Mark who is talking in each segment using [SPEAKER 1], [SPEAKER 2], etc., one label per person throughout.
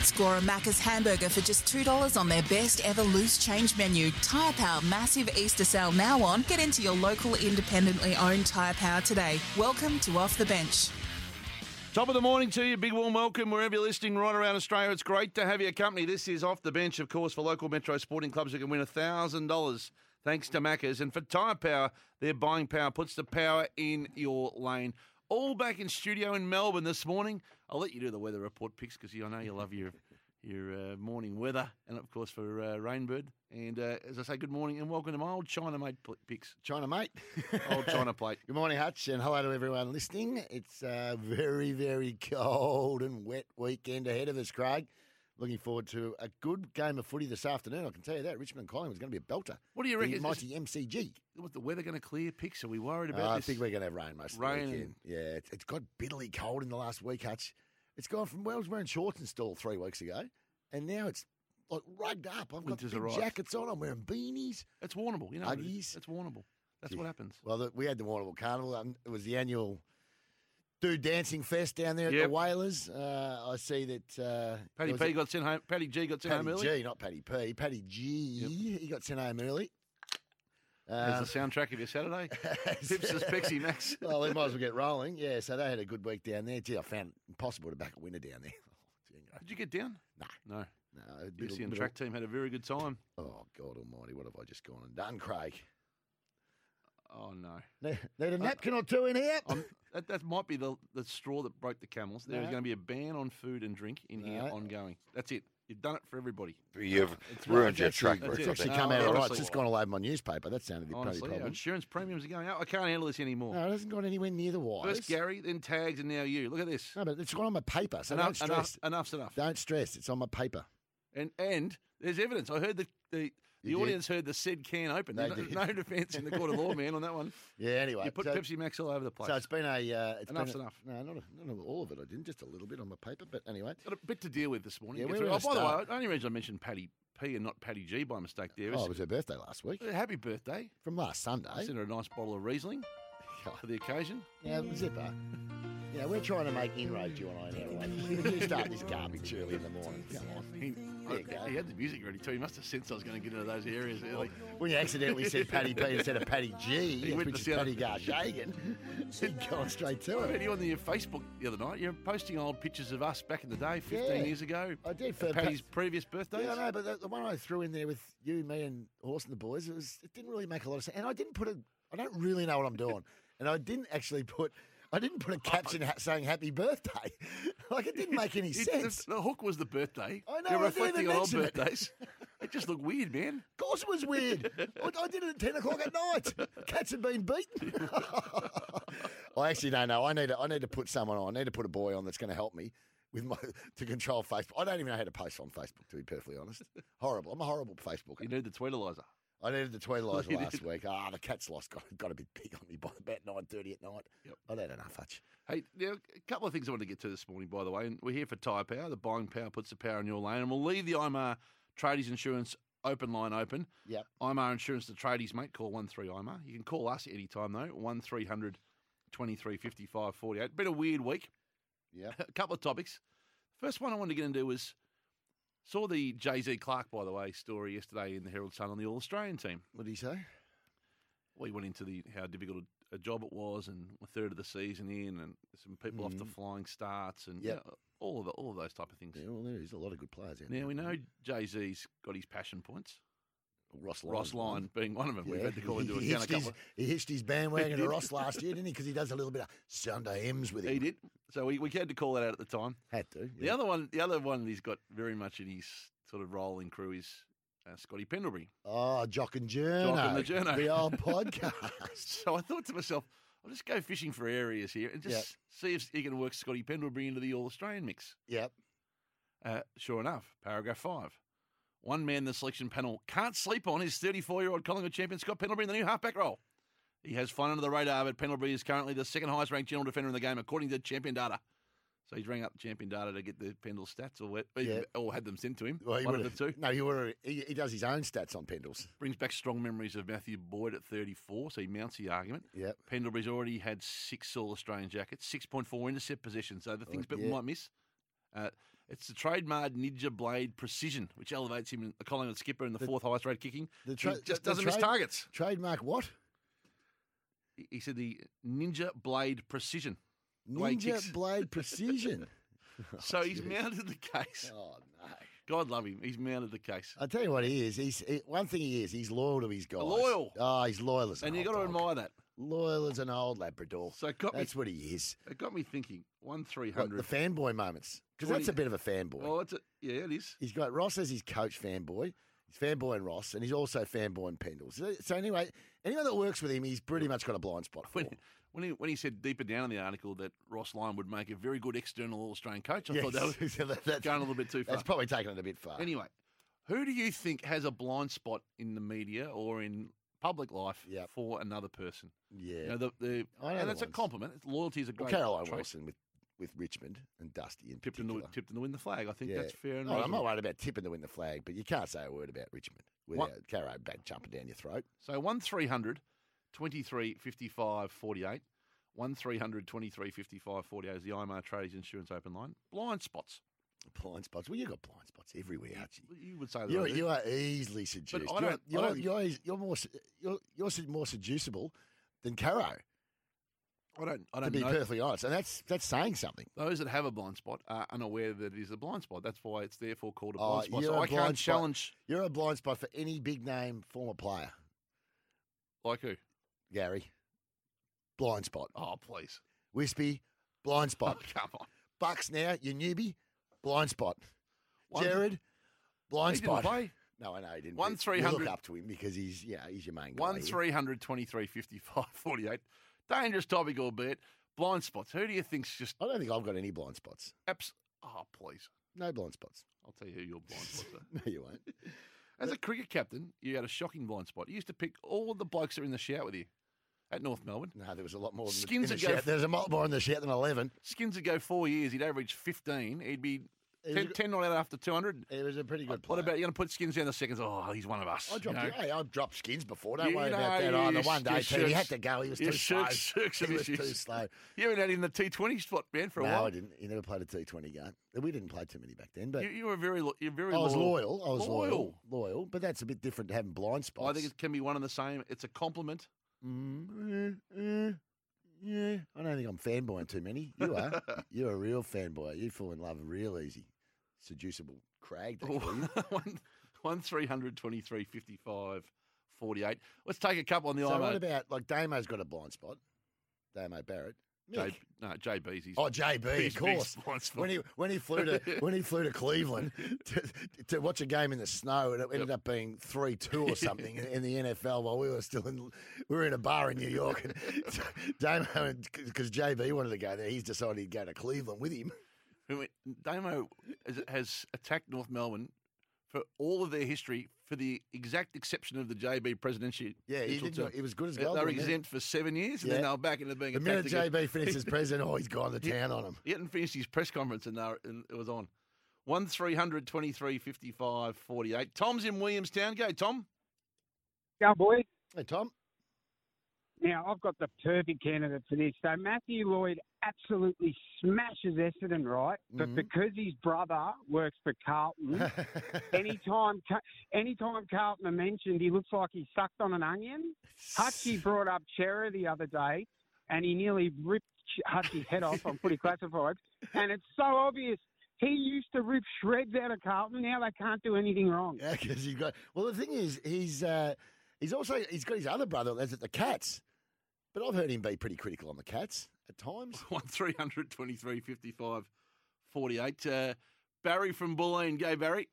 [SPEAKER 1] Score a Macca's hamburger for just $2 on their best ever loose change menu. Tyre Power massive Easter sale now on. Get into your local independently owned Tyre Power today. Welcome to Off the Bench.
[SPEAKER 2] Top of the morning to you. Big warm welcome wherever you're listening right around Australia. It's great to have your company. This is Off the Bench, of course, for local Metro sporting clubs who can win $1,000 thanks to Maccas. And for Tyre Power, their buying power puts the power in your lane. All back in studio in Melbourne this morning. I'll let you do the weather report picks because I know you love your your uh, morning weather. And, of course, for uh, Rainbird. And uh, as I say, good morning and welcome to my old China mate pl- picks.
[SPEAKER 3] China, mate.
[SPEAKER 2] Old China plate.
[SPEAKER 3] Good morning, Hutch, and hello to everyone listening. It's a very, very cold and wet weekend ahead of us, Craig. Looking forward to a good game of footy this afternoon. I can tell you that Richmond Collingwood is going to be a belter.
[SPEAKER 2] What do you
[SPEAKER 3] The
[SPEAKER 2] reckon? Is this-
[SPEAKER 3] mighty MCG.
[SPEAKER 2] What's the weather going to clear picks? Are we worried
[SPEAKER 3] Uh,
[SPEAKER 2] about
[SPEAKER 3] I
[SPEAKER 2] this?
[SPEAKER 3] think we're going to have rain most of
[SPEAKER 2] Rain
[SPEAKER 3] the
[SPEAKER 2] and-
[SPEAKER 3] weekend. Yeah, it's, it's got bitterly cold in the last week, Hutch. It's gone from well, I was wearing shorts and stall three weeks ago, and now it's like rugged up. I've
[SPEAKER 2] Winter's
[SPEAKER 3] got big
[SPEAKER 2] arrived.
[SPEAKER 3] jackets on. I'm wearing beanies.
[SPEAKER 2] It's warnable, you know. what it is.
[SPEAKER 3] Uggies.
[SPEAKER 2] It's warnable. That's
[SPEAKER 3] Yeah.
[SPEAKER 2] what happens.
[SPEAKER 3] Well, the, we had the Warrnambool Carnival. Um, it was the annual Dude Dancing Fest down there at
[SPEAKER 2] Yep.
[SPEAKER 3] the Whalers. Uh, I see that uh,
[SPEAKER 2] Paddy
[SPEAKER 3] there was
[SPEAKER 2] P
[SPEAKER 3] a-
[SPEAKER 2] got sent home. Paddy G got sent home
[SPEAKER 3] Paddy
[SPEAKER 2] early.
[SPEAKER 3] G, not Paddy P. Paddy G, he got sent home early. Um,
[SPEAKER 2] As the soundtrack of your Saturday. Pips is Pexy Max.
[SPEAKER 3] well, they might as well get rolling. Yeah, so they had a good week down there. Gee, I found it impossible to back a winner down there. Anyway,
[SPEAKER 2] Did you get down?
[SPEAKER 3] Nah.
[SPEAKER 2] No.
[SPEAKER 3] no, a
[SPEAKER 2] The
[SPEAKER 3] little-
[SPEAKER 2] and
[SPEAKER 3] little-
[SPEAKER 2] track team had a very good time.
[SPEAKER 3] Oh God Almighty, what have I just gone and done, Craig?
[SPEAKER 2] Oh no. Uh,
[SPEAKER 3] Ne- Need a napkin or two in here?
[SPEAKER 2] I'm, that, that might be the, the straw that broke the camels. There is
[SPEAKER 3] No.
[SPEAKER 2] going to be a ban on food and drink in here
[SPEAKER 3] No.
[SPEAKER 2] ongoing. That's it. You've done it for everybody.
[SPEAKER 4] You've
[SPEAKER 2] It's
[SPEAKER 4] ruined
[SPEAKER 3] It's
[SPEAKER 4] your
[SPEAKER 3] actually-
[SPEAKER 4] track record.
[SPEAKER 3] It's
[SPEAKER 2] it.
[SPEAKER 3] actually
[SPEAKER 2] No,
[SPEAKER 3] come out all right. It's
[SPEAKER 2] honestly.
[SPEAKER 3] just gone all over my newspaper. That sounded the bloody
[SPEAKER 2] Honestly, our
[SPEAKER 3] problem.
[SPEAKER 2] insurance premiums are going up. I can't handle this anymore.
[SPEAKER 3] No, it hasn't gone anywhere near the wires.
[SPEAKER 2] First Gary, then tags, and now you. Look at this.
[SPEAKER 3] No, but it's gone on my paper, so don't
[SPEAKER 2] enough,
[SPEAKER 3] stress.
[SPEAKER 2] enough, enough's enough.
[SPEAKER 3] Don't stress. It's on my paper.
[SPEAKER 2] And and there's evidence. I heard the the, the
[SPEAKER 3] did?
[SPEAKER 2] audience heard the said can open.
[SPEAKER 3] They
[SPEAKER 2] no,
[SPEAKER 3] did.
[SPEAKER 2] no defence in the court of law, man, on that one.
[SPEAKER 3] Yeah. Anyway,
[SPEAKER 2] You put
[SPEAKER 3] so,
[SPEAKER 2] Pepsi Max all over the place.
[SPEAKER 3] so it's been a. Uh, it's been
[SPEAKER 2] Enough's
[SPEAKER 3] a-
[SPEAKER 2] enough.
[SPEAKER 3] No, not, a, not all of it. I didn't. Just a little bit on my paper. But anyway,
[SPEAKER 2] Got a bit to deal with this morning.
[SPEAKER 3] Yeah,
[SPEAKER 2] Get
[SPEAKER 3] where
[SPEAKER 2] through-
[SPEAKER 3] do
[SPEAKER 2] oh, by
[SPEAKER 3] I
[SPEAKER 2] the way,
[SPEAKER 3] start?
[SPEAKER 2] the only reason I mentioned Patty P and not Patty G by mistake there is
[SPEAKER 3] oh, it was her birthday last week
[SPEAKER 2] uh, happy birthday.
[SPEAKER 3] from last
[SPEAKER 2] I
[SPEAKER 3] Sunday.
[SPEAKER 2] sent her a nice bottle of Riesling for the occasion.
[SPEAKER 3] Now, Zipper, you know, we're trying to make inroads, you and I, in our way. You start this garbage early in the morning. Come on.
[SPEAKER 2] He,
[SPEAKER 3] There you go.
[SPEAKER 2] he had the music ready too. He must have sensed I was going to get into those areas early.
[SPEAKER 3] When you accidentally said Paddy P instead of Paddy G,
[SPEAKER 2] went
[SPEAKER 3] which
[SPEAKER 2] to
[SPEAKER 3] is
[SPEAKER 2] see how-
[SPEAKER 3] Paddy Garshagan, it'd gone straight to
[SPEAKER 2] I
[SPEAKER 3] it.
[SPEAKER 2] met you on the, your Facebook the other night. You're posting old pictures of us back in the day, 15
[SPEAKER 3] Yeah.
[SPEAKER 2] years ago.
[SPEAKER 3] I did
[SPEAKER 2] at
[SPEAKER 3] for Pat-
[SPEAKER 2] Patty's previous birthdays.
[SPEAKER 3] Yeah, I know, but the, the one I threw in there with you, me, and Horse and the boys, it was it didn't really make a lot of sense. And I didn't put a, I don't really know what I'm doing, and I didn't actually put, I didn't put a caption ha- saying "Happy Birthday," like it didn't make any
[SPEAKER 2] It-
[SPEAKER 3] sense.
[SPEAKER 2] The, the hook was the birthday. You're
[SPEAKER 3] I know, I didn't
[SPEAKER 2] reflecting
[SPEAKER 3] even
[SPEAKER 2] on old
[SPEAKER 3] mention it.
[SPEAKER 2] birthdays. It just looked weird, man.
[SPEAKER 3] Of course, it was weird. I, I did it at ten o'clock at night. Cats had been beaten. I actually don't know. I need to, I need to put someone on. I need to put a boy on that's going to help me. With my to control Facebook, I don't even know how to post on Facebook. To be perfectly honest, horrible. I'm a horrible Facebooker.
[SPEAKER 2] You need the tweetalizer.
[SPEAKER 3] I needed the tweet
[SPEAKER 2] you
[SPEAKER 3] last
[SPEAKER 2] did.
[SPEAKER 3] week. Ah, the cat's loss got, got a bit big on me by about nine thirty at night.
[SPEAKER 2] Yep.
[SPEAKER 3] I'd had enough, Hutch.
[SPEAKER 2] Hey, now, a couple of things I want to get to this morning, by the way. And we're here for Tyre Power. The buying power puts the power in your lane. And we'll leave the IMAR Tradies Insurance open line open.
[SPEAKER 3] Yep.
[SPEAKER 2] IMAR Insurance, the tradies, mate. Call 13 IMAR. You can call us any time, though. 1300 23 55 48. Been a weird week.
[SPEAKER 3] Yeah.
[SPEAKER 2] A couple of topics. First one I wanted to get into was saw the Jay Z Clark, by the way, story yesterday in the Herald Sun on the All Australian team.
[SPEAKER 3] What did he say?
[SPEAKER 2] we went into the how difficult a, a job it was, and a third of the season in, and some people off the flying starts, and yeah,
[SPEAKER 3] Mm-hmm. Yep.
[SPEAKER 2] all of the, all of those type of things.
[SPEAKER 3] Yeah, well, there is a lot of good players. Out
[SPEAKER 2] Now
[SPEAKER 3] there.
[SPEAKER 2] we know Jay Z's got his passion points.
[SPEAKER 3] Ross Lyon.
[SPEAKER 2] Ross Lyon being one of them. We've
[SPEAKER 3] Yeah.
[SPEAKER 2] had to call into
[SPEAKER 3] he,
[SPEAKER 2] account a
[SPEAKER 3] hitched his,
[SPEAKER 2] couple.
[SPEAKER 3] he hitched his bandwagon
[SPEAKER 2] He
[SPEAKER 3] to
[SPEAKER 2] did.
[SPEAKER 3] Ross last year, didn't he? Because he does a little bit of Sunday M's with
[SPEAKER 2] Of,
[SPEAKER 3] him.
[SPEAKER 2] he did. So we, we had to call that out at the time.
[SPEAKER 3] Had to.
[SPEAKER 2] The other one, the other one he's got very much in his sort of role and crew is uh, Scotty Pendlebury.
[SPEAKER 3] Oh, Jock and Journo.
[SPEAKER 2] Jock and the Journo.
[SPEAKER 3] The old podcast.
[SPEAKER 2] So I thought to myself, I'll just go fishing for areas here and just
[SPEAKER 3] Yeah.
[SPEAKER 2] see if he can work Scotty Pendlebury into the All Australian mix.
[SPEAKER 3] yep.
[SPEAKER 2] Uh, sure enough, paragraph five. One man the selection panel can't sleep on is 34 year old Collingwood champion Scott Pendlebury in the new halfback role. He has fun under the radar, but Pendlebury is currently the second highest ranked general defender in the game, according to Champion Data. So he's rang up Champion Data to get the Pendle stats or,
[SPEAKER 3] Yeah.
[SPEAKER 2] or had them sent to him.
[SPEAKER 3] Well, he
[SPEAKER 2] one of the
[SPEAKER 3] would've-
[SPEAKER 2] two.
[SPEAKER 3] No, he, would've- he, he does his own stats on Pendles.
[SPEAKER 2] Brings back strong memories of Matthew Boyd at 34, so he mounts the argument.
[SPEAKER 3] Yep.
[SPEAKER 2] Pendlebury's already had six All Australian jackets, 6.4 intercept possessions. So the things people
[SPEAKER 3] Oh, yeah.
[SPEAKER 2] might miss. Uh, it's the trademark Ninja Blade precision, which elevates him in the Collingwood skipper and the, fourth highest rate kicking.
[SPEAKER 3] the tra-
[SPEAKER 2] he just
[SPEAKER 3] the- the
[SPEAKER 2] doesn't miss
[SPEAKER 3] trade-
[SPEAKER 2] targets.
[SPEAKER 3] Trademark what?
[SPEAKER 2] He- He said the Ninja Blade precision. The way he kicks.
[SPEAKER 3] Ninja Blade Precision.
[SPEAKER 2] so he's mounted the case.
[SPEAKER 3] Oh, no.
[SPEAKER 2] God love him. He's mounted the case.
[SPEAKER 3] I tell you what he is. He's he, one thing he is. He's loyal to his guys.
[SPEAKER 2] Loyal.
[SPEAKER 3] Oh, he's loyal as an
[SPEAKER 2] And you've
[SPEAKER 3] old
[SPEAKER 2] got to
[SPEAKER 3] dog.
[SPEAKER 2] admire that.
[SPEAKER 3] Loyal as an old Labrador.
[SPEAKER 2] So it got, me,
[SPEAKER 3] That's what he is.
[SPEAKER 2] it got me thinking. One three
[SPEAKER 3] What,
[SPEAKER 2] hundred.
[SPEAKER 3] the fanboy moments. Because
[SPEAKER 2] Twenty-
[SPEAKER 3] that's a bit of a fanboy.
[SPEAKER 2] Well, it's a, yeah, it is.
[SPEAKER 3] He's got Ross as his coach fanboy. He's fanboying Ross, and he's also fanboying Pendles. So- So anyway, anyone that works with him, he's pretty much got a blind spot for.
[SPEAKER 2] When, when he when he said deeper down in the article that Ross Lyon would make a very good external All Australian coach, I thought that was
[SPEAKER 3] Yes. So that- that's-
[SPEAKER 2] going a little bit too far.
[SPEAKER 3] That's probably taken it a bit far.
[SPEAKER 2] Anyway, who do you think has a blind spot in the media or in public life
[SPEAKER 3] Yep.
[SPEAKER 2] for another person?
[SPEAKER 3] yeah.
[SPEAKER 2] You know, the, the,
[SPEAKER 3] I know the
[SPEAKER 2] and that's a
[SPEAKER 3] ones.
[SPEAKER 2] compliment. It's- Loyalty is a
[SPEAKER 3] well,
[SPEAKER 2] great
[SPEAKER 3] Caroline
[SPEAKER 2] trait.
[SPEAKER 3] Wilson with, with Richmond and Dusty in
[SPEAKER 2] Tipped him, to,
[SPEAKER 3] particular.
[SPEAKER 2] tipped him to win the flag. I think
[SPEAKER 3] Yeah.
[SPEAKER 2] that's fair and
[SPEAKER 3] Oh, I'm
[SPEAKER 2] reasonable.
[SPEAKER 3] not worried about tipping to win the flag, but you can't say a word about Richmond
[SPEAKER 2] What?
[SPEAKER 3] without Caro back jumping down your throat.
[SPEAKER 2] So 1 300 23 55 48. 1 300 23 55 48 is the IMR Traders Insurance Open Line. Blind spots.
[SPEAKER 3] Blind spots. Well, you've got blind spots everywhere, Archie.
[SPEAKER 2] You would say that.
[SPEAKER 3] You,
[SPEAKER 2] I do.
[SPEAKER 3] you are easily seduced.
[SPEAKER 2] I
[SPEAKER 3] You're,
[SPEAKER 2] don't- I
[SPEAKER 3] you're,
[SPEAKER 2] don't-
[SPEAKER 3] you're, eas- you're more se- you're, you're se- more seducible than Caro.
[SPEAKER 2] I don't, I
[SPEAKER 3] To
[SPEAKER 2] don't
[SPEAKER 3] be
[SPEAKER 2] know.
[SPEAKER 3] perfectly honest, and that's that's saying something.
[SPEAKER 2] Those that have a blind spot are unaware that it is a blind spot. That's why it's therefore called a
[SPEAKER 3] Oh,
[SPEAKER 2] blind spot.
[SPEAKER 3] you're
[SPEAKER 2] So
[SPEAKER 3] a
[SPEAKER 2] I can't
[SPEAKER 3] blind spot.
[SPEAKER 2] challenge
[SPEAKER 3] You're a blind spot for any big name former player,
[SPEAKER 2] like who?
[SPEAKER 3] Gary. Blind spot.
[SPEAKER 2] Oh, please.
[SPEAKER 3] Wispy, blind
[SPEAKER 2] Oh,
[SPEAKER 3] spot.
[SPEAKER 2] come on.
[SPEAKER 3] Bucks now, you newbie, blind spot.
[SPEAKER 2] One-
[SPEAKER 3] Jared, blind
[SPEAKER 2] He didn't
[SPEAKER 3] spot.
[SPEAKER 2] play.
[SPEAKER 3] No, I know he didn't.
[SPEAKER 2] One
[SPEAKER 3] but we Look
[SPEAKER 2] 300
[SPEAKER 3] up to him because he's yeah he's your main guy.
[SPEAKER 2] 1
[SPEAKER 3] here.
[SPEAKER 2] 300 23 55 48. Dangerous topic, albeit. Blind spots. Who do you think's just.
[SPEAKER 3] I don't think I've got any blind spots.
[SPEAKER 2] Abs- oh, please.
[SPEAKER 3] No blind spots.
[SPEAKER 2] I'll tell you who your blind spots are.
[SPEAKER 3] No, you won't.
[SPEAKER 2] As a cricket captain, you had a shocking blind spot. You used to pick all the blokes that were in the shout with you at North Melbourne.
[SPEAKER 3] No, there was a lot more. Than
[SPEAKER 2] Skins
[SPEAKER 3] in the
[SPEAKER 2] that go-
[SPEAKER 3] shout. There's a lot more in the shout than eleven.
[SPEAKER 2] Skins would go four years, he'd average 15. He'd be
[SPEAKER 3] He was
[SPEAKER 2] 10,
[SPEAKER 3] a-
[SPEAKER 2] 10 not out after 200.
[SPEAKER 3] It was a pretty good. Player.
[SPEAKER 2] What about you're going to put skins down the seconds? Oh, he's one of us.
[SPEAKER 3] I
[SPEAKER 2] you
[SPEAKER 3] dropped.
[SPEAKER 2] know?
[SPEAKER 3] hey, I dropped skins before. Don't
[SPEAKER 2] You
[SPEAKER 3] worry about
[SPEAKER 2] know,
[SPEAKER 3] that. Oh,
[SPEAKER 2] you
[SPEAKER 3] the one
[SPEAKER 2] sh-
[SPEAKER 3] day
[SPEAKER 2] you
[SPEAKER 3] team, he had
[SPEAKER 2] shirks-
[SPEAKER 3] to go. He was
[SPEAKER 2] you
[SPEAKER 3] too slow.
[SPEAKER 2] shirks- shirks
[SPEAKER 3] he
[SPEAKER 2] of
[SPEAKER 3] was too
[SPEAKER 2] issues.
[SPEAKER 3] slow.
[SPEAKER 2] You weren't out in the T20 spot, man, for a
[SPEAKER 3] no,
[SPEAKER 2] while.
[SPEAKER 3] I didn't. He never played a T20 game. We didn't play too many back then, but
[SPEAKER 2] You, you were very, lo- you're very
[SPEAKER 3] I was
[SPEAKER 2] loyal.
[SPEAKER 3] loyal. I was loyal. loyal. but that's a bit different to having blind spots.
[SPEAKER 2] I think it can be one and the same. It's a compliment.
[SPEAKER 3] Mm,
[SPEAKER 5] Mm-hmm.
[SPEAKER 3] eh, eh, yeah, I don't think I'm fanboying too many. You are. You're a real fanboy. You fall in love real easy. Seducible crag. they call you.
[SPEAKER 2] one, one 300, 23, 55, 48. Let's take a couple on the
[SPEAKER 3] so
[SPEAKER 2] IMO.
[SPEAKER 3] what about like Damo's got a blind spot? Damo Barrett. Mick.
[SPEAKER 2] J, no, JB's. He's,
[SPEAKER 3] Oh, JB,
[SPEAKER 2] Big,
[SPEAKER 3] of
[SPEAKER 2] big
[SPEAKER 3] course.
[SPEAKER 2] blind spot.
[SPEAKER 3] When he when he flew to when he flew to Cleveland to, to watch a game in the snow, and it ended up being three two or something in, in the NFL while we were still in we were in a bar in New York, and so Damo because JB wanted to go there, he's decided he'd go to Cleveland with him.
[SPEAKER 2] Who went- Damo has, has attacked North Melbourne for all of their history, for the exact exception of the JB presidency.
[SPEAKER 3] Yeah, he
[SPEAKER 2] initial
[SPEAKER 3] didn't.
[SPEAKER 2] term.
[SPEAKER 3] It was good as
[SPEAKER 2] They-
[SPEAKER 3] gold.
[SPEAKER 2] they were
[SPEAKER 3] wasn't it?
[SPEAKER 2] exempt for seven years, and then
[SPEAKER 3] Yeah.
[SPEAKER 2] they were back into being
[SPEAKER 3] The minute
[SPEAKER 2] attacked again.
[SPEAKER 3] JB finishes president, oh, he's gone to town on him.
[SPEAKER 2] He hadn't finished his press conference, and, they were, and it was on. 1 300, 23, 55, 48. Tom's in Williamstown. Go, Tom.
[SPEAKER 4] Go, boy.
[SPEAKER 3] Hey Tom,
[SPEAKER 4] Now, I've got the perfect candidate for this. So, Matthew Lloyd absolutely smashes Essendon, right? But
[SPEAKER 3] Mhm.
[SPEAKER 4] because his brother works for Carlton, anytime, Ca- anytime Carlton are mentioned, he looks like he sucked on an onion. Hutchie brought up Chera the other day, and he nearly ripped Ch- Hutchie's head off on footy classifieds. And it's so obvious. He used to rip shreds out of Carlton. Now they can't do anything wrong.
[SPEAKER 3] Yeah, because he's got. Well, the thing is, he's uh, he's also he's got his other brother that's at the Cats, but I've heard him be pretty critical on the Cats at times.
[SPEAKER 2] One 23 55 48. Uh, Barry from Bulleen. Go, Barry.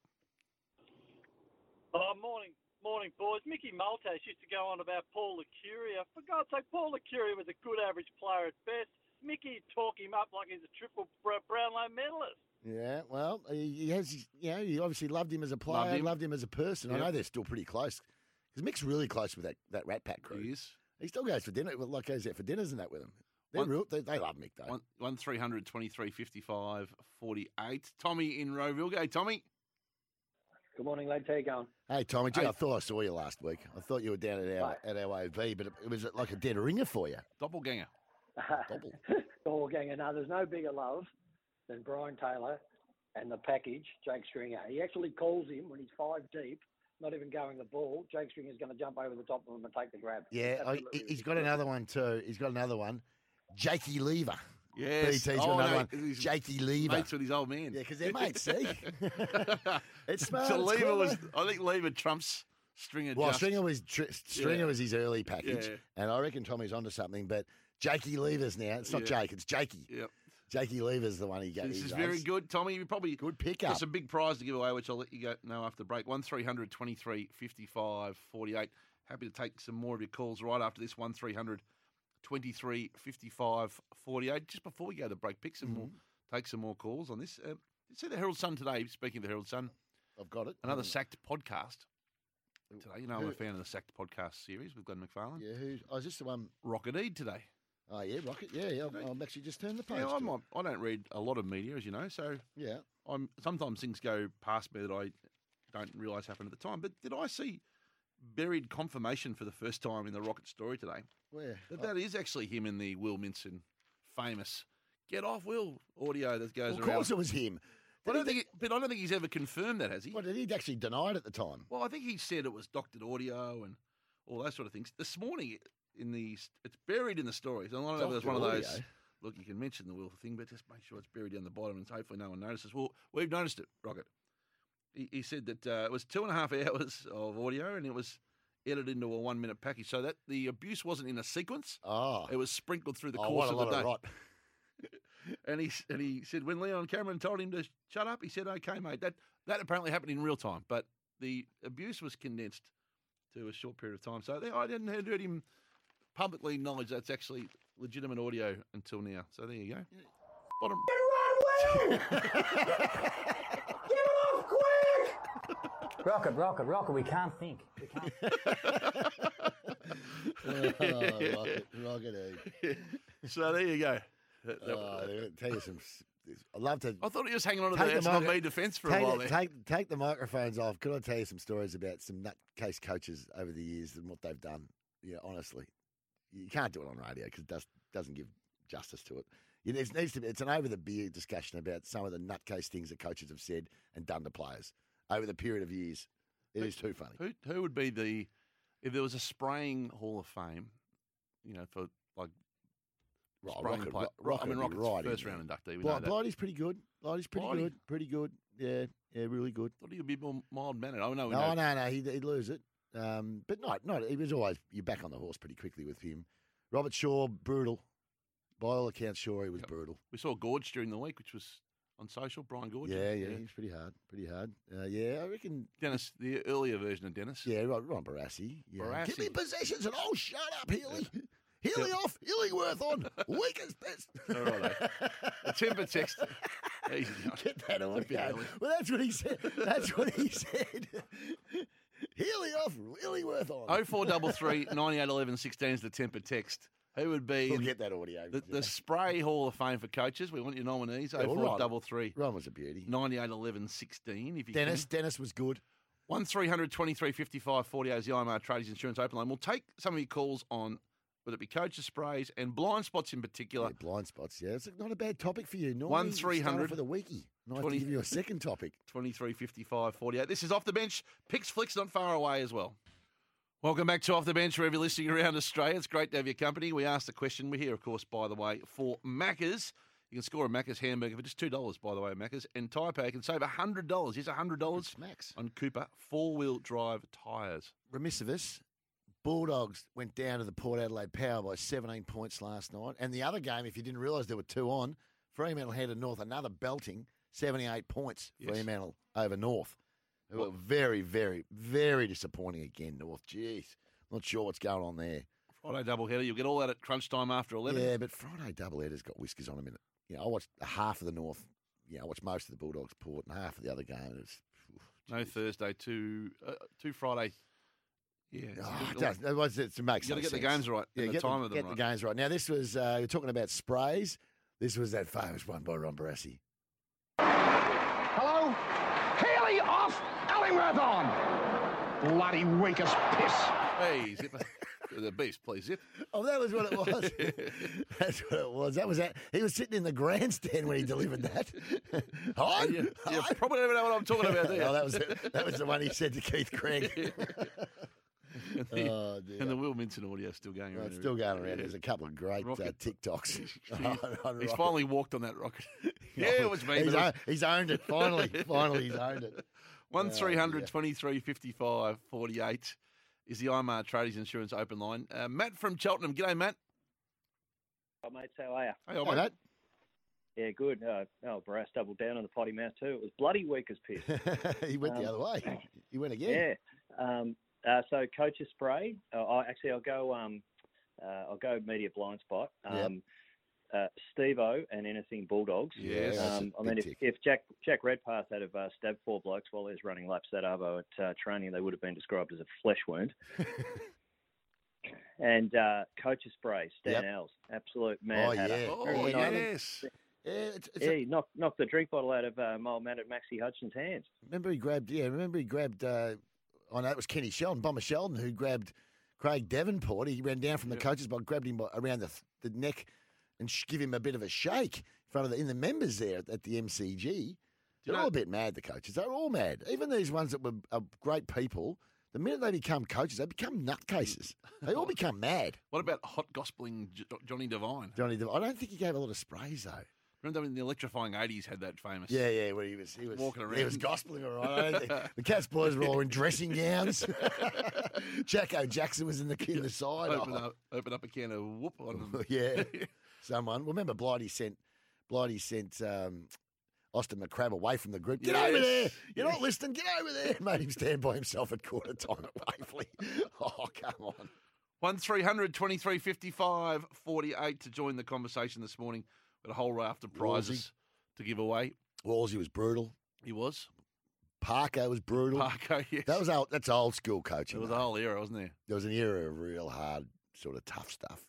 [SPEAKER 6] Oh, morning, morning, boys. Mickey Maltese used to go on about Paul Lacuria. For God's sake, Paul Lacuria was a good average player at best. Mickey talk him up like he's a triple Br- Brownlow medalist.
[SPEAKER 3] Yeah, well, he he has. his- You know, you obviously loved him as a player, loved
[SPEAKER 2] him.
[SPEAKER 3] him, as a person. I
[SPEAKER 2] Yep.
[SPEAKER 3] know they're still pretty close because Mick's really close with that, that Rat Pack crew.
[SPEAKER 2] He is.
[SPEAKER 3] He still goes for dinner, well, like goes out for dinners and that with them. They're
[SPEAKER 2] One-
[SPEAKER 3] real, they, they love Mick though.
[SPEAKER 2] One, one 23 55 48. Tommy in Roeville. Go, Tommy.
[SPEAKER 7] Good morning, lads. How you going?
[SPEAKER 3] Hey Tommy, gee,
[SPEAKER 2] Hey.
[SPEAKER 3] I thought I saw you last week. I thought you were down at our at our AV, but it, it was uh, like a dead ringer for you.
[SPEAKER 2] Doppelganger.
[SPEAKER 3] Double.
[SPEAKER 7] All gang and others. No bigger love than Brian Taylor and the package, Jake Stringer. He actually calls him when he's five deep, not even going the ball. Jake Stringer's going to jump over the top of him and take the grab.
[SPEAKER 3] Yeah, I,
[SPEAKER 7] Absolutely
[SPEAKER 3] he's got
[SPEAKER 7] ridiculous.
[SPEAKER 3] another one too. He's got another one. Jakey Lever.
[SPEAKER 2] Yes. Oh,
[SPEAKER 3] BT's got another one.
[SPEAKER 2] he's
[SPEAKER 3] Jakey Lever.
[SPEAKER 2] Mates with his old man.
[SPEAKER 3] Yeah, because they're mates, see? it's smart.
[SPEAKER 2] so Lever
[SPEAKER 3] it's clever.
[SPEAKER 2] was, I think Lever trumps Stringer.
[SPEAKER 3] Well,
[SPEAKER 2] just.
[SPEAKER 3] Stringer was tr- Stringer
[SPEAKER 2] Yeah.
[SPEAKER 3] was his early package,
[SPEAKER 2] Yeah.
[SPEAKER 3] and I reckon Tommy's onto something. But Jakey Lever's now. It's not
[SPEAKER 2] Yeah.
[SPEAKER 3] Jake. It's Jakey.
[SPEAKER 2] Yep.
[SPEAKER 3] Jakey Lever's the one he gets.
[SPEAKER 2] This is very good, Tommy. You probably
[SPEAKER 3] Good
[SPEAKER 2] There's
[SPEAKER 3] pickup.
[SPEAKER 2] a big prize to give away, which I'll let you go know after the break. 1300 23 55 48. Happy to take some more of your calls right after this. 1300 23 55 48. Just before we go to break, pick some
[SPEAKER 3] Mm-hmm.
[SPEAKER 2] more, take some more calls on this. Uh, you see the Herald Sun today, speaking of the Herald Sun,
[SPEAKER 3] I've got it.
[SPEAKER 2] another
[SPEAKER 3] Mm.
[SPEAKER 2] sacked podcast today. You know, I'm a
[SPEAKER 3] Who-
[SPEAKER 2] fan of the sacked podcast series with Glenn McFarlane.
[SPEAKER 3] Yeah, who? Oh, is this the one?
[SPEAKER 2] Rocket Eid today.
[SPEAKER 3] Oh yeah, Rocket. Yeah, yeah. I'm, I'm actually just turned the page.
[SPEAKER 2] Yeah,
[SPEAKER 3] to it.
[SPEAKER 2] I'm not, I don't read a lot of media, as you know, so
[SPEAKER 3] Yeah.
[SPEAKER 2] I'm sometimes things go past me that I don't realise happened at the time. But did I see buried confirmation for the first time in the Rocket story today?
[SPEAKER 3] Where?
[SPEAKER 2] That
[SPEAKER 3] Oh,
[SPEAKER 2] that is actually him in the Will Minson famous "Get Off Will" audio that goes
[SPEAKER 3] of
[SPEAKER 2] around.
[SPEAKER 3] course, it was him.
[SPEAKER 2] But I
[SPEAKER 3] Did
[SPEAKER 2] don't
[SPEAKER 3] he
[SPEAKER 2] think, he- but I don't think he's ever confirmed that, has he?
[SPEAKER 3] Well, did he actually deny it at the time?
[SPEAKER 2] Well, I think he said it was doctored audio and all those sort of things. This morning, in the it's buried in the stories. And I don't know if it's one of
[SPEAKER 3] Doctored
[SPEAKER 2] those.
[SPEAKER 3] audio?
[SPEAKER 2] Look, you can mention the will thing, but just make sure it's buried down the bottom, and hopefully no one notices. Well, we've noticed it, Rocket. He, he said that uh, it was two and a half hours of audio, and it was edited into a one-minute package, so that the abuse wasn't in a sequence.
[SPEAKER 3] Oh,
[SPEAKER 2] It was sprinkled through the
[SPEAKER 3] oh,
[SPEAKER 2] course
[SPEAKER 3] what a lot
[SPEAKER 2] of the day.
[SPEAKER 3] of rot.
[SPEAKER 2] And he s- and he said when Leon Cameron told him to sh- shut up, he said, "Okay, mate." That that apparently happened in real time, but the abuse was condensed to a short period of time. So they, I didn't heard him publicly acknowledge that's actually legitimate audio until now. So there you go. Bottom.
[SPEAKER 8] Rocket, rocket, rocket. We can't think. We can't
[SPEAKER 3] oh, rocket, rocket E. egg.
[SPEAKER 2] So there you go. That- that- uh,
[SPEAKER 3] Oh, they'll tell you some. s- I love to
[SPEAKER 2] I thought he was hanging on to
[SPEAKER 3] Take
[SPEAKER 2] the
[SPEAKER 3] the
[SPEAKER 2] that's not
[SPEAKER 3] micro-
[SPEAKER 2] me defence for a
[SPEAKER 3] take,
[SPEAKER 2] while
[SPEAKER 3] the,
[SPEAKER 2] there.
[SPEAKER 3] take, take the microphones off. Could I tell you some stories about some nutcase coaches over the years and what they've done? Yeah, honestly, you can't do it on radio because it does, doesn't give justice to it. It is- needs to be. It's an over the beer discussion about some of the nutcase things that coaches have said and done to players over the period of years. It is too funny.
[SPEAKER 2] Who who would be the if there was a spraying Hall of Fame, you know, for like
[SPEAKER 3] Right,
[SPEAKER 2] spraying
[SPEAKER 3] Rocket-
[SPEAKER 2] play-
[SPEAKER 3] Ro- Rocket
[SPEAKER 2] I mean,
[SPEAKER 3] would be
[SPEAKER 2] Rocket's
[SPEAKER 3] right in
[SPEAKER 2] first
[SPEAKER 3] there.
[SPEAKER 2] round inductee. We know
[SPEAKER 3] Bl-
[SPEAKER 2] that.
[SPEAKER 3] Blighty's pretty good. Blighty's pretty
[SPEAKER 2] Blighty.
[SPEAKER 3] good. Pretty good. Yeah, yeah, really good.
[SPEAKER 2] Thought he'd be more mild mannered. Oh no, we know.
[SPEAKER 3] No, no, no. He'd, he'd lose it. Um, but no, no. He was always you're back on the horse pretty quickly with him. Robert Shaw, brutal. By all accounts, Shaw he was
[SPEAKER 2] Yep.
[SPEAKER 3] brutal.
[SPEAKER 2] We saw Gorge during the week, which was on social. Brian Gorge.
[SPEAKER 3] yeah, yeah, he was pretty hard, pretty hard. Uh, yeah, I reckon.
[SPEAKER 2] Dennis, the earlier version of Dennis.
[SPEAKER 3] Yeah, Ron, Ron Barassi. Yeah. Give me
[SPEAKER 2] Barassi.
[SPEAKER 3] possessions and oh, shut up, Healy. Healy off, Healyworth on. Weak as best.
[SPEAKER 2] All righto. The timber text. He's not-
[SPEAKER 3] Get that
[SPEAKER 2] a bit
[SPEAKER 3] audio.
[SPEAKER 2] early.
[SPEAKER 3] Well, that's what he said. That's what he said. Healy off, Healyworth on.
[SPEAKER 2] 0433 9811 16 is the temper text. Who would be
[SPEAKER 3] We'll get that audio.
[SPEAKER 2] the, the Spray Hall of Fame for coaches? We want your nominees.
[SPEAKER 3] Yeah, well, Ron-
[SPEAKER 2] 0433
[SPEAKER 3] Ron was a beauty.
[SPEAKER 2] 9811 16. If you
[SPEAKER 3] Dennis, Dennis was good.
[SPEAKER 2] One 55 48 is the IMR Traders Insurance Open Line. We'll take some of your calls on whether it be coaches sprays and blind spots in particular.
[SPEAKER 3] Yeah, blind spots. Yeah, it's not a bad topic for you. Normally,
[SPEAKER 2] One
[SPEAKER 3] you start
[SPEAKER 2] 300
[SPEAKER 3] off with a wiki. Nice to
[SPEAKER 2] 20
[SPEAKER 3] give you a second topic.
[SPEAKER 2] 23 55 48. This is Off the Bench. Picks Flicks not far away as well. Welcome back to Off the Bench, wherever you're listening around Australia. It's great to have your company. We asked the question. We're here, of course, by the way, for Maccas. You can score a Macca's hamburger for just $2, by the way, Macca's. And Tyre Power can save $100. Here's $100
[SPEAKER 3] Smacks.
[SPEAKER 2] on Cooper four wheel drive tyres.
[SPEAKER 3] Remiss of us. Bulldogs went down to the Port Adelaide Power by 17 points last night. And the other game, if you didn't realise there were two on, Fremantle headed north. Another belting, 78 points,
[SPEAKER 2] Yes.
[SPEAKER 3] Fremantle over north. Who were very, very, very disappointing again, north. Jeez. Not sure what's going on there.
[SPEAKER 2] Friday doubleheader. You'll get all that at crunch time after 11.
[SPEAKER 3] Yeah, but Friday double headers got whiskers on them in it. You know, I watched half of the north. Yeah, I watched most of the Bulldogs Port and half of the other game. and It's,
[SPEAKER 2] No Thursday, two, uh, two Friday. Yeah. it's a
[SPEAKER 3] Oh,
[SPEAKER 2] bit
[SPEAKER 3] it,
[SPEAKER 2] like-
[SPEAKER 3] does, it, was, it makes
[SPEAKER 2] You gotta
[SPEAKER 3] no
[SPEAKER 2] get the
[SPEAKER 3] sense.
[SPEAKER 2] games right and the
[SPEAKER 3] get
[SPEAKER 2] time
[SPEAKER 3] the,
[SPEAKER 2] of them
[SPEAKER 3] get
[SPEAKER 2] right.
[SPEAKER 3] the games right. Now, this was, uh, you're talking about sprays. This was that famous one by Ron Barassi.
[SPEAKER 9] Hello? Healy off, Ellingworth on. Bloody weak as piss.
[SPEAKER 2] Hey, zip. the beast, please zip.
[SPEAKER 3] Oh, that was what it was. That's what it was. That was that. He was sitting in the grandstand when he delivered that. Hi.
[SPEAKER 2] You, you
[SPEAKER 3] Hi.
[SPEAKER 2] probably don't even know what I'm talking about there.
[SPEAKER 3] oh, that was it. that was the one he said to Keith Craig.
[SPEAKER 2] and, the,
[SPEAKER 3] oh, dear.
[SPEAKER 2] and the Will Minton audio still going
[SPEAKER 3] Oh,
[SPEAKER 2] around.
[SPEAKER 3] it's still going around. There's a couple of great uh,
[SPEAKER 2] Rocket.
[SPEAKER 3] TikToks. on
[SPEAKER 2] He's
[SPEAKER 3] Rocket.
[SPEAKER 2] finally walked on that rocket. yeah, it was me. but
[SPEAKER 3] He's,
[SPEAKER 2] it was-
[SPEAKER 3] own- he's owned it. Finally, finally, he's owned it.
[SPEAKER 2] One
[SPEAKER 3] Oh,
[SPEAKER 2] three
[SPEAKER 3] yeah.
[SPEAKER 2] hundred twenty three fifty five forty eight is the IMAR Tradies Insurance open line. Uh, Matt from Cheltenham. G'day, Matt.
[SPEAKER 10] Oh, mates, how are you?
[SPEAKER 2] Hey, old
[SPEAKER 3] Hey,
[SPEAKER 2] mate.
[SPEAKER 3] mate.
[SPEAKER 10] Yeah, good. Uh, oh, Brass doubled down on the potty mouth too. It was bloody weak as piss.
[SPEAKER 3] he went the
[SPEAKER 10] Um,
[SPEAKER 3] other way. He went again.
[SPEAKER 10] yeah. Um, uh, so coach's spray. Uh, I actually I'll go. Um, uh, I'll go media blind spot.
[SPEAKER 3] Yep.
[SPEAKER 10] Um, uh, Steve-O and anything Bulldogs.
[SPEAKER 2] Yes.
[SPEAKER 3] that's
[SPEAKER 10] Um,
[SPEAKER 3] a
[SPEAKER 10] I mean,
[SPEAKER 3] big
[SPEAKER 10] if,
[SPEAKER 3] tick.
[SPEAKER 10] if Jack Jack Redpath had have uh, stabbed four blokes while he was running laps at Arvo at uh, training, they would have been described as a flesh wound. and uh, coach's spray, Stan
[SPEAKER 3] Yep.
[SPEAKER 10] Ells, absolute mad
[SPEAKER 3] Oh
[SPEAKER 10] hatter.
[SPEAKER 3] yeah.
[SPEAKER 2] Oh,
[SPEAKER 10] Very
[SPEAKER 3] yeah.
[SPEAKER 10] nice.
[SPEAKER 2] yes.
[SPEAKER 3] Yeah, it's, it's
[SPEAKER 10] Yeah,
[SPEAKER 3] a-
[SPEAKER 10] he knocked, knocked the drink bottle out of uh, my old man at Maxie Hutchins' hands.
[SPEAKER 3] remember he grabbed. Yeah, remember he grabbed. Uh, I know it was Kenny Sheldon, Bomber Sheldon, who grabbed Craig Davenport. He ran down from the
[SPEAKER 2] Yep.
[SPEAKER 3] coaches by grabbed him by, around the, the neck and sh- give him a bit of a shake in front of the in the members there at, at the MCG.
[SPEAKER 2] you
[SPEAKER 3] They're
[SPEAKER 2] know-
[SPEAKER 3] all a bit mad. The coaches. They're all mad. Even these ones that were uh, great people. The minute they become coaches, they become nutcases. They all become mad.
[SPEAKER 2] What about hot gospeling J- Johnny Devine?
[SPEAKER 3] Johnny, Dev- I don't think he gave a lot of sprays though.
[SPEAKER 2] Remember when the electrifying 80s had that famous?
[SPEAKER 3] Yeah, yeah, where he was, he was
[SPEAKER 2] Walking
[SPEAKER 3] He
[SPEAKER 2] around.
[SPEAKER 3] was gospeling all right. I don't think- the Cats boys were all in dressing gowns. Jacko Jackson was in the in the side.
[SPEAKER 2] Open
[SPEAKER 3] aisle.
[SPEAKER 2] up, open up a can of whoop on them.
[SPEAKER 3] yeah, someone. Remember, Blighty sent Blighty sent um, Austin McCrab away from the group. Get over there!
[SPEAKER 2] Yes.
[SPEAKER 3] You're not listening. Get over there! Made him stand by himself at quarter time at Waverley. Oh, come on!
[SPEAKER 2] 1 300 23 55 48 to join the conversation this morning. With a whole raft of
[SPEAKER 3] Rosie.
[SPEAKER 2] prizes to give away.
[SPEAKER 3] Woolsey was brutal.
[SPEAKER 2] He was.
[SPEAKER 3] Parker was brutal.
[SPEAKER 2] Parker, yes.
[SPEAKER 3] That was old, that's old school
[SPEAKER 2] it
[SPEAKER 3] coaching.
[SPEAKER 2] was
[SPEAKER 3] though.
[SPEAKER 2] a whole era, wasn't there?
[SPEAKER 3] there was an era of real hard, sort of tough stuff.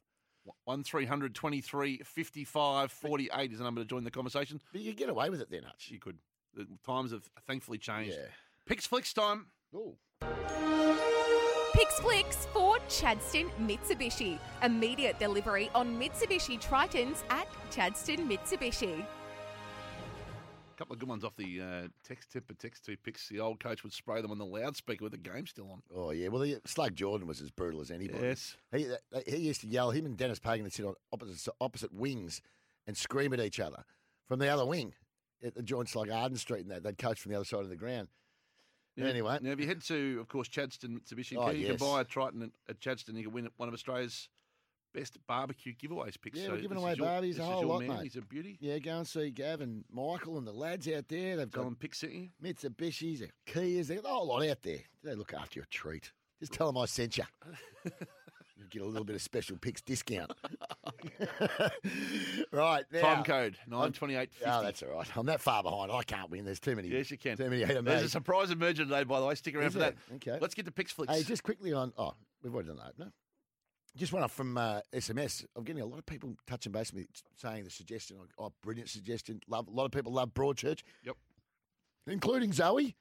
[SPEAKER 2] 1 300 23 55 48 is the number to join the conversation.
[SPEAKER 3] But you could get away with it then, Hutch.
[SPEAKER 2] You could. The times have thankfully changed.
[SPEAKER 3] Yeah.
[SPEAKER 2] Picks flicks time.
[SPEAKER 3] Oh.
[SPEAKER 11] Picks Flicks for Chadston Mitsubishi. Immediate delivery on Mitsubishi Tritons at Chadston Mitsubishi.
[SPEAKER 2] A couple of good ones off the uh, text tip of text two picks. The old coach would spray them on the loudspeaker with the game still on.
[SPEAKER 3] Oh yeah, well, the, Slug Jordan was as brutal as anybody.
[SPEAKER 2] Yes.
[SPEAKER 3] He, that- that- he used to yell. Him and Dennis Pagan would sit on opposite opposite wings and scream at each other from the other wing at the joints like Arden Street and that. They'd coach from the other side of the ground. Anyway,
[SPEAKER 2] Now, if you head to, of course, Chadston Mitsubishi,
[SPEAKER 3] Oh,
[SPEAKER 2] you
[SPEAKER 3] yes.
[SPEAKER 2] can buy a Triton at, at Chadston. You can win one of Australia's best barbecue giveaways picks.
[SPEAKER 3] Yeah, we're giving
[SPEAKER 2] this
[SPEAKER 3] away
[SPEAKER 2] is your-
[SPEAKER 3] barbies a
[SPEAKER 2] this is
[SPEAKER 3] whole
[SPEAKER 2] your
[SPEAKER 3] lot,
[SPEAKER 2] man.
[SPEAKER 3] mate.
[SPEAKER 2] He's a beauty.
[SPEAKER 3] yeah, go and see Gav and Michael and the lads out there. They've
[SPEAKER 2] Tell
[SPEAKER 3] got
[SPEAKER 2] him Pick City.
[SPEAKER 3] Mitsubishis, they've got Kias, they've got a whole lot out there. They look after your treat. Just tell them I sent you. You get a little bit of special picks discount. right now,
[SPEAKER 2] Time code 92850.
[SPEAKER 3] Oh, that's all right. I'm that far behind. I can't win. There's too many.
[SPEAKER 2] Yes, you can.
[SPEAKER 3] Too many ahead of me.
[SPEAKER 2] There's a surprise emerger today, by the way. Stick around
[SPEAKER 3] Is
[SPEAKER 2] for
[SPEAKER 3] there?
[SPEAKER 2] that.
[SPEAKER 3] Okay.
[SPEAKER 2] Let's get to Picks Flicks.
[SPEAKER 3] Hey, just quickly on. Oh, we've already done that. No, just one off from uh, SMS. I'm getting a lot of people touching base with me saying the suggestion. Oh, brilliant suggestion. Love a lot of people love Broadchurch.
[SPEAKER 2] Yep.
[SPEAKER 3] including Zoe.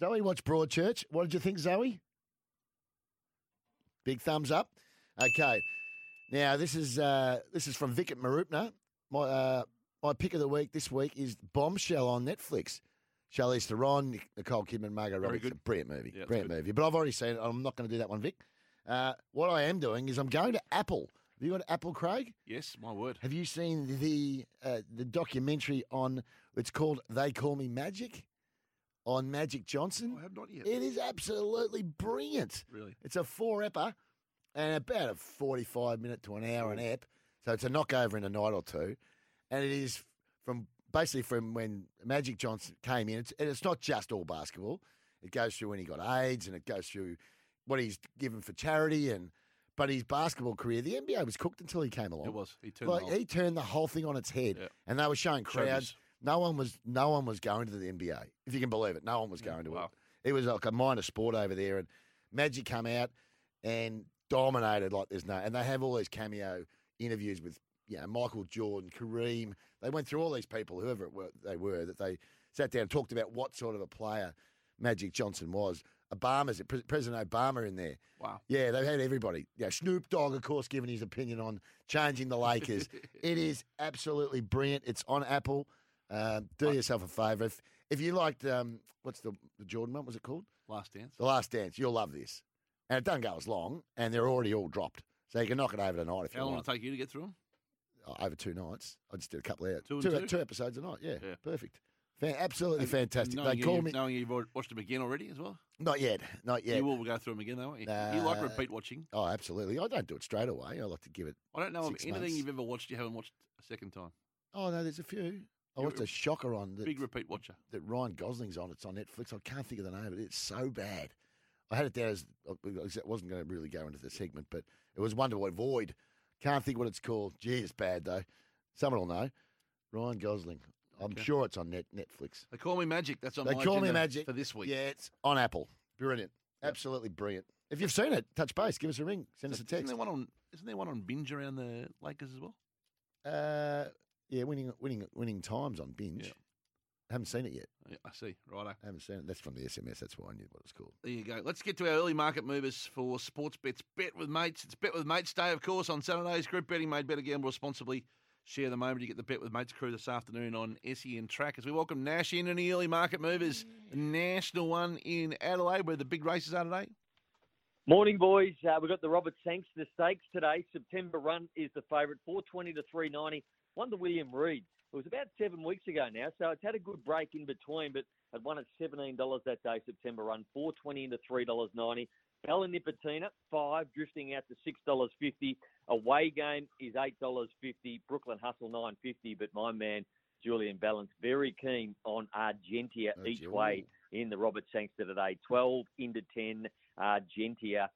[SPEAKER 3] Zoe watched Broadchurch. What did you think, Zoe? Big thumbs up. Okay. Now this is uh, this is from Vickert Marupna. My uh, my pick of the week this week is Bombshell on Netflix. Charlize Theron, Nic- Nicole Kidman, Margot Robbie. It's a
[SPEAKER 2] good.
[SPEAKER 3] brilliant movie.
[SPEAKER 2] Yeah, it's
[SPEAKER 3] brilliant movie. But I've already seen it. I'm not going to do that one, Vic. Uh, what I am doing is I'm going to Apple Have you got Apple, Craig?
[SPEAKER 2] Yes, my word.
[SPEAKER 3] Have you seen the uh, the documentary on? It's called "They Call Me Magic," on Magic Johnson. I
[SPEAKER 2] have not yet.
[SPEAKER 3] It is absolutely brilliant.
[SPEAKER 2] Really?
[SPEAKER 3] it's a four epper, and about a forty five minute to an hour an ep. So it's a knockover in a night or two, and it is from basically from when Magic Johnson came in. It's, and it's not just all basketball. It goes through when he got AIDS, and it goes through what he's given for charity, and but his basketball career. The NBA was cooked until he came along.
[SPEAKER 2] It was. He turned it
[SPEAKER 3] Like,
[SPEAKER 2] on.
[SPEAKER 3] he turned the whole thing on its head,
[SPEAKER 2] Yeah.
[SPEAKER 3] and they were showing crowds.
[SPEAKER 2] Showbiz.
[SPEAKER 3] No one was no one was going to the NBA, if you can believe it. No one was going to it. It was like a minor sport over there, and Magic come out and dominated like there's no. And they have all these cameo interviews with you know Michael Jordan, Kareem. They went through all these people, whoever it were, they were, that they sat down and talked about what sort of a player Magic Johnson was. Obama's Pre- President Obama in there.
[SPEAKER 2] Wow.
[SPEAKER 3] Yeah, they've had everybody. Yeah, Snoop Dogg, of course, giving his opinion on changing the Lakers. it is absolutely brilliant. It's on Apple. Um, do yourself a favour. If, if you liked, um, what's the, the Jordan one? Was it called?
[SPEAKER 2] Last dance.
[SPEAKER 3] The Last Dance. You'll love this. And it doesn't go as long, and they're already all dropped. So you can knock it over tonight if
[SPEAKER 2] How
[SPEAKER 3] you
[SPEAKER 2] long
[SPEAKER 3] want.
[SPEAKER 2] did it take you to get through them?
[SPEAKER 3] Oh, over two nights. I just did a couple of
[SPEAKER 2] Two and two?
[SPEAKER 3] episodes a night. Yeah,
[SPEAKER 2] Yeah.
[SPEAKER 3] perfect. Fan, absolutely
[SPEAKER 2] And
[SPEAKER 3] fantastic.
[SPEAKER 2] knowing
[SPEAKER 3] They
[SPEAKER 2] you-
[SPEAKER 3] call
[SPEAKER 2] you-
[SPEAKER 3] me.
[SPEAKER 2] Knowing you've al- watched them again already as well?
[SPEAKER 3] Not yet. Not yet.
[SPEAKER 2] You will go through them again, though, won't you? you like
[SPEAKER 3] Nah.
[SPEAKER 2] repeat watching.
[SPEAKER 3] Oh, absolutely. I don't do it straight away. I like to give it.
[SPEAKER 2] I don't know of
[SPEAKER 3] six
[SPEAKER 2] anything
[SPEAKER 3] months.
[SPEAKER 2] you've ever watched you haven't watched a second time.
[SPEAKER 3] Oh no, there's a few.
[SPEAKER 12] Oh,
[SPEAKER 3] I
[SPEAKER 2] You're
[SPEAKER 3] watched a shocker on that,
[SPEAKER 2] Big repeat watcher.
[SPEAKER 3] that Ryan Gosling's on. It's on Netflix. I can't think of the name, but it's so bad. I had it down as it wasn't going to really go into the segment, but it was one to avoid. Can't think what it's called. Gee, it's bad though. Someone will know. Ryan Gosling. I'm
[SPEAKER 2] Okay.
[SPEAKER 3] sure it's on net, Netflix.
[SPEAKER 2] They call me Magic. That's on
[SPEAKER 3] They
[SPEAKER 2] my
[SPEAKER 3] call me
[SPEAKER 2] agenda
[SPEAKER 3] Magic
[SPEAKER 2] for this week.
[SPEAKER 3] Yeah, it's on Apple. Brilliant. Absolutely brilliant. If you've seen it, touch base. Give us a ring. Send us a
[SPEAKER 2] Isn't
[SPEAKER 3] text.
[SPEAKER 2] there one on? Isn't there one on binge around the Lakers as well?
[SPEAKER 3] Uh, yeah, winning, winning, winning times on binge. Haven't seen it yet.
[SPEAKER 2] Yeah, I see. Righto.
[SPEAKER 3] I haven't seen it. That's from the SMS. That's why I knew what it's called.
[SPEAKER 2] There you go. Let's get to our early market movers for sports bets. Bet with mates. It's Bet with Mates Day, of course, on Saturdays. Group betting made better. Gamble responsibly. Share the moment you get the Bet with Mates crew this afternoon on SEN Track as we welcome Nash in and the early market movers. National one in Adelaide where the big races are today.
[SPEAKER 6] Morning, boys. Uh, we've got the Robert Sangster Stakes today. September Run is the favourite, 420 to 390. Won the William Reed. It was about seven weeks ago now, so it's had a good break in between, but it won at $17 that day, September Run, 420 into $3.90. Bella Nipotina, 5 drifting out to $6.50. Away game is $8.50. Brooklyn Hustle, 9.50. But my man, Julian Balance, very keen on Argentia each
[SPEAKER 3] Argentia.
[SPEAKER 6] way in the Robert Sangster today. 12 into 10, Argentia.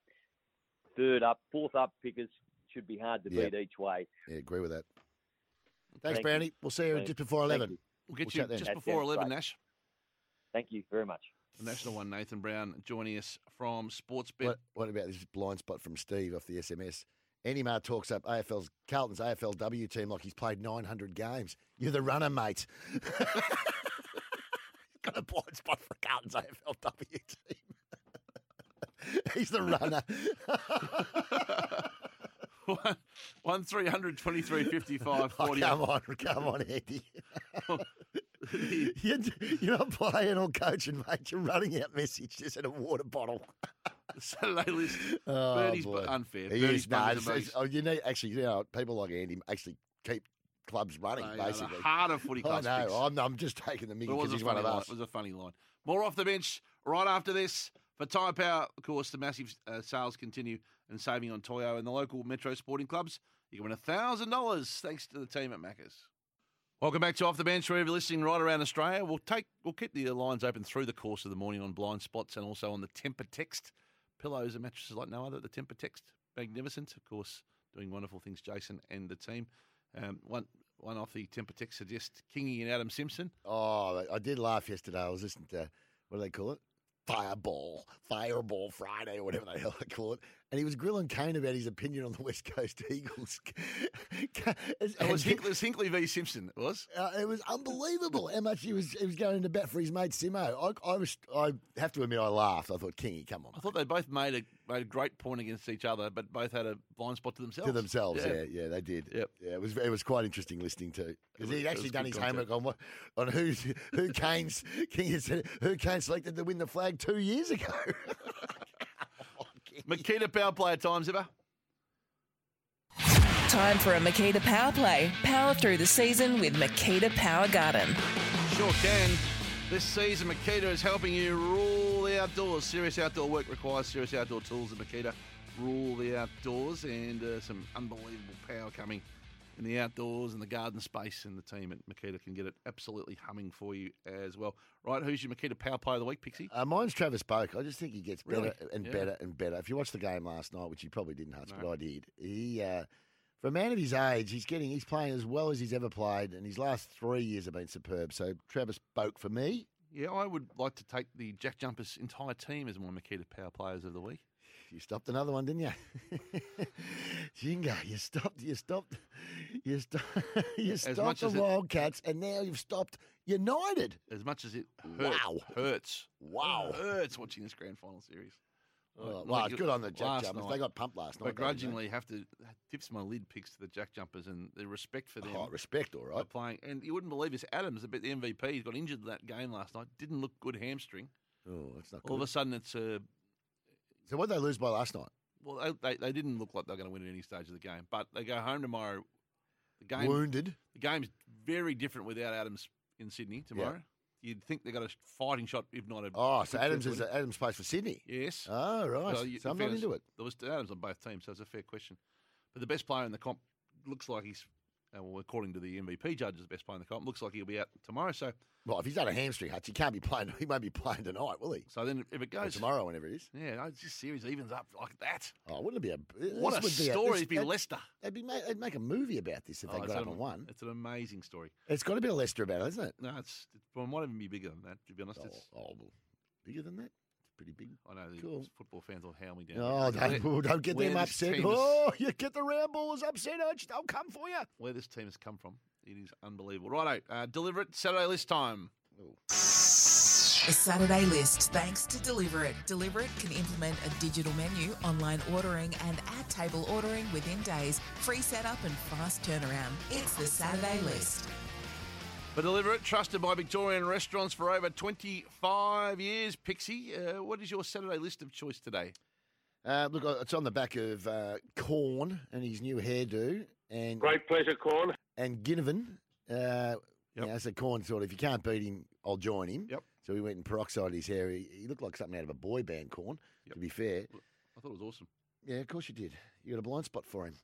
[SPEAKER 6] Third up, fourth up pickers should be hard to
[SPEAKER 3] Yep.
[SPEAKER 6] beat each way.
[SPEAKER 3] Yeah, agree with that.
[SPEAKER 6] Thank
[SPEAKER 3] Thanks,
[SPEAKER 6] you.
[SPEAKER 3] Brownie. We'll see you
[SPEAKER 6] Thank-
[SPEAKER 3] just before
[SPEAKER 6] thank
[SPEAKER 3] 11.
[SPEAKER 6] you.
[SPEAKER 2] We'll get
[SPEAKER 3] We'll
[SPEAKER 2] you
[SPEAKER 3] chat then.
[SPEAKER 2] just
[SPEAKER 6] That
[SPEAKER 2] before
[SPEAKER 6] sounds
[SPEAKER 2] 11,
[SPEAKER 6] great.
[SPEAKER 2] Nash.
[SPEAKER 6] Thank you very much.
[SPEAKER 2] The National one, Nathan Brown, joining us from Sportsbet.
[SPEAKER 3] What, what about this blind spot from Steve off the SMS? Enimar talks up AFL's Carlton's AFLW team like he's played 900 games. You're the runner, mate. Got a blind spot for Carlton's AFLW team. he's the runner.
[SPEAKER 2] One- One three hundred twenty three fifty five
[SPEAKER 3] Oh,
[SPEAKER 2] forty.
[SPEAKER 3] come on, come on, Andy. you're, you're not playing or coaching, mate. You're running out messages and a water bottle.
[SPEAKER 2] Saturday list.
[SPEAKER 3] Oh,
[SPEAKER 2] Birdie's bu-
[SPEAKER 3] boy.
[SPEAKER 2] unfair.
[SPEAKER 3] He
[SPEAKER 2] Birdie's
[SPEAKER 3] is, no,
[SPEAKER 2] buggers
[SPEAKER 3] it's-
[SPEAKER 2] and
[SPEAKER 3] it's-
[SPEAKER 2] bogeys.
[SPEAKER 3] oh, you need actually, you know, people like Andy actually keep clubs running.
[SPEAKER 2] They are the
[SPEAKER 3] basically,
[SPEAKER 2] heart of footy clubs,
[SPEAKER 3] I
[SPEAKER 2] Biggs.
[SPEAKER 3] know. I'm, I'm just taking the mickey
[SPEAKER 2] But it
[SPEAKER 3] because
[SPEAKER 2] was a
[SPEAKER 3] he's one
[SPEAKER 2] funny
[SPEAKER 3] of
[SPEAKER 2] line.
[SPEAKER 3] us.
[SPEAKER 2] It was a funny line. More off the bench right after this for Tyre Power. Of course, the massive uh, sales continue and saving on Toyo and the local Metro Sporting Clubs. You can win thousand dollars thanks to the team at Macca's. Welcome back to Off the Bench, wherever you're listening right around Australia. We'll take we'll keep the lines open through the course of the morning on blind spots and also on the temper text. Pillows and mattresses like no other at the temper text. Magnificent, of course, doing wonderful things, Jason and the team. Um, one one off the temper text suggests Kingy and Adam Simpson.
[SPEAKER 3] Oh, I did laugh yesterday. I was listening to what do they call it? Fireball, Fireball Friday, or whatever the hell they call it. And he was grilling Kane about his opinion on the West Coast Eagles.
[SPEAKER 2] It was
[SPEAKER 3] And-
[SPEAKER 2] Hinkley, Hinkley v Simpson. It was.
[SPEAKER 3] Uh, it was unbelievable how much he was he was going to bat for his mate Simo. I, I was I have to admit I laughed. I thought Kingy, come on,
[SPEAKER 2] I thought they both made a made a great point against each other, but both had a blind spot to themselves.
[SPEAKER 3] to themselves. Yeah.
[SPEAKER 2] Yeah.
[SPEAKER 3] yeah, they did.
[SPEAKER 2] Yep.
[SPEAKER 3] Yeah, it was it was quite interesting listening to
[SPEAKER 2] It
[SPEAKER 3] because
[SPEAKER 2] was-
[SPEAKER 3] he'd
[SPEAKER 2] it
[SPEAKER 3] actually
[SPEAKER 2] was
[SPEAKER 3] done
[SPEAKER 2] good
[SPEAKER 3] his
[SPEAKER 2] content.
[SPEAKER 3] homework on what on who who Kane's King had said who Kane selected to win the flag two years ago.
[SPEAKER 2] Makita power play at times, ever.
[SPEAKER 13] Time for a Makita power play. Power through the season with Makita Power Garden.
[SPEAKER 2] Sure can. This season, Makita is helping you rule the outdoors. Serious outdoor work requires serious outdoor tools, and Makita rule the outdoors. And uh, some unbelievable power coming in the outdoors and the garden space. And the team at Makita can get it absolutely humming for you as well. Right, who's your Makita power play of the week, Pixie?
[SPEAKER 3] Uh, mine's Travis Boak. I just think he gets better
[SPEAKER 2] Really?
[SPEAKER 3] and
[SPEAKER 2] Yeah.
[SPEAKER 3] better and better. If you watched the game last night, which you probably didn't, Hutch,
[SPEAKER 2] No.
[SPEAKER 3] but I did. He, uh, for a man of his age, he's getting he's playing as well as he's ever played, and his last three years have been superb. So Travis Boak for me.
[SPEAKER 2] Yeah, I would like to take the Jack Jumpers entire team as my Makita power players of the week.
[SPEAKER 3] You stopped another one, didn't you? Jingo, you stopped. You stopped. You stopped. You
[SPEAKER 2] As
[SPEAKER 3] stopped
[SPEAKER 2] much
[SPEAKER 3] the
[SPEAKER 2] as it-
[SPEAKER 3] Wildcats, and now you've stopped United.
[SPEAKER 2] As much as it hurt,
[SPEAKER 3] Wow.
[SPEAKER 2] hurts,
[SPEAKER 3] Wow.
[SPEAKER 2] hurts watching this grand final series.
[SPEAKER 3] Oh,
[SPEAKER 2] Like-
[SPEAKER 3] well,
[SPEAKER 2] like
[SPEAKER 3] it's good on the Jack
[SPEAKER 2] last
[SPEAKER 3] Jumpers.
[SPEAKER 2] night.
[SPEAKER 3] They got pumped last night,
[SPEAKER 2] I
[SPEAKER 3] though, didn't they?
[SPEAKER 2] grudgingly have to dip my lid picks to the Jack Jumpers and the respect for them.
[SPEAKER 3] Oh, respect, all
[SPEAKER 2] for
[SPEAKER 3] right.
[SPEAKER 2] Playing, and you wouldn't believe this. Adams, the bit- the MVP, he got injured that game last night. Didn't look good hamstring.
[SPEAKER 3] Oh, that's not
[SPEAKER 2] All of
[SPEAKER 3] good.
[SPEAKER 2] a sudden, it's a
[SPEAKER 3] So what did they lose by last night?
[SPEAKER 2] well. They, they, they didn't look like they're going to win at any stage of the game. But they go home tomorrow. The game
[SPEAKER 3] Wounded.
[SPEAKER 2] The game's very different without Adams in Sydney tomorrow. You'd think they got a sh- fighting shot, if not a.
[SPEAKER 3] Oh,
[SPEAKER 2] a
[SPEAKER 3] so
[SPEAKER 2] good
[SPEAKER 3] Adams
[SPEAKER 2] chance
[SPEAKER 3] is
[SPEAKER 2] to win.
[SPEAKER 3] Adams plays for Sydney.
[SPEAKER 2] Yes.
[SPEAKER 3] Oh, right.
[SPEAKER 2] So
[SPEAKER 3] So,
[SPEAKER 2] you-
[SPEAKER 3] I'm
[SPEAKER 2] in
[SPEAKER 3] not
[SPEAKER 2] fairness,
[SPEAKER 3] into it.
[SPEAKER 2] There was Adams on both teams, so it's a fair question. But the best player in the comp looks like he's, uh, well, according to the MVP judges, the best player in the comp looks like he'll be out tomorrow. So,
[SPEAKER 3] Well, if he's had a hamstring, Hutch, he can't be playing. He won't be playing tonight, will he?
[SPEAKER 2] so then if it
[SPEAKER 3] Or
[SPEAKER 2] goes
[SPEAKER 3] tomorrow, whenever it is.
[SPEAKER 2] yeah, no, this series evens up like that.
[SPEAKER 3] Oh, wouldn't it be a
[SPEAKER 2] What a
[SPEAKER 3] this would be
[SPEAKER 2] story!
[SPEAKER 3] this-
[SPEAKER 2] It'd be
[SPEAKER 3] that-
[SPEAKER 2] Leicester.
[SPEAKER 3] They'd be ma- they'd make a movie about this if they
[SPEAKER 2] Oh, it's
[SPEAKER 3] got up
[SPEAKER 2] an-
[SPEAKER 3] and won.
[SPEAKER 2] It's an amazing story.
[SPEAKER 3] It's got a bit of Leicester about it, hasn't it?
[SPEAKER 2] No, it's it, well, it might even be bigger than that. To be honest,
[SPEAKER 3] Oh,
[SPEAKER 2] it's
[SPEAKER 3] oh, well, bigger than that. It's pretty big.
[SPEAKER 2] I know the
[SPEAKER 3] cool.
[SPEAKER 2] football fans will howl me down.
[SPEAKER 3] Oh, don't,
[SPEAKER 2] Where-
[SPEAKER 3] don't get
[SPEAKER 2] where
[SPEAKER 3] them
[SPEAKER 2] this
[SPEAKER 3] upset.
[SPEAKER 2] team has-
[SPEAKER 3] Oh, you get the round ballers upset, Hutch. They'll come for you.
[SPEAKER 2] where this team has come from, it is unbelievable. Righto, uh, deliver it Saturday list time.
[SPEAKER 1] The Saturday list, thanks to Deliver It. Deliver It can implement a digital menu, online ordering, and at table ordering within days. Free setup and fast turnaround. It's the Saturday list.
[SPEAKER 2] But deliver it, trusted by Victorian restaurants for over 25 years. Pixie, uh, what is your Saturday list of choice today?
[SPEAKER 3] Uh, look, uh, it's on the back of uh, Corn and his new hairdo, and
[SPEAKER 14] Great pleasure, Corn.
[SPEAKER 3] and Ginnivan. Uh, you know, so Corn thought if you can't beat him, I'll join him. Yep. So he went and peroxided his hair. He, he looked like something out of a boy band. Corn, to be fair.
[SPEAKER 2] I thought it was awesome.
[SPEAKER 3] Yeah, of course you did. You got a blind spot for him.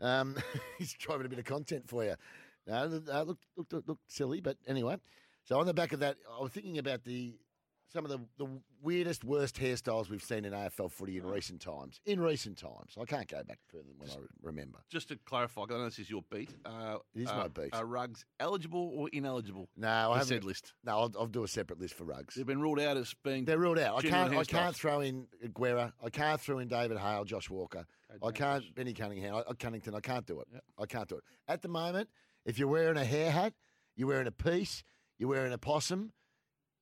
[SPEAKER 3] Um, he's driving a bit of content for you. No, th- uh, look, look, look, look silly, but anyway. So on the back of that, I was thinking about the some of the, the weirdest, worst hairstyles we've seen in AFL footy in recent times. In recent times, I can't go back further than when I re- remember.
[SPEAKER 2] Just to clarify, 'cause I know this is your beat. Uh,
[SPEAKER 3] It is
[SPEAKER 2] uh,
[SPEAKER 3] my beat.
[SPEAKER 2] Are rugs eligible or ineligible?
[SPEAKER 3] No, I
[SPEAKER 2] The
[SPEAKER 3] haven't.
[SPEAKER 2] said list.
[SPEAKER 3] No, I'll, I'll do a separate list for rugs.
[SPEAKER 2] They've been ruled out as being.
[SPEAKER 3] They're ruled out. I
[SPEAKER 2] genuine
[SPEAKER 3] can't. I
[SPEAKER 2] hairstyles.
[SPEAKER 3] can't throw in Guerra. I can't throw in David Hale, Josh Walker. I
[SPEAKER 2] David
[SPEAKER 3] can't Benny Cunningham. I, I- Cunnington. I can't do it. I can't do it at the moment. If you're wearing a hair hat, you're wearing a piece, you're wearing a possum,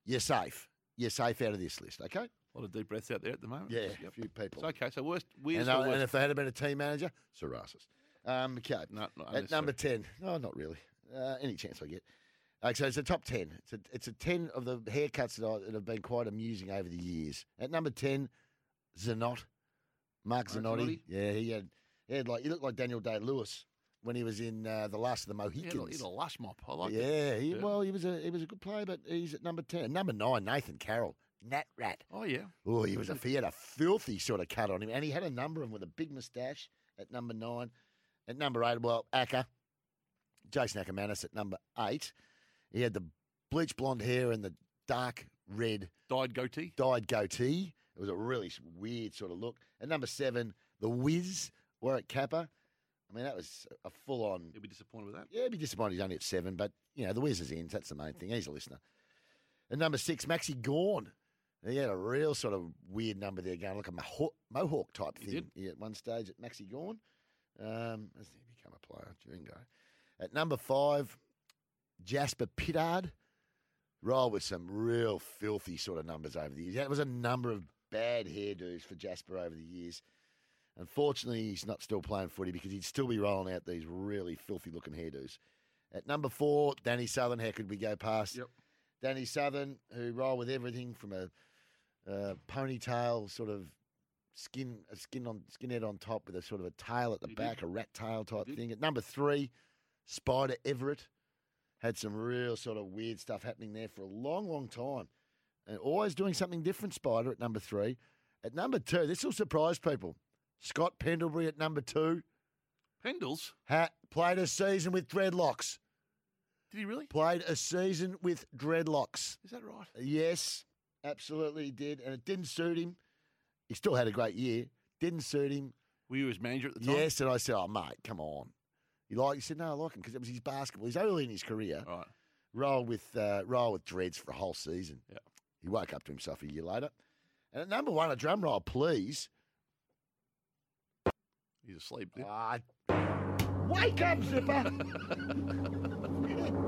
[SPEAKER 3] you're safe. You're safe out of this list. Okay.
[SPEAKER 2] A lot of deep breaths out there at the moment.
[SPEAKER 3] Yeah,
[SPEAKER 2] Yep.
[SPEAKER 3] a few people.
[SPEAKER 2] It's okay, so worst,
[SPEAKER 3] And,
[SPEAKER 2] weirdest
[SPEAKER 3] uh,
[SPEAKER 2] or worst.
[SPEAKER 3] and if they had been a team manager, psoriasis. Um, okay. At number
[SPEAKER 2] unnecessary.
[SPEAKER 3] 10. No, not really. Uh, any chance I get. Okay, so it's a top 10. It's a, it's a 10 of the haircuts that, I, that have been quite amusing over the years. At number 10, Zanot. Mark Zanotti.
[SPEAKER 2] Zanotti?
[SPEAKER 3] Yeah, he had, he had like, he looked like Daniel Day Lewis when he was in uh, The Last of the
[SPEAKER 2] He
[SPEAKER 3] Mohicans.
[SPEAKER 2] had a- he had a lush mop. I like
[SPEAKER 3] yeah,
[SPEAKER 2] it.
[SPEAKER 3] he, well, he was a he was a good player, but he's at number ten. Number nine, Nathan Carroll, Nat Rat.
[SPEAKER 2] Oh yeah.
[SPEAKER 3] Oh, he was a he had a filthy sort of cut on him, and he had a number of them with a big moustache at number nine. At number eight, well, Acker, Jason Ackermanis at number eight. He had the bleach blonde hair and the dark red
[SPEAKER 2] dyed goatee.
[SPEAKER 3] Dyed goatee. It was a really s- weird sort of look. At number seven, the Wiz Warwick Kappa. I mean, that was a full on.
[SPEAKER 2] He'll be disappointed with that.
[SPEAKER 3] Yeah, he'd be disappointed he's only at seven, but you know, the Wiz is in. so That's the main thing. He's a listener. And number six, Maxi Gorn. He had a real sort of weird number there going, like a mohawk, mohawk type thing yeah, at one stage at Maxi Gorn. Um, has he become a player? Jingo. At number five, Jasper Pittard. Roll with some real filthy sort of numbers over the years. That was a number of bad hairdos for Jasper over the years. Unfortunately, he's not still playing footy because he'd still be rolling out these really filthy looking hairdos. At number four, Danny Southern. How could we go past
[SPEAKER 2] Yep.
[SPEAKER 3] Danny Southern, who roll with everything from a uh, ponytail sort of skin a skin on skinhead on top with a sort of a tail at the
[SPEAKER 2] He did.
[SPEAKER 3] back, a rat tail type
[SPEAKER 2] did.
[SPEAKER 3] thing. At number three, Spider Everett had some real sort of weird stuff happening there for a long, long time, and always doing something different. Spider at number three. At number two, this will surprise people. Scott Pendlebury at number two
[SPEAKER 2] Pendles?
[SPEAKER 3] ha- played a season with dreadlocks.
[SPEAKER 2] Did he really?
[SPEAKER 3] Played a season with dreadlocks.
[SPEAKER 2] Is that right?
[SPEAKER 3] Yes, absolutely he did, and it didn't suit him. He still had a great year. Didn't suit him.
[SPEAKER 2] Were you his manager at the time?
[SPEAKER 3] Yes, and I said, "Oh, mate, come on." He like he said, "No, I like him because it was his basketball. He's early in his career.
[SPEAKER 2] Right.
[SPEAKER 3] Roll with uh, roll with dreads for a whole season. Yeah. He woke up to himself a year later, and at number one, a drum roll, please.
[SPEAKER 2] He's asleep. There.
[SPEAKER 3] Ah, Wake up, Zipper!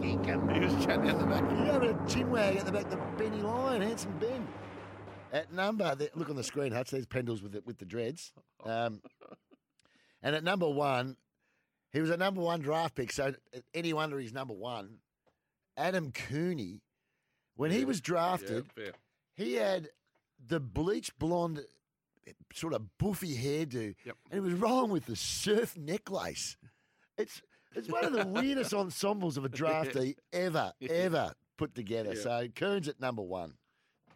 [SPEAKER 2] He was chatting out the back.
[SPEAKER 3] You got a chin wag at the back, the Benny Lion, handsome Ben. At number, there- look on the screen, Hutch. There's Pendles with the, with the dreads. Um, and at number one, he was a number one draft pick, so any wonder he's number one. Adam Cooney, when he was drafted,
[SPEAKER 2] fair.
[SPEAKER 3] he had the bleach blonde, sort of boofy hairdo, and he was rolling with the surf necklace. It's it's one of the weirdest ensembles of a draftee ever, ever put together.
[SPEAKER 2] Yeah.
[SPEAKER 3] So Coon's at number one.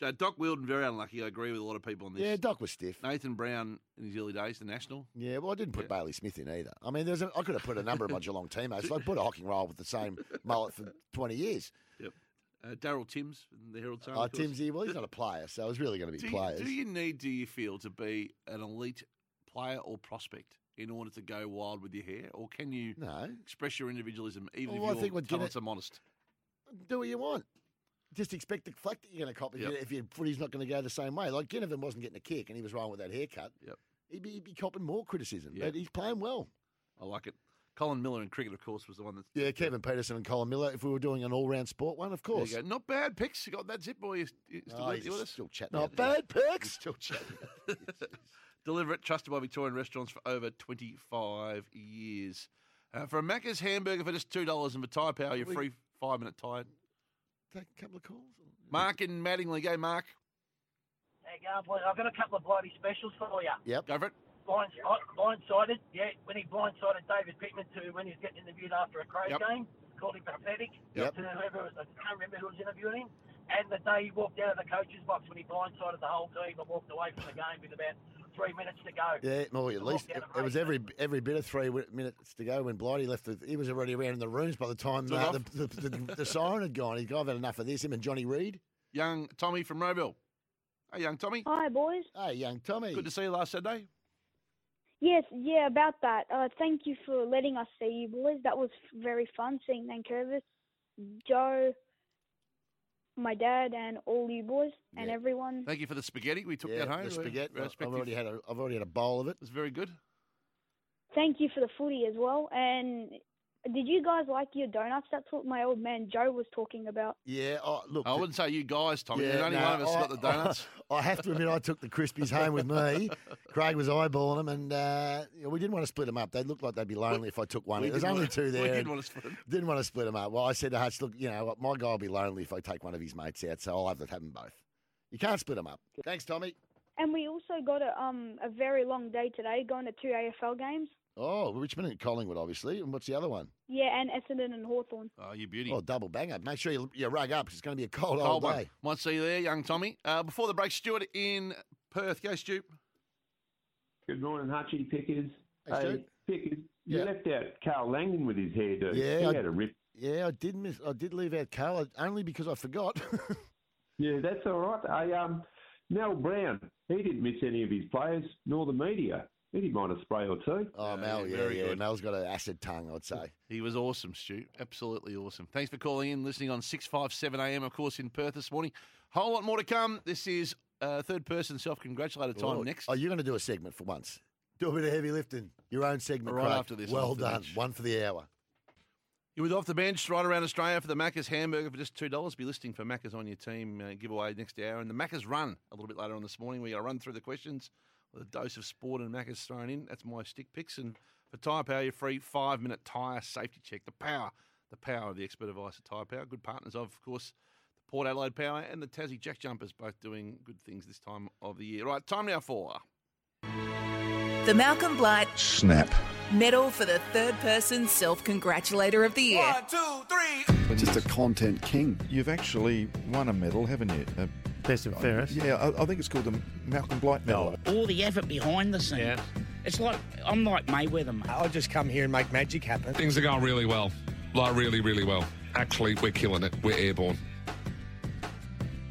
[SPEAKER 2] Uh, Doc Wilden, very unlucky. I agree with a lot of people on this.
[SPEAKER 3] Yeah, Doc was stiff.
[SPEAKER 2] Nathan Brown in his early days, the national.
[SPEAKER 3] Yeah, well, I didn't put Bailey Smith in either. I mean, there's a, I could have put a number of my Geelong teammates. I put a hocking roll with the same mullet for 20 years.
[SPEAKER 2] Yep. Uh, Daryl Timms in the Herald Sun.
[SPEAKER 3] Oh,
[SPEAKER 2] of course.
[SPEAKER 3] Timsy, well, he's not a player, so it's really going to be
[SPEAKER 2] do,
[SPEAKER 3] players.
[SPEAKER 2] You, do you need, do you feel, to be an elite player or prospect in order to go wild with your hair? Or can you express your individualism even
[SPEAKER 3] Well, I
[SPEAKER 2] if
[SPEAKER 3] think
[SPEAKER 2] your
[SPEAKER 3] with Guinness-
[SPEAKER 2] talents are modest?
[SPEAKER 3] do what you want. Just expect the flack that you're going to cop if,
[SPEAKER 2] Yep.
[SPEAKER 3] you, if your footy's not going to go the same way. Like Ginnivan wasn't getting a kick and he was rolling with that haircut.
[SPEAKER 2] Yep.
[SPEAKER 3] He'd, be, he'd be copping more criticism,
[SPEAKER 2] Yeah.
[SPEAKER 3] but he's playing well.
[SPEAKER 2] I like it. Colin Miller in cricket, of course, was the one that.
[SPEAKER 3] Yeah, Kevin Peterson and Colin Miller, if we were doing an all round sport one, of
[SPEAKER 2] There you
[SPEAKER 3] course.
[SPEAKER 2] go. Not bad picks. You got that zip boy. You, you still,
[SPEAKER 3] Oh,
[SPEAKER 2] with-
[SPEAKER 3] he's
[SPEAKER 2] you with us?
[SPEAKER 3] still chatting.
[SPEAKER 2] Not
[SPEAKER 3] out there.
[SPEAKER 2] bad
[SPEAKER 3] picks. Still chatting.
[SPEAKER 2] Deliver it, trusted by Victorian restaurants for over 25 years. Uh, for a Macca's hamburger for just $2 and for Tyre Power, you're
[SPEAKER 3] We-
[SPEAKER 2] free five minute tie.
[SPEAKER 3] Take a couple of calls.
[SPEAKER 2] Mark in Mattingly. Go, Mark.
[SPEAKER 14] Hey, go on, boys. I've got a couple of bloody specials for you.
[SPEAKER 3] Yep.
[SPEAKER 2] Go for it.
[SPEAKER 14] Blind, blindsided, yeah, when he blindsided David Pittman to when he was getting interviewed after a Crows
[SPEAKER 12] Yep.
[SPEAKER 14] game, called him pathetic
[SPEAKER 12] Yep.
[SPEAKER 14] to whoever it was, I can't remember who was interviewing him, and the day he walked out of the coach's box when he blindsided the whole team and walked away from the game with about three minutes to go.
[SPEAKER 3] Yeah, well,
[SPEAKER 14] He
[SPEAKER 3] at least
[SPEAKER 14] walked out
[SPEAKER 3] it,
[SPEAKER 14] of
[SPEAKER 3] it was every every bit of three wi- minutes to go when Blighty left. The, he was already around in the rooms by the time
[SPEAKER 2] Took
[SPEAKER 3] uh,
[SPEAKER 2] off.
[SPEAKER 3] the, the, the, the siren had gone. He'd gone, I've had enough of this. Him and Johnny Reed.
[SPEAKER 2] Young Tommy from Roeville. Hey, young Tommy.
[SPEAKER 15] Hi, boys.
[SPEAKER 3] Hey, young Tommy.
[SPEAKER 2] Good to see you last Saturday.
[SPEAKER 15] Yes, yeah, about that. Uh, thank you for letting us see you, boys. That was very fun seeing Nankervis, Joe, my dad, and all you boys and everyone.
[SPEAKER 2] Thank you for the spaghetti we took
[SPEAKER 3] Yeah,
[SPEAKER 2] that home.
[SPEAKER 3] the spaghetti.
[SPEAKER 2] Our
[SPEAKER 3] I've
[SPEAKER 2] respective-
[SPEAKER 3] already had a I've already had a bowl of it.
[SPEAKER 2] It's very good.
[SPEAKER 15] Thank you for the footy as well. And did you guys like your donuts? That's what my old man Joe was talking about.
[SPEAKER 3] Yeah, oh, look.
[SPEAKER 2] I wouldn't say you guys, Tommy.
[SPEAKER 3] Yeah,
[SPEAKER 2] There's only
[SPEAKER 3] no,
[SPEAKER 2] one of us
[SPEAKER 3] I-
[SPEAKER 2] got the donuts.
[SPEAKER 3] I have to admit, I took the Crispies home with me. Craig was eyeballing them, and uh, we didn't want to split them up. They looked like they'd be lonely if I took one.
[SPEAKER 2] We
[SPEAKER 3] There was
[SPEAKER 2] didn't
[SPEAKER 3] only
[SPEAKER 2] wanna-
[SPEAKER 3] two there.
[SPEAKER 2] We
[SPEAKER 3] and
[SPEAKER 2] didn't want to split 'em.
[SPEAKER 3] didn't want to split them up. Well, I said to Hutch, look, you know what? My guy will be lonely if I take one of his mates out, so I'll have to have them both. You can't split them up. Thanks, Tommy.
[SPEAKER 15] And we also got a um a very long day today, going to two AFL games.
[SPEAKER 3] Oh, Richmond and Collingwood, obviously. And what's the other one?
[SPEAKER 15] Yeah, and Essendon and Hawthorn.
[SPEAKER 2] Oh, you beauty.
[SPEAKER 3] Oh, double banger. Make sure you, you rug up. 'cause It's going to be a cold,
[SPEAKER 2] Cold
[SPEAKER 3] old
[SPEAKER 2] one.
[SPEAKER 3] day.
[SPEAKER 2] Might see you there, young Tommy. Uh, before the break, Stuart in Perth. Go, Stu.
[SPEAKER 16] Good morning, Hutchie Pickers.
[SPEAKER 3] Hey, Stu.
[SPEAKER 16] Pickers, you left out Carl Langdon with his hairdo.
[SPEAKER 3] Yeah,
[SPEAKER 16] he
[SPEAKER 3] I-
[SPEAKER 16] had a rip.
[SPEAKER 3] Yeah, I did miss. I did leave out Carl only because I forgot.
[SPEAKER 16] Yeah, that's all right. I um, Mel Brown, he didn't miss any of his players nor the media. He didn't mind a spray or two.
[SPEAKER 3] Oh, Mel, yeah,
[SPEAKER 2] very
[SPEAKER 3] yeah.
[SPEAKER 2] good.
[SPEAKER 3] Mel's got an acid tongue, I'd say.
[SPEAKER 2] He was awesome, Stu. Absolutely awesome. Thanks for calling in, listening on 657 AM, of course, in Perth this morning. Whole lot more to come. This is uh, third person self congratulator time
[SPEAKER 3] Oh,
[SPEAKER 2] next.
[SPEAKER 3] Oh, you're going to do a segment for once. Do a bit of heavy lifting. Your own segment
[SPEAKER 2] Right
[SPEAKER 3] Craig.
[SPEAKER 2] after this,
[SPEAKER 3] Well
[SPEAKER 2] off the
[SPEAKER 3] done.
[SPEAKER 2] bench.
[SPEAKER 3] One for the hour.
[SPEAKER 2] You're with Off the Bench right around Australia for the Macca's hamburger for just $2. Be listing for Macca's on your team uh, giveaway next hour. And the Macca's run a little bit later on this morning. We're going to run through the questions with a dose of sport and Macca's thrown in. That's my stick picks. And for Tyre Power, your free five minute tyre safety check. The power, the power of the expert advice at Tyre Power. Good partners of, of course, the Port Adelaide Power and the Tassie Jack Jumpers, both doing good things this time of the year. Right, time now for.
[SPEAKER 13] The Malcolm Blight
[SPEAKER 12] Snap.
[SPEAKER 13] Medal for the Third Person Self Congratulator of the Year. One, two, three.
[SPEAKER 12] Just a content king. You've actually won a medal, haven't you? Uh, Best and fairest. Yeah, I, I think it's called the Malcolm Blight Medal.
[SPEAKER 17] All the effort behind the scenes. It's like, I'm like Mayweather, mate. I'll just come here and make magic happen.
[SPEAKER 18] Things are going really well. Like, really, really well. Actually, we're killing it. We're airborne.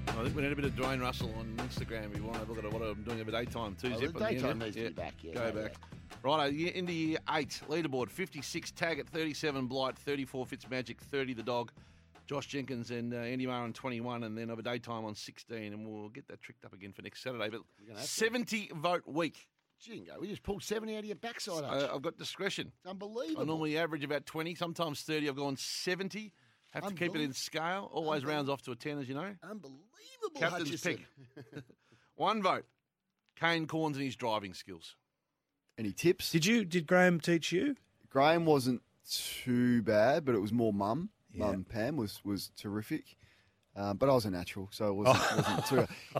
[SPEAKER 2] I think we need a bit of Dwayne Russell on Instagram if you want to look at what I'm doing over daytime too.
[SPEAKER 3] Oh,
[SPEAKER 2] Zip
[SPEAKER 3] the
[SPEAKER 2] on
[SPEAKER 3] daytime
[SPEAKER 2] internet.
[SPEAKER 3] needs to be back, yeah,
[SPEAKER 2] Go
[SPEAKER 3] yeah,
[SPEAKER 2] back. Right, year, into year eight, leaderboard 56 tag at 37 Blight, 34 Fitzmagic, 30 the dog, Josh Jenkins and uh, Andy Maher on 21, and then over daytime on 16, and we'll get that tricked up again for next Saturday. But 70 vote week.
[SPEAKER 3] Jingo, we just pulled 70 out of your backside.
[SPEAKER 2] Uh, I've got discretion.
[SPEAKER 3] It's unbelievable.
[SPEAKER 2] I normally average about 20, sometimes 30. I've gone 70. Have to keep it in
[SPEAKER 3] Unbelievable.
[SPEAKER 2] scale. Always rounds off to a 10, as you know.
[SPEAKER 3] Unbelievable,
[SPEAKER 2] Captain's
[SPEAKER 3] Hutchison.
[SPEAKER 2] One vote. Kane Corns and his driving skills.
[SPEAKER 12] Any tips? Did you? Did Graham teach you? Graham wasn't too bad, but it was more mum. Mum Pam was was terrific, uh, but I was a natural, so it wasn't, wasn't too.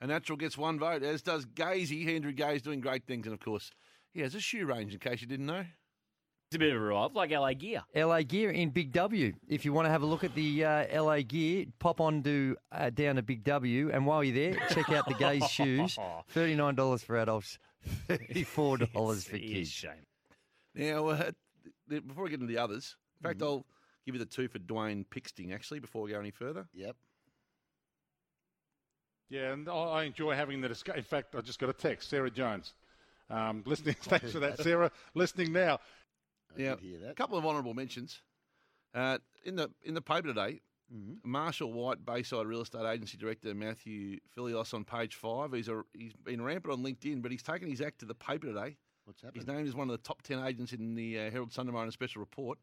[SPEAKER 2] A natural gets one vote, as does Gazy. Andrew Gaze doing great things, and of course, he has a shoe range. In case you didn't know,
[SPEAKER 19] It's a bit of a rival, like LA Gear. LA Gear in Big W. If you want to have a look at the uh, LA Gear, pop on to uh, down to Big W, and while you're there, check out the Gaze shoes. Thirty nine dollars for adults, thirty four dollars for kids. Shame.
[SPEAKER 2] now uh, th- th- before we get into the others, in
[SPEAKER 3] Mm-hmm.
[SPEAKER 2] fact, I'll give you the two for Dwayne Pixting actually before we go any further.
[SPEAKER 3] Yep.
[SPEAKER 5] Yeah, and I- I enjoy having the discussion. In fact, I just got a text, Sarah Jones. Um, listening, thanks for that, Sarah. Listening now.
[SPEAKER 2] Yeah, a couple of honourable mentions uh, in the in the paper today. Marshall White, Bayside Real Estate Agency Director Matthew Filios on page five. He's a, he's been rampant on LinkedIn, but he's taken his act to the paper today.
[SPEAKER 3] What's
[SPEAKER 2] His name is one of the top 10 agents in the uh, Herald Sun tomorrow in a special report.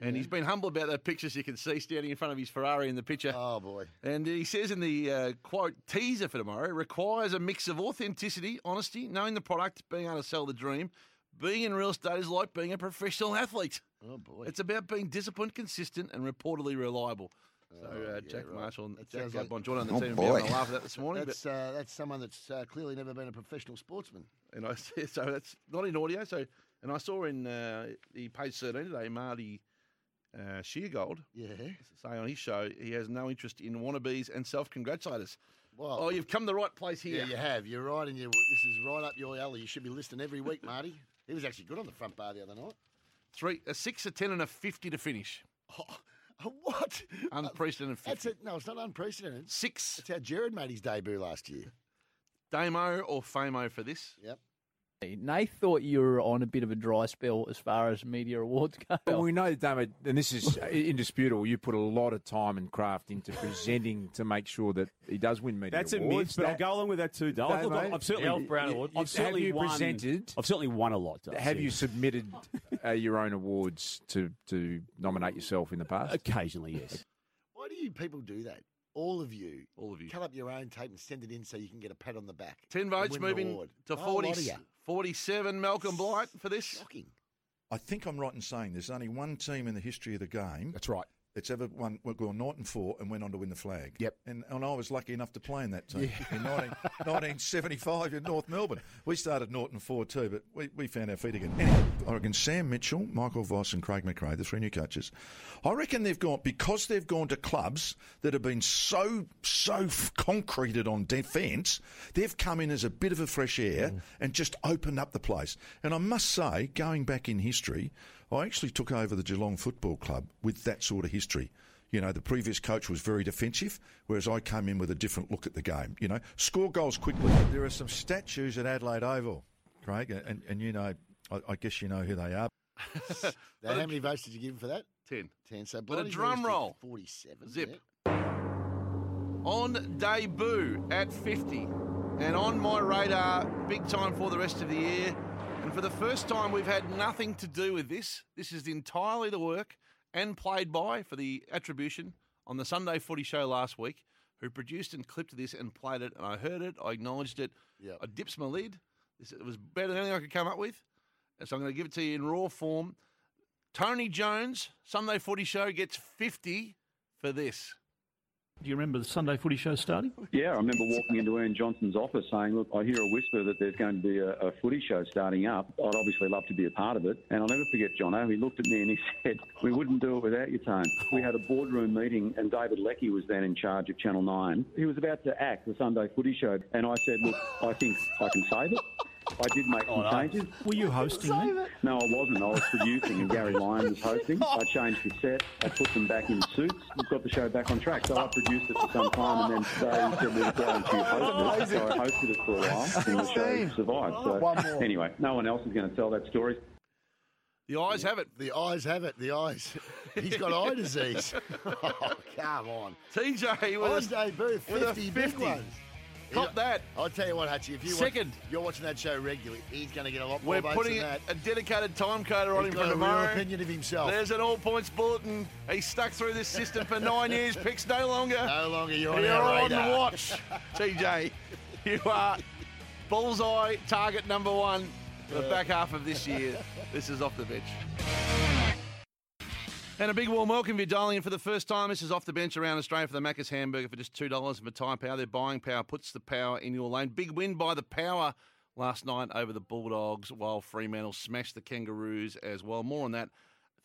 [SPEAKER 2] And
[SPEAKER 3] Yeah.
[SPEAKER 2] he's been humble about that picture, as you can see, standing in front of his Ferrari in the picture.
[SPEAKER 3] Oh, boy.
[SPEAKER 2] And he says in the uh, quote, teaser for tomorrow requires a mix of authenticity, honesty, knowing the product, being able to sell the dream. Being in real estate is like being a professional athlete.
[SPEAKER 3] Oh, boy.
[SPEAKER 2] It's about being disciplined, consistent, and reportedly reliable. So,
[SPEAKER 3] Oh,
[SPEAKER 2] uh, Jack Marshall and Jack
[SPEAKER 3] sounds like-
[SPEAKER 2] Bonjour on the
[SPEAKER 12] Oh,
[SPEAKER 2] team will be having
[SPEAKER 12] boy.
[SPEAKER 2] a laugh at that this morning. but-
[SPEAKER 3] That's, uh, that's someone that's uh, clearly never been a professional sportsman.
[SPEAKER 2] And I said, so that's not in audio. So, and I saw in uh, the page 13 today, Marty uh, Sheargold
[SPEAKER 3] Yeah.
[SPEAKER 2] say on his show, he has no interest in wannabes and self congratulators.
[SPEAKER 3] Wow.
[SPEAKER 2] Oh, you've come to the right place here.
[SPEAKER 3] Yeah, you have. You're right, and you, this is right up your alley. You should be listening every week, Marty. He was actually good on the front bar the other night.
[SPEAKER 2] Three, a six, a 10, and a 50 to finish.
[SPEAKER 3] What?
[SPEAKER 2] Unprecedented 50.
[SPEAKER 3] That's it. No, it's not unprecedented.
[SPEAKER 2] Six.
[SPEAKER 3] That's how Jared made his debut last year.
[SPEAKER 2] Damo or FAMO for this?
[SPEAKER 3] Yep.
[SPEAKER 20] Nath thought you were on a bit of a dry spell as far as media awards go.
[SPEAKER 21] Well, we know, David, and this is indisputable. You put a lot of time and craft into presenting to make sure that he does win media
[SPEAKER 22] That's a myth,
[SPEAKER 21] awards.
[SPEAKER 22] but I'll go along with that too, Dale.
[SPEAKER 21] That,
[SPEAKER 22] Look, I've-
[SPEAKER 21] mate,
[SPEAKER 22] I've certainly,
[SPEAKER 21] the Alf Brown
[SPEAKER 22] you-
[SPEAKER 21] Award.
[SPEAKER 22] I've
[SPEAKER 21] Have
[SPEAKER 22] certainly
[SPEAKER 21] you
[SPEAKER 22] won,
[SPEAKER 21] presented-
[SPEAKER 22] I've certainly won a lot. Dale,
[SPEAKER 21] Have you
[SPEAKER 22] seriously.
[SPEAKER 21] submitted uh, your own awards to, to nominate yourself in the past?
[SPEAKER 22] Occasionally, yes.
[SPEAKER 3] Why do you people do that? All of you.
[SPEAKER 2] All of you.
[SPEAKER 3] Cut up your own tape and send it in so you can get a pat on the back.
[SPEAKER 2] 10
[SPEAKER 3] and
[SPEAKER 2] votes
[SPEAKER 3] win an
[SPEAKER 2] moving
[SPEAKER 3] award.
[SPEAKER 2] to
[SPEAKER 3] Not a lot
[SPEAKER 2] 40,
[SPEAKER 3] of you.
[SPEAKER 2] 47. Malcolm Blight for this. Shocking.
[SPEAKER 12] I think I'm right in saying there's only one team in the history of the game. That's right. That's ever won, well, gone Knight and four and went on to win the flag. Yep. And, and I was lucky enough to play in that team in 19, 1975 in North Melbourne. We started Norton 4 too, but we, we found our feet again. Anyway, I reckon Sam Mitchell, Michael Voss, and Craig McRae, the three new coaches, I reckon they've gone, because they've gone to clubs that have been so, so f- concreted on defence, they've come in as a bit of a fresh air and just opened up the place. And I must say, going back in history, I actually took over the Geelong Football Club with that sort of history. You know, the previous coach was very defensive, whereas I came in with a different look at the game. You know, score goals quickly. There are some statues at Adelaide Oval, Craig, and, and you know, I, I guess you know who they are.
[SPEAKER 3] Now, how many votes did you give him for that?
[SPEAKER 2] Ten.
[SPEAKER 3] Ten. So
[SPEAKER 2] But a
[SPEAKER 3] Bloody
[SPEAKER 2] drum
[SPEAKER 3] Roosters,
[SPEAKER 2] roll.
[SPEAKER 3] Forty-seven.
[SPEAKER 2] Zip.
[SPEAKER 3] yeah.
[SPEAKER 2] on debut at 50 and on my radar big time for the rest of the year. And for the first time, we've had nothing to do with this. This is entirely the work and played by for the attribution on the Sunday Footy Show last week, who produced and clipped this and played it. And I heard it, I acknowledged it, I dips my lid. This, it was better than anything I could come up with. And so I'm going to give it to you in raw form. Tony Jones, Sunday Footy Show, gets 50 for this.
[SPEAKER 23] Do you remember the Sunday Footy Show starting?
[SPEAKER 24] Yeah, I remember walking into Ian Johnson's office saying, Look, I hear a whisper that there's going to be a, a footy show starting up. I'd obviously love to be a part of it. And I'll never forget Jono. He looked at me and he said, We wouldn't do it without you, Tone. We had a boardroom meeting, and David Leckie was then in charge of Channel 9. He was about to act the Sunday footy show. And I said, Look, I think I can save it. I did make some
[SPEAKER 23] no.
[SPEAKER 24] changes.
[SPEAKER 23] Were you hosting then?
[SPEAKER 24] No, I wasn't. I was producing, and Gary Lyon was hosting. I changed the set. I put them back in suits. We've got the show back on track. So I produced it for some time, and then they said we were going to host it. So I hosted it for a while, and the show survived.
[SPEAKER 3] One
[SPEAKER 24] So
[SPEAKER 3] more.
[SPEAKER 24] anyway, no one else is going to tell that story.
[SPEAKER 2] The eyes have it.
[SPEAKER 3] The eyes have it. The eyes. He's got eye disease. Oh, come on.
[SPEAKER 2] TJ with a-
[SPEAKER 3] Wednesday booth,
[SPEAKER 2] with a
[SPEAKER 3] 50 big
[SPEAKER 2] 50.
[SPEAKER 3] ones.
[SPEAKER 2] Cop that.
[SPEAKER 3] I'll tell you what, Hutchie, if you
[SPEAKER 2] Second.
[SPEAKER 3] watch, you're watching that show regularly, he's going to get a lot more
[SPEAKER 2] We're
[SPEAKER 3] votes
[SPEAKER 2] putting
[SPEAKER 3] than that.
[SPEAKER 2] a dedicated time coder on him
[SPEAKER 3] He's got
[SPEAKER 2] for
[SPEAKER 3] a real
[SPEAKER 2] tomorrow.
[SPEAKER 3] opinion of himself.
[SPEAKER 2] There's an all points bulletin. He's stuck through this system for nine years. Picks no longer.
[SPEAKER 3] No longer. You're on our radar.
[SPEAKER 2] watch, TJ. You are bullseye target number one for the back half of this year. This is off the bench. And a big warm welcome if you're dialing in for the first time. This is Off the Bench around Australia for the Macca's Hamburger for just $2 and for Time Power. Their buying power puts the power in your lane. Big win by the power last night over the Bulldogs while Fremantle smashed the Kangaroos as well. More on that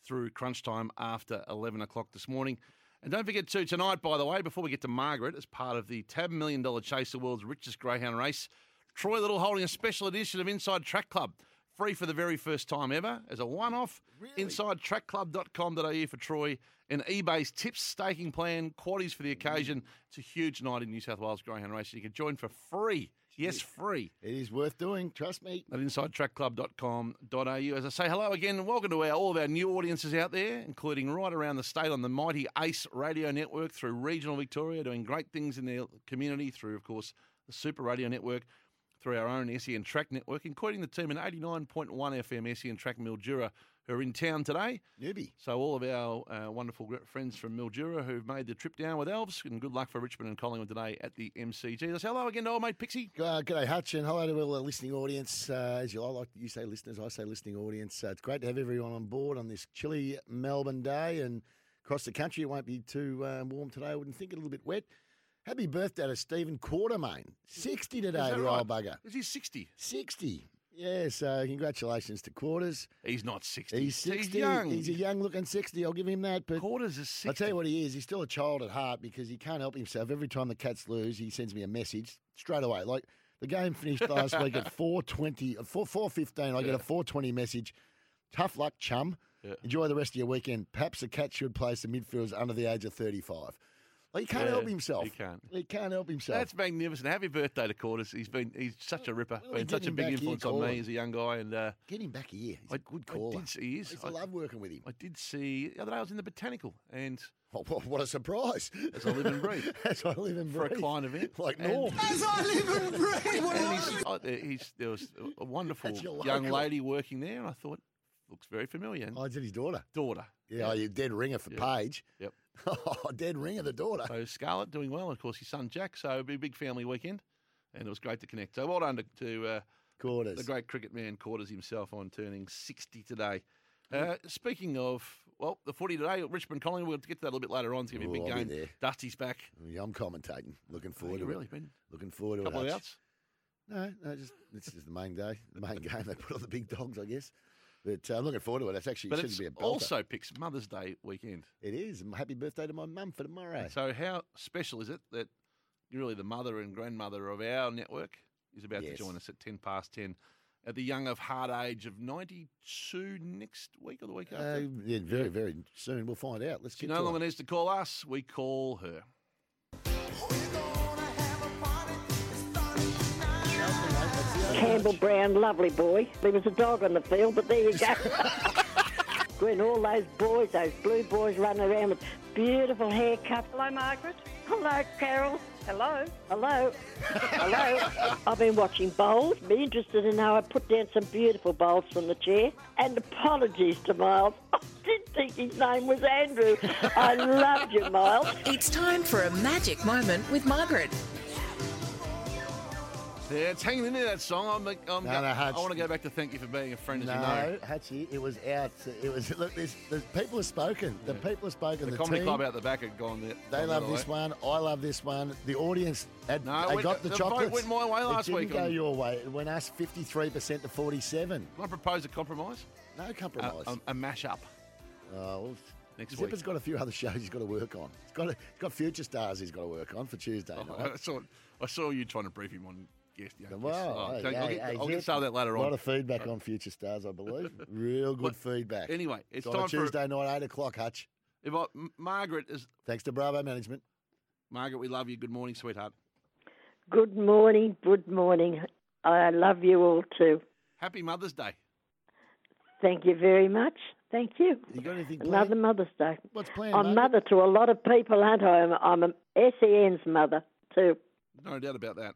[SPEAKER 2] through crunch time after 11 o'clock this morning. And don't forget to tonight, by the way, before we get to Margaret, as part of the Tab Million Dollar Chase, the world's richest greyhound race, Troy Little holding a special edition of Inside Track Club, free for the very first time ever as a one-off. InsideTrackClub.com.au for Troy and eBay's tips staking plan, quaddies for the
[SPEAKER 3] Mm-hmm.
[SPEAKER 2] occasion. It's a huge night in New South Wales greyhound racing. You can join for free. Yes, free.
[SPEAKER 3] It is worth doing. Trust me.
[SPEAKER 2] At insidetrackclub.com.au. As I say hello again, welcome to our, all of our new audiences out there, including right around the state on the mighty Ace Radio Network through regional Victoria, doing great things in their community through, of course, the Super Radio Network, through our own SEN Track Network, including the team in 89.1 FM SEN E Track Mildura, who are in town today.
[SPEAKER 3] Newbie.
[SPEAKER 2] So all of our uh, wonderful gr- friends from Mildura who've made the trip down with Elves, and good luck for Richmond and Collingwood today at the MCG. Let's say hello again to old mate Pixie.
[SPEAKER 3] Uh, g'day, Hutch, and hello to all our listening audience. Uh, as you I like, you say listeners, I say listening audience. Uh, it's great to have everyone on board on this chilly Melbourne day, and across the country, it won't be too um, warm today. I wouldn't think it a little bit wet. Happy birthday to Stephen Quartermain, sixty today,
[SPEAKER 2] that
[SPEAKER 3] the
[SPEAKER 2] right?
[SPEAKER 3] old bugger.
[SPEAKER 2] Is he 60?
[SPEAKER 3] 60. Yeah, so congratulations to Quarters.
[SPEAKER 2] He's not 60.
[SPEAKER 3] He's 60.
[SPEAKER 2] young.
[SPEAKER 3] He's a young looking 60. I'll give him that. But
[SPEAKER 2] Quarters is 60.
[SPEAKER 3] I'll tell you what he is. He's still a child at heart because he can't help himself. Every time the Cats lose, he sends me a message straight away. Like the game finished last week at uh, 4.20, 4, 4.15. I get a 4.20 message. Tough luck, chum.
[SPEAKER 2] Yeah.
[SPEAKER 3] Enjoy the rest of your weekend. Perhaps the Cats should play some midfielders under the age of 35. Like, he can't
[SPEAKER 2] Yeah,
[SPEAKER 3] help himself.
[SPEAKER 2] he can't.
[SPEAKER 3] He can't help himself.
[SPEAKER 2] That's magnificent. Happy birthday to Cordis. He's been he's such a ripper.
[SPEAKER 3] we
[SPEAKER 2] been
[SPEAKER 3] get
[SPEAKER 2] such a
[SPEAKER 3] him
[SPEAKER 2] big
[SPEAKER 3] back here,
[SPEAKER 2] influence on
[SPEAKER 3] Colin.
[SPEAKER 2] me as a young guy. And uh,
[SPEAKER 3] Get him back here. He's
[SPEAKER 2] I-
[SPEAKER 3] a good
[SPEAKER 2] I
[SPEAKER 3] caller.
[SPEAKER 2] did see- he is.
[SPEAKER 3] I used to love working with him.
[SPEAKER 2] I did see the other day I was in the botanical and
[SPEAKER 3] what a surprise!
[SPEAKER 2] As I live and breathe.
[SPEAKER 3] As I live and
[SPEAKER 2] for a
[SPEAKER 3] breathe.
[SPEAKER 2] client event,
[SPEAKER 3] Like
[SPEAKER 2] And-
[SPEAKER 3] Norm. As I live and breathe.
[SPEAKER 2] And he's, oh, there- he's- there was a wonderful
[SPEAKER 3] That's your
[SPEAKER 2] young
[SPEAKER 3] local.
[SPEAKER 2] lady working there, and I thought looks very familiar. And
[SPEAKER 3] Oh, is it his daughter?
[SPEAKER 2] daughter,
[SPEAKER 3] Yeah, oh, you dead ringer for Paige.
[SPEAKER 2] Yep.
[SPEAKER 3] Oh, dead ringer, the daughter.
[SPEAKER 2] So Scarlett doing well, and of course his son Jack. So it'd be a big family weekend, and it was great to connect. So well done to, to uh,
[SPEAKER 3] Quarters.
[SPEAKER 2] the great cricket man Quarters himself on turning sixty today. Uh, speaking of well, the footy today, Richmond Collingwood. We'll get to that a little bit later on. It's going to be a
[SPEAKER 3] Ooh,
[SPEAKER 2] big
[SPEAKER 3] Oh, I'll be
[SPEAKER 2] game.
[SPEAKER 3] there.
[SPEAKER 2] Dusty's back. Oh,
[SPEAKER 3] Yeah, I'm commentating. Looking forward
[SPEAKER 2] you
[SPEAKER 3] to
[SPEAKER 2] really
[SPEAKER 3] it.
[SPEAKER 2] been?
[SPEAKER 3] Looking forward to
[SPEAKER 2] Couple
[SPEAKER 3] it.
[SPEAKER 2] of
[SPEAKER 3] Hutch.
[SPEAKER 2] outs.
[SPEAKER 3] No, no, just this is the main day, the main game they put on the big dogs, I guess. But uh, I'm looking forward to it. That's actually
[SPEAKER 2] But
[SPEAKER 3] it
[SPEAKER 2] it's
[SPEAKER 3] shouldn't be a belter.
[SPEAKER 2] also picks Mother's Day weekend.
[SPEAKER 3] it is. And Happy birthday to my mum for tomorrow.
[SPEAKER 2] So how special is it that you're really the mother and grandmother of our network is about
[SPEAKER 3] Yes.
[SPEAKER 2] to join us at ten past ten at the young of hard age of ninety two next week or the week
[SPEAKER 3] Uh,
[SPEAKER 2] after.
[SPEAKER 3] yeah, very, very soon we'll find out. Let's
[SPEAKER 2] She
[SPEAKER 3] get
[SPEAKER 2] no
[SPEAKER 3] to
[SPEAKER 2] longer
[SPEAKER 3] it.
[SPEAKER 2] needs to call us. We call her.
[SPEAKER 4] Campbell Brown, lovely boy. There was a dog on the field, but there you go. when all those boys, those blue boys running around with beautiful haircuts. Hello, Margaret. Hello, Carol. Hello. Hello. Hello. I've been watching bowls. Be interested in how I put down some beautiful bowls from the chair. And apologies to Miles. I didn't think his name was Andrew. I loved you, Miles.
[SPEAKER 13] It's time for a magic moment with Margaret.
[SPEAKER 2] Yeah, it's hanging in there, that song. I'm, I'm,
[SPEAKER 3] No, no,
[SPEAKER 2] I
[SPEAKER 3] Hutch.
[SPEAKER 2] want to go back to thank you for being a friend, as you know.
[SPEAKER 3] No, Hutchie, it was out. It was look. There's, the people have spoken. The people have spoken.
[SPEAKER 2] The,
[SPEAKER 3] The,
[SPEAKER 2] comedy
[SPEAKER 3] team,
[SPEAKER 2] club out the back had gone there.
[SPEAKER 3] They
[SPEAKER 2] gone the
[SPEAKER 3] love
[SPEAKER 2] other
[SPEAKER 3] this
[SPEAKER 2] way.
[SPEAKER 3] one. I love this one. The audience had,
[SPEAKER 2] No, it
[SPEAKER 3] they
[SPEAKER 2] went-
[SPEAKER 3] got the,
[SPEAKER 2] the vote
[SPEAKER 3] chocolates.
[SPEAKER 2] went my way last
[SPEAKER 3] it didn't
[SPEAKER 2] week um,
[SPEAKER 3] go
[SPEAKER 2] on-
[SPEAKER 3] your way. It went us fifty-three percent to forty-seven.
[SPEAKER 2] Can I propose a compromise? Uh, um,
[SPEAKER 3] No compromise.
[SPEAKER 2] A, a, a mash-up.
[SPEAKER 3] Oh,
[SPEAKER 2] Next
[SPEAKER 3] Zipper's
[SPEAKER 2] week.
[SPEAKER 3] got a few other shows he's got to work on. He's got, he's got Future Stars he's got to work on for Tuesday night.
[SPEAKER 2] I, saw, I saw you trying to brief him on yesterday.
[SPEAKER 3] Wow. hey,
[SPEAKER 2] Oh, I'll
[SPEAKER 3] hey,
[SPEAKER 2] get,
[SPEAKER 3] hey,
[SPEAKER 2] I'll get
[SPEAKER 3] Zip,
[SPEAKER 2] some of that later
[SPEAKER 3] A lot
[SPEAKER 2] on. Uh,
[SPEAKER 3] of feedback on Future Stars, I believe. Real good feedback.
[SPEAKER 2] anyway, it's
[SPEAKER 3] on
[SPEAKER 2] time
[SPEAKER 3] a
[SPEAKER 2] for a-
[SPEAKER 3] Tuesday night, 8 o'clock, Hutch.
[SPEAKER 2] If I, M- Margaret is
[SPEAKER 3] Thanks to Bravo Management.
[SPEAKER 2] Margaret, we love you. Good morning, sweetheart.
[SPEAKER 4] Good morning, good morning. I love you all too.
[SPEAKER 2] Happy Mother's Day.
[SPEAKER 4] Thank you very much. Thank you.
[SPEAKER 3] You got anything planned?
[SPEAKER 4] Another Mother's Day.
[SPEAKER 3] What's planned?
[SPEAKER 4] I'm
[SPEAKER 3] Margaret?
[SPEAKER 4] mother to a lot of people, aren't I? I'm, I'm a SEN's mother too.
[SPEAKER 2] No doubt about that.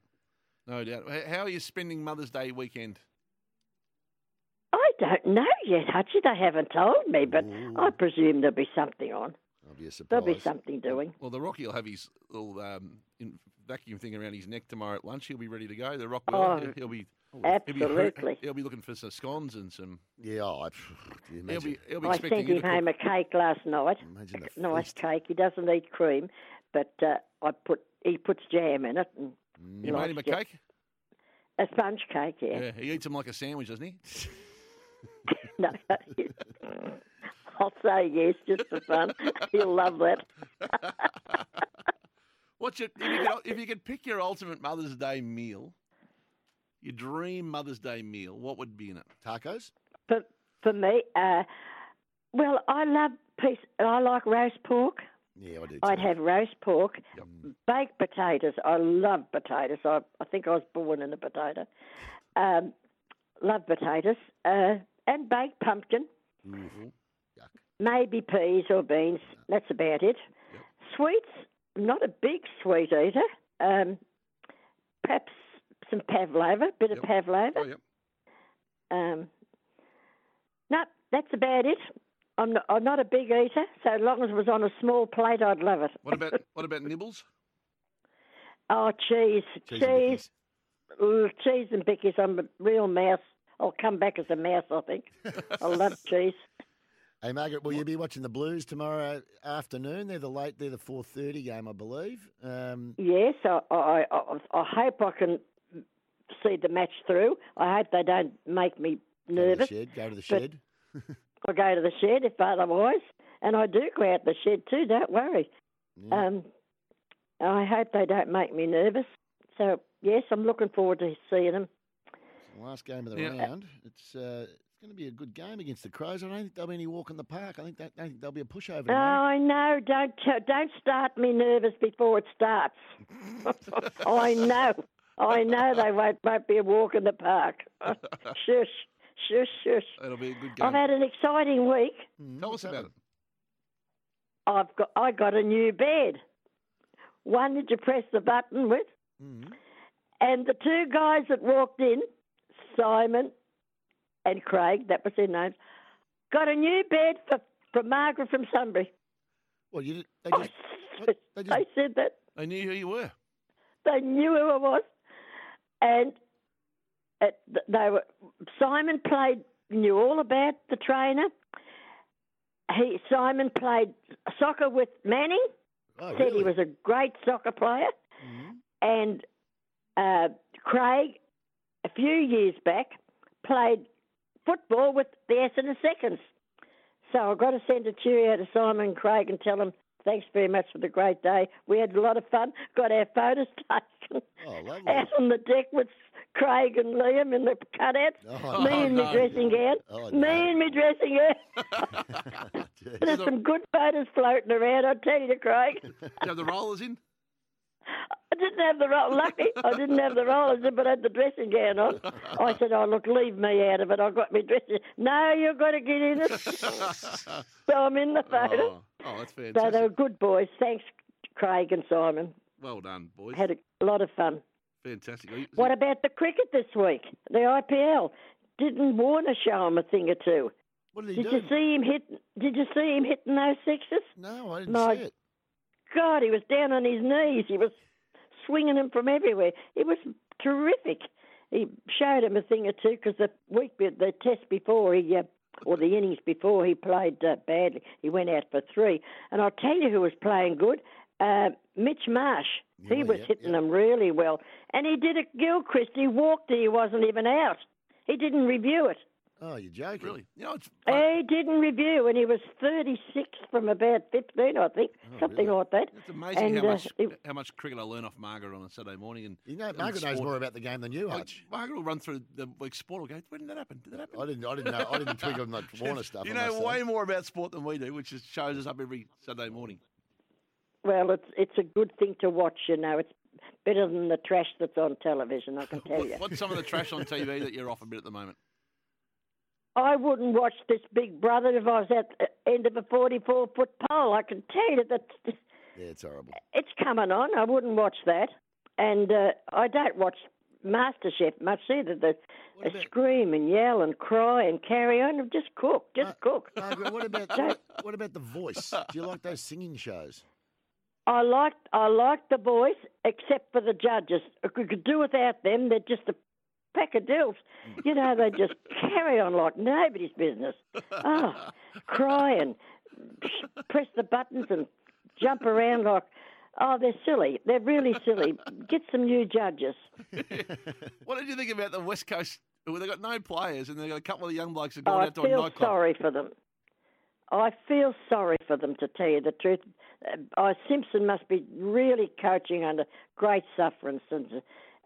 [SPEAKER 2] No doubt. H- How are you spending Mother's Day weekend?
[SPEAKER 4] I don't know yet, Hutchie. They haven't told me, but I presume there'll be something on.
[SPEAKER 3] I'll be a
[SPEAKER 4] There'll be something doing.
[SPEAKER 2] Well, the Rocky will have his little um, in vacuum thing around his neck tomorrow at lunch. He'll be ready to go. The Rock will.
[SPEAKER 4] Oh,
[SPEAKER 2] he'll, he'll be He'll
[SPEAKER 4] absolutely.
[SPEAKER 2] be, he'll be looking for some scones and some.
[SPEAKER 3] Yeah, I, you
[SPEAKER 2] he'll be. He'll be
[SPEAKER 4] I
[SPEAKER 2] expecting
[SPEAKER 4] sent
[SPEAKER 2] you
[SPEAKER 4] him
[SPEAKER 2] to
[SPEAKER 4] home a
[SPEAKER 2] cook.
[SPEAKER 4] cake last night. A nice cake. He doesn't eat cream, but uh, I put he puts jam in it. And he
[SPEAKER 2] Mm. You made
[SPEAKER 4] likes
[SPEAKER 2] him a
[SPEAKER 4] jam.
[SPEAKER 2] cake.
[SPEAKER 4] A sponge cake, yeah.
[SPEAKER 2] Yeah, he eats them like a sandwich, doesn't he?
[SPEAKER 4] No, I'll say yes just for fun. He'll love that.
[SPEAKER 2] What's your if you, could, if you could pick your ultimate Mother's Day meal, your dream Mother's Day meal, what would be in it?
[SPEAKER 3] Tacos.
[SPEAKER 4] For for me, uh, well, I love piece. I like roast pork.
[SPEAKER 3] Yeah, I do.
[SPEAKER 4] I'd have roast pork, baked potatoes. I love potatoes. I, I think I was born in a potato. Um, love potatoes uh, and baked pumpkin. Maybe peas or beans. That's about it. Sweets. I'm not a big sweet eater. Um, perhaps some pavlova, bit of pavlova.
[SPEAKER 2] Oh,
[SPEAKER 4] Um, no, that's about it. I'm not, I'm not a big eater, so as long as it was on a small plate, I'd love it.
[SPEAKER 2] What about what about nibbles?
[SPEAKER 4] Oh, cheese,
[SPEAKER 2] Cheese and
[SPEAKER 4] cheese, Ooh, cheese and bickies. I'm a real mouse. I'll come back as a mouse, I think. I love cheese.
[SPEAKER 3] Hey Margaret, will you be watching the Blues tomorrow afternoon? They're the late, they're the four thirty game, I believe. Um,
[SPEAKER 4] Yes, I, I, I, I hope I can see the match through. I hope they don't make me nervous.
[SPEAKER 3] shed, go to the
[SPEAKER 4] But
[SPEAKER 3] shed.
[SPEAKER 4] I go to the shed if otherwise, and I do go out the shed too. Don't worry. Um, I hope they don't make me nervous. So yes, I'm looking forward to seeing them.
[SPEAKER 3] Last game of the
[SPEAKER 4] Yeah.
[SPEAKER 3] round. It's uh, it's going to be a good game against the Crows. I don't think there'll be any walk in the park. I think that I think there'll be a pushover.
[SPEAKER 4] Oh,
[SPEAKER 3] tomorrow.
[SPEAKER 4] I know. Don't t- don't start me nervous before it starts. I know. I know they won't, won't be a walk in the park. shush, shush, shush.
[SPEAKER 2] It'll be a good game.
[SPEAKER 4] I've had an exciting week.
[SPEAKER 2] Tell us about it.
[SPEAKER 4] I've got I got a new bed. One that you press the button with, and the two guys that walked in, Simon and Craig, that was their names, got a new bed for from Margaret from Sunbury.
[SPEAKER 3] Well, you they
[SPEAKER 4] just, they, said that
[SPEAKER 2] They knew who you were.
[SPEAKER 4] they knew who I was, and it, th- they were Simon played knew all about the trainer. He Simon played soccer with Manning.
[SPEAKER 3] Oh,
[SPEAKER 4] said
[SPEAKER 3] really?
[SPEAKER 4] he was a great soccer player, and uh, Craig a few years back played football with the Essendon Seconds. So I've got to send a cheerio to Simon and Craig and tell them thanks very much for the great day. We had a lot of fun. Got our photos taken
[SPEAKER 3] Oh, lovely.
[SPEAKER 4] out on the deck with Craig and Liam in the cutouts.
[SPEAKER 3] Oh,
[SPEAKER 4] me
[SPEAKER 3] no.
[SPEAKER 4] in my dressing gown.
[SPEAKER 3] Oh,
[SPEAKER 4] me in my dressing gown. There's some good photos floating around. I tell you, Craig.
[SPEAKER 2] Did you have the rollers in?
[SPEAKER 4] I didn't have the roll. Lucky, I didn't have the rollers, in, but I had the dressing gown on. I said, "Oh look, leave me out of it. I got my dressing. No, you've got to get in it."
[SPEAKER 2] oh,
[SPEAKER 4] so I'm in the photo.
[SPEAKER 2] oh, that's
[SPEAKER 4] so they were
[SPEAKER 2] fantastic.
[SPEAKER 4] good boys. Thanks, Craig and Simon.
[SPEAKER 2] Well done, boys.
[SPEAKER 4] Had a lot of fun.
[SPEAKER 2] Fantastic. Are you-
[SPEAKER 4] What about the cricket this week? The IPL didn't Warner show him a thing or two?
[SPEAKER 3] What
[SPEAKER 4] did you see him hit? Did you see him hitting those sixes?
[SPEAKER 3] No, I didn't
[SPEAKER 4] My
[SPEAKER 3] see it.
[SPEAKER 4] God, he was down on his knees. He was swinging them from everywhere. It was terrific. He showed him a thing or two because the week, be- the test before he, uh, or the innings before he played uh, badly, he went out for three. And I'll tell you who was playing good, uh, Mitch Marsh. he was hitting them really well, and he did a Gilchrist. He walked it. He wasn't even out. He didn't review it.
[SPEAKER 3] Oh, you're joking. Really?
[SPEAKER 2] You know, it's
[SPEAKER 4] He didn't review, and he was 36 from about 15, I think, something like that.
[SPEAKER 2] It's Oh, amazing
[SPEAKER 4] and,
[SPEAKER 2] how much
[SPEAKER 4] uh, it-
[SPEAKER 2] how much cricket I learn off Margaret on a Saturday morning. And
[SPEAKER 3] You know,
[SPEAKER 2] and
[SPEAKER 3] Margaret knows
[SPEAKER 2] sport.
[SPEAKER 3] more about the game than you,
[SPEAKER 2] Like,
[SPEAKER 3] Hutch.
[SPEAKER 2] Margaret will run through the week's sport. Will go, when did that happen? Did that happen?
[SPEAKER 3] I didn't. I didn't know. I didn't twig on that Warner stuff.
[SPEAKER 2] You know
[SPEAKER 3] I must say.
[SPEAKER 2] way more about sport than we do, which is, shows us up every Saturday morning.
[SPEAKER 4] Well, it's it's a good thing to watch, you know. It's better than the trash that's on television, I can tell you.
[SPEAKER 2] What, what's some of the trash on TV that you're off a bit at the moment?
[SPEAKER 4] I wouldn't watch this Big Brother if I was at the end of a 44 foot pole. I can tell you that
[SPEAKER 3] Yeah, it's horrible.
[SPEAKER 4] it's coming on. I wouldn't watch that, and uh, I don't watch MasterChef much either. The, the scream and yell and cry and carry on. Just cook, just cook.
[SPEAKER 3] Margaret, what about
[SPEAKER 4] Don't-
[SPEAKER 3] what, what about the voice? Do you like those singing shows?
[SPEAKER 4] I liked I liked the voice, except for the judges. If We could do without them. They're just a pack of dills. You know, they just carry on like nobody's business. Oh, cry and press the buttons and jump around like. Oh, they're silly. They're really silly. Get some new judges.
[SPEAKER 2] What did you think about the West Coast? Well, they've got no players, and they've got a couple of young blokes that
[SPEAKER 4] Oh,
[SPEAKER 2] gone
[SPEAKER 4] I
[SPEAKER 2] out to a
[SPEAKER 4] feel
[SPEAKER 2] nightclub.
[SPEAKER 4] sorry for them. I feel sorry for them, to tell you the truth. Uh, oh, Simpson must be really coaching under great suffering, since,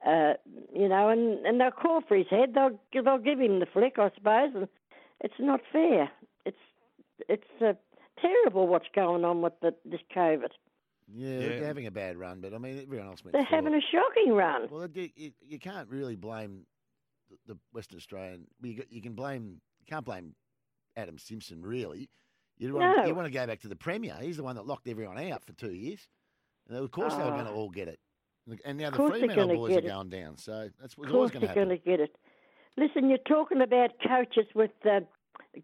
[SPEAKER 4] uh, you know, and, and they'll call for his head. They'll they'll give him the flick, I suppose, and it's not fair. It's it's uh, terrible what's going on with the, this COVID.
[SPEAKER 3] Yeah,
[SPEAKER 4] Yeah.
[SPEAKER 3] they're having a bad run, but I mean, everyone else went.
[SPEAKER 4] They're
[SPEAKER 3] through
[SPEAKER 4] having
[SPEAKER 3] it.
[SPEAKER 4] a shocking run.
[SPEAKER 3] Well, it- you, you can't really blame the, the Western Australian. You, g- you can blame you can't blame Adam Simpson really. You want
[SPEAKER 4] No.
[SPEAKER 3] you want to go back to the Premier. He's the one that locked everyone out for two years. And of course, they were
[SPEAKER 4] Ah.
[SPEAKER 3] going to all get it. Look, And now
[SPEAKER 4] Of
[SPEAKER 3] the
[SPEAKER 4] course they're
[SPEAKER 3] Fremantle
[SPEAKER 4] gonna
[SPEAKER 3] boys are
[SPEAKER 4] get it.
[SPEAKER 3] going down, so that's
[SPEAKER 4] Of
[SPEAKER 3] what's always
[SPEAKER 4] course
[SPEAKER 3] going to
[SPEAKER 4] they're
[SPEAKER 3] happen.
[SPEAKER 4] going to get it. Listen, you're talking about coaches with uh,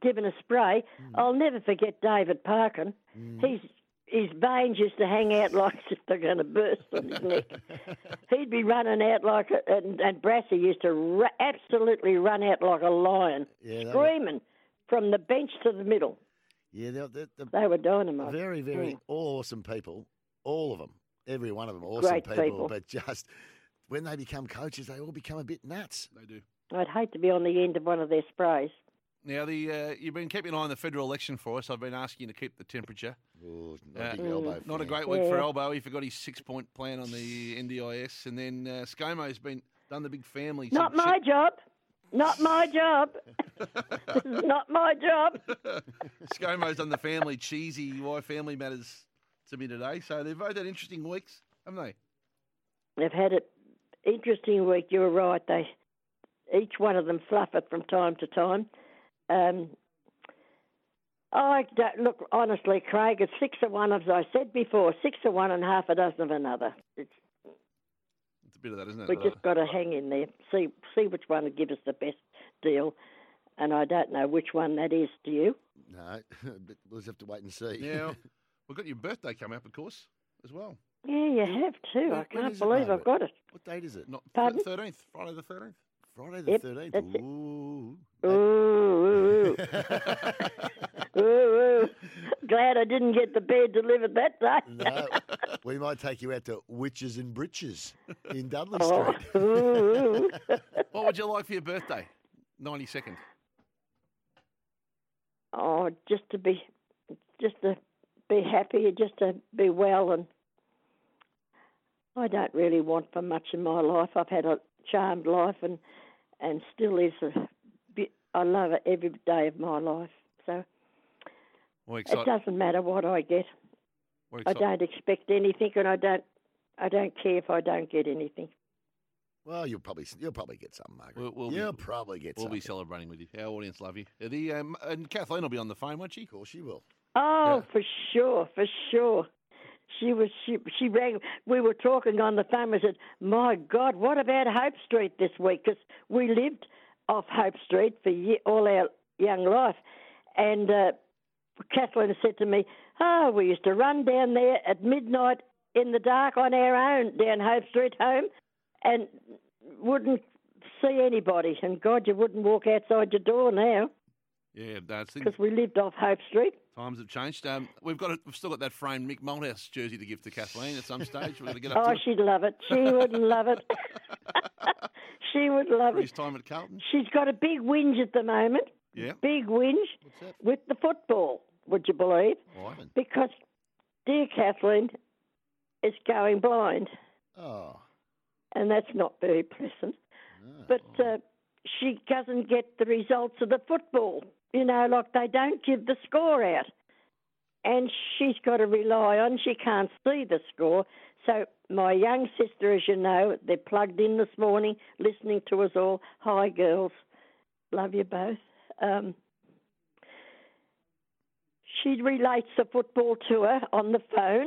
[SPEAKER 4] given a spray.
[SPEAKER 3] Mm.
[SPEAKER 4] I'll never forget David Parkin. He's his veins used to hang out like as if they're going to burst on his neck. He'd be running out like a, and, and Brassy used to ru- absolutely run out like a lion,
[SPEAKER 3] Yeah, they were-
[SPEAKER 4] screaming from the bench to the middle.
[SPEAKER 3] Yeah, they're, they're, they're
[SPEAKER 4] They were dynamite.
[SPEAKER 3] very, very
[SPEAKER 4] Mm.
[SPEAKER 3] awesome people. All of them, every one of them, awesome
[SPEAKER 4] Great people.
[SPEAKER 3] But just when they become coaches, they all become a bit nuts.
[SPEAKER 2] They do.
[SPEAKER 4] I'd hate to be on the end of one of their sprays.
[SPEAKER 2] Now, the uh, you've been keeping an eye on the federal election for us. I've been asking you to keep the temperature. Uh,
[SPEAKER 3] not a big elbow
[SPEAKER 2] not a
[SPEAKER 3] fan.
[SPEAKER 2] great week for
[SPEAKER 3] Yeah.
[SPEAKER 2] elbow. He forgot his six-point plan on the NDIS, and then uh, ScoMo's been done the big family.
[SPEAKER 4] Not my job. Not my job. this is not my job.
[SPEAKER 2] ScoMo's done the family cheesy why family matters to me today. So they've both had interesting weeks, haven't they?
[SPEAKER 4] They've had an interesting week. You were right. They each one of them fluff it from time to time. Um, I don't, look honestly, Craig. It's six of one, as I said before. Six of one and half a dozen of another. It's,
[SPEAKER 2] It's a bit of that, isn't it? Uh,
[SPEAKER 4] we just got to hang in there. See see which one will give us the best deal. And I don't know which one that is. Do you?
[SPEAKER 3] No, but we'll just have to wait and see.
[SPEAKER 2] Now, we've got your birthday coming up, of course, as well.
[SPEAKER 4] Yeah, you have too.
[SPEAKER 2] When-
[SPEAKER 4] I
[SPEAKER 2] when
[SPEAKER 4] can't
[SPEAKER 2] is it,
[SPEAKER 4] believe I've
[SPEAKER 2] Margaret?
[SPEAKER 4] got it.
[SPEAKER 3] What date is it?
[SPEAKER 2] Not
[SPEAKER 4] Pardon?
[SPEAKER 2] thirteenth, Friday the thirteenth.
[SPEAKER 3] Friday the
[SPEAKER 4] Yep,
[SPEAKER 3] thirteenth.
[SPEAKER 4] that's it.
[SPEAKER 3] Ooh.
[SPEAKER 4] Ooh, ooh, ooh. ooh, ooh. Glad I didn't get the bed delivered that day.
[SPEAKER 3] No, we might take you out to Witches and Britches in Dudley
[SPEAKER 4] Oh.
[SPEAKER 3] Street.
[SPEAKER 4] Ooh, ooh.
[SPEAKER 2] What would you like for your birthday? Ninety second.
[SPEAKER 4] oh, just to be, just to be happy, just to be well, and I don't really want for much in my life. I've had a charmed life, and and still is a bit. I love it every day of my life. So
[SPEAKER 2] We're
[SPEAKER 4] it doesn't matter what I get.
[SPEAKER 2] We're
[SPEAKER 4] I
[SPEAKER 2] excited.
[SPEAKER 4] don't expect anything, and I don't. I don't care if I don't get anything.
[SPEAKER 3] Well, you'll probably you'll probably get something, Margaret.
[SPEAKER 2] We'll, we'll
[SPEAKER 3] you'll
[SPEAKER 2] be,
[SPEAKER 3] probably get
[SPEAKER 2] We'll
[SPEAKER 3] something.
[SPEAKER 2] be celebrating with you. Our audience love you. Uh, The um, and Kathleen will be on the phone, won't she? Of
[SPEAKER 3] course she will.
[SPEAKER 4] Oh, for sure, for sure. She was she she rang. We were talking on the phone. I said, "My God, what about Hope Street this week? 'Cause we lived off Hope Street for ye- all our young life." And uh, Kathleen said to me, "Oh, we used to run down there at midnight in the dark on our own down Hope Street home, and wouldn't see anybody, and God, you wouldn't walk outside your door now
[SPEAKER 2] Yeah, that's
[SPEAKER 4] because we lived off Hope Street.
[SPEAKER 2] Times have changed. Um, we've got a, we've still got that framed Mick Malthouse jersey to give to Kathleen at some stage. We're going to get up
[SPEAKER 4] Oh,
[SPEAKER 2] to it.
[SPEAKER 4] she'd love it. She would love it. she would love
[SPEAKER 2] for his
[SPEAKER 4] it.
[SPEAKER 2] time at Carlton.
[SPEAKER 4] She's got a big whinge at the moment.
[SPEAKER 2] Yeah.
[SPEAKER 4] Big whinge with the football. Would you believe?
[SPEAKER 2] Why?
[SPEAKER 4] Because dear Kathleen is going blind.
[SPEAKER 3] Oh.
[SPEAKER 4] and that's not very pleasant.
[SPEAKER 2] Ah,
[SPEAKER 4] But uh, she doesn't get the results of the football, you know, like they don't give the score out. And she's got to rely on, she can't see the score. So, my young sister, as you know, they're plugged in this morning, listening to us all. Hi, girls. Love you both. Um, she relates the football to her on the phone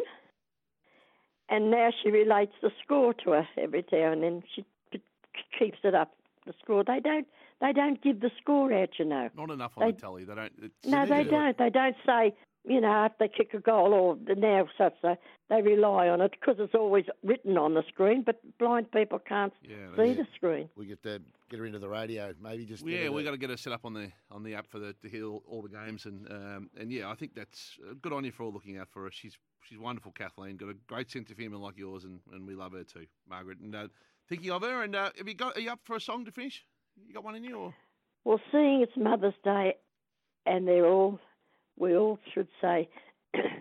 [SPEAKER 4] and now she relates the score to her every now and then. She p- keeps it up. The score they don't they don't give the score out, you know.
[SPEAKER 2] Not enough on
[SPEAKER 4] They-
[SPEAKER 2] the telly. They don't. It's,
[SPEAKER 4] No, they don't. They don't say you know if they kick a goal or the now such so. They rely on it because it's always written on the screen, but blind people can't see the screen.
[SPEAKER 3] We get that, get her into the radio. Maybe just
[SPEAKER 2] Yeah,
[SPEAKER 3] get
[SPEAKER 2] we
[SPEAKER 3] her
[SPEAKER 2] got to get her set up on the on the app for the to hear all, all the games and um, and yeah, I think that's uh, good on you for all looking out for her. She's she's wonderful, Kathleen. Got a great sense of humour like yours, and, and we love her too, Margaret. And uh, thinking of her, and uh, have you got are you up for a song to finish? You got one in you? Or?
[SPEAKER 4] Well, seeing it's Mother's Day, and they're all, we all should say,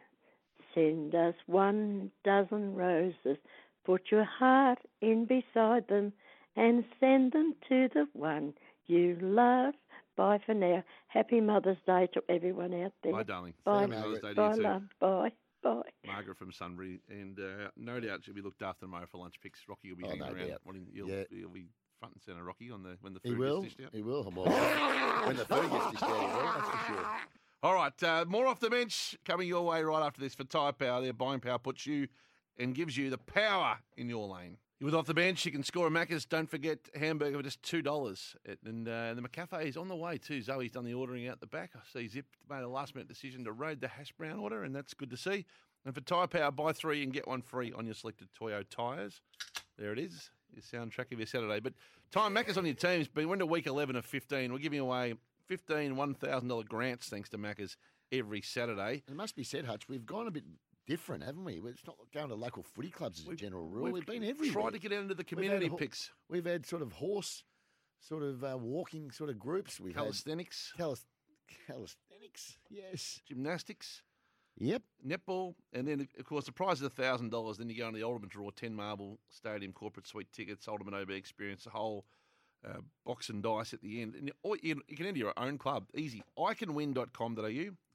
[SPEAKER 4] send us one dozen roses, put your heart in beside them, and send them to the one you love. Bye for now. Happy Mother's Day to everyone out there.
[SPEAKER 2] Bye, darling.
[SPEAKER 4] Bye,
[SPEAKER 2] Happy Mother's Day to you
[SPEAKER 4] Bye,
[SPEAKER 2] too.
[SPEAKER 4] love. Bye. Bye.
[SPEAKER 2] Margaret from Sunbury, and uh, no doubt she'll be looked after tomorrow for lunch picks. Rocky will be
[SPEAKER 3] Oh,
[SPEAKER 2] hanging
[SPEAKER 3] no
[SPEAKER 2] around.
[SPEAKER 3] doubt.
[SPEAKER 2] Wanting, you'll,
[SPEAKER 3] Yeah.
[SPEAKER 2] you'll be front and centre, Rocky, on the when the
[SPEAKER 3] He
[SPEAKER 2] food
[SPEAKER 3] will.
[SPEAKER 2] gets dished out.
[SPEAKER 3] He will. Well, when the food gets dished out, he will, that's for sure.
[SPEAKER 2] All right, uh, more off the bench coming your way right after this for Tyre Power. Their buying power puts you and gives you the power in your lane. With off the bench, you can score a Macca's. Don't forget hamburger for just two dollars. And uh, the McCafe is on the way too. Zoe's done the ordering out the back. I see Zip made a last minute decision to raid the hash brown order, and that's good to see. And for Tyre Power, buy three and get one free on your selected Toyo tyres. There it is, your soundtrack of your Saturday. But time Macca's on your team's been we're into week eleven of fifteen. We're giving away fifteen one thousand dollar grants thanks to Macca's every Saturday.
[SPEAKER 3] It must be said, Hutch, we've gone a bit different, haven't we? It's not going to local footy clubs as a general rule. We've,
[SPEAKER 2] we've
[SPEAKER 3] been
[SPEAKER 2] tried
[SPEAKER 3] everywhere.
[SPEAKER 2] to get out into the
[SPEAKER 3] We've had
[SPEAKER 2] community picks.
[SPEAKER 3] We've had sort of horse, sort of uh, walking sort of groups. We've had
[SPEAKER 2] Calisthenics.
[SPEAKER 3] calis- calisthenics, yes.
[SPEAKER 2] Gymnastics.
[SPEAKER 3] Yep.
[SPEAKER 2] Netball. And then, of course, the prize is $1,000. Then you go into the Ultimate Draw, 10 Marble Stadium Corporate Suite tickets, Ultimate OB Experience, the whole uh, box and dice at the end. And you- or you, you can enter your own club. Easy. Icanwin.com.au.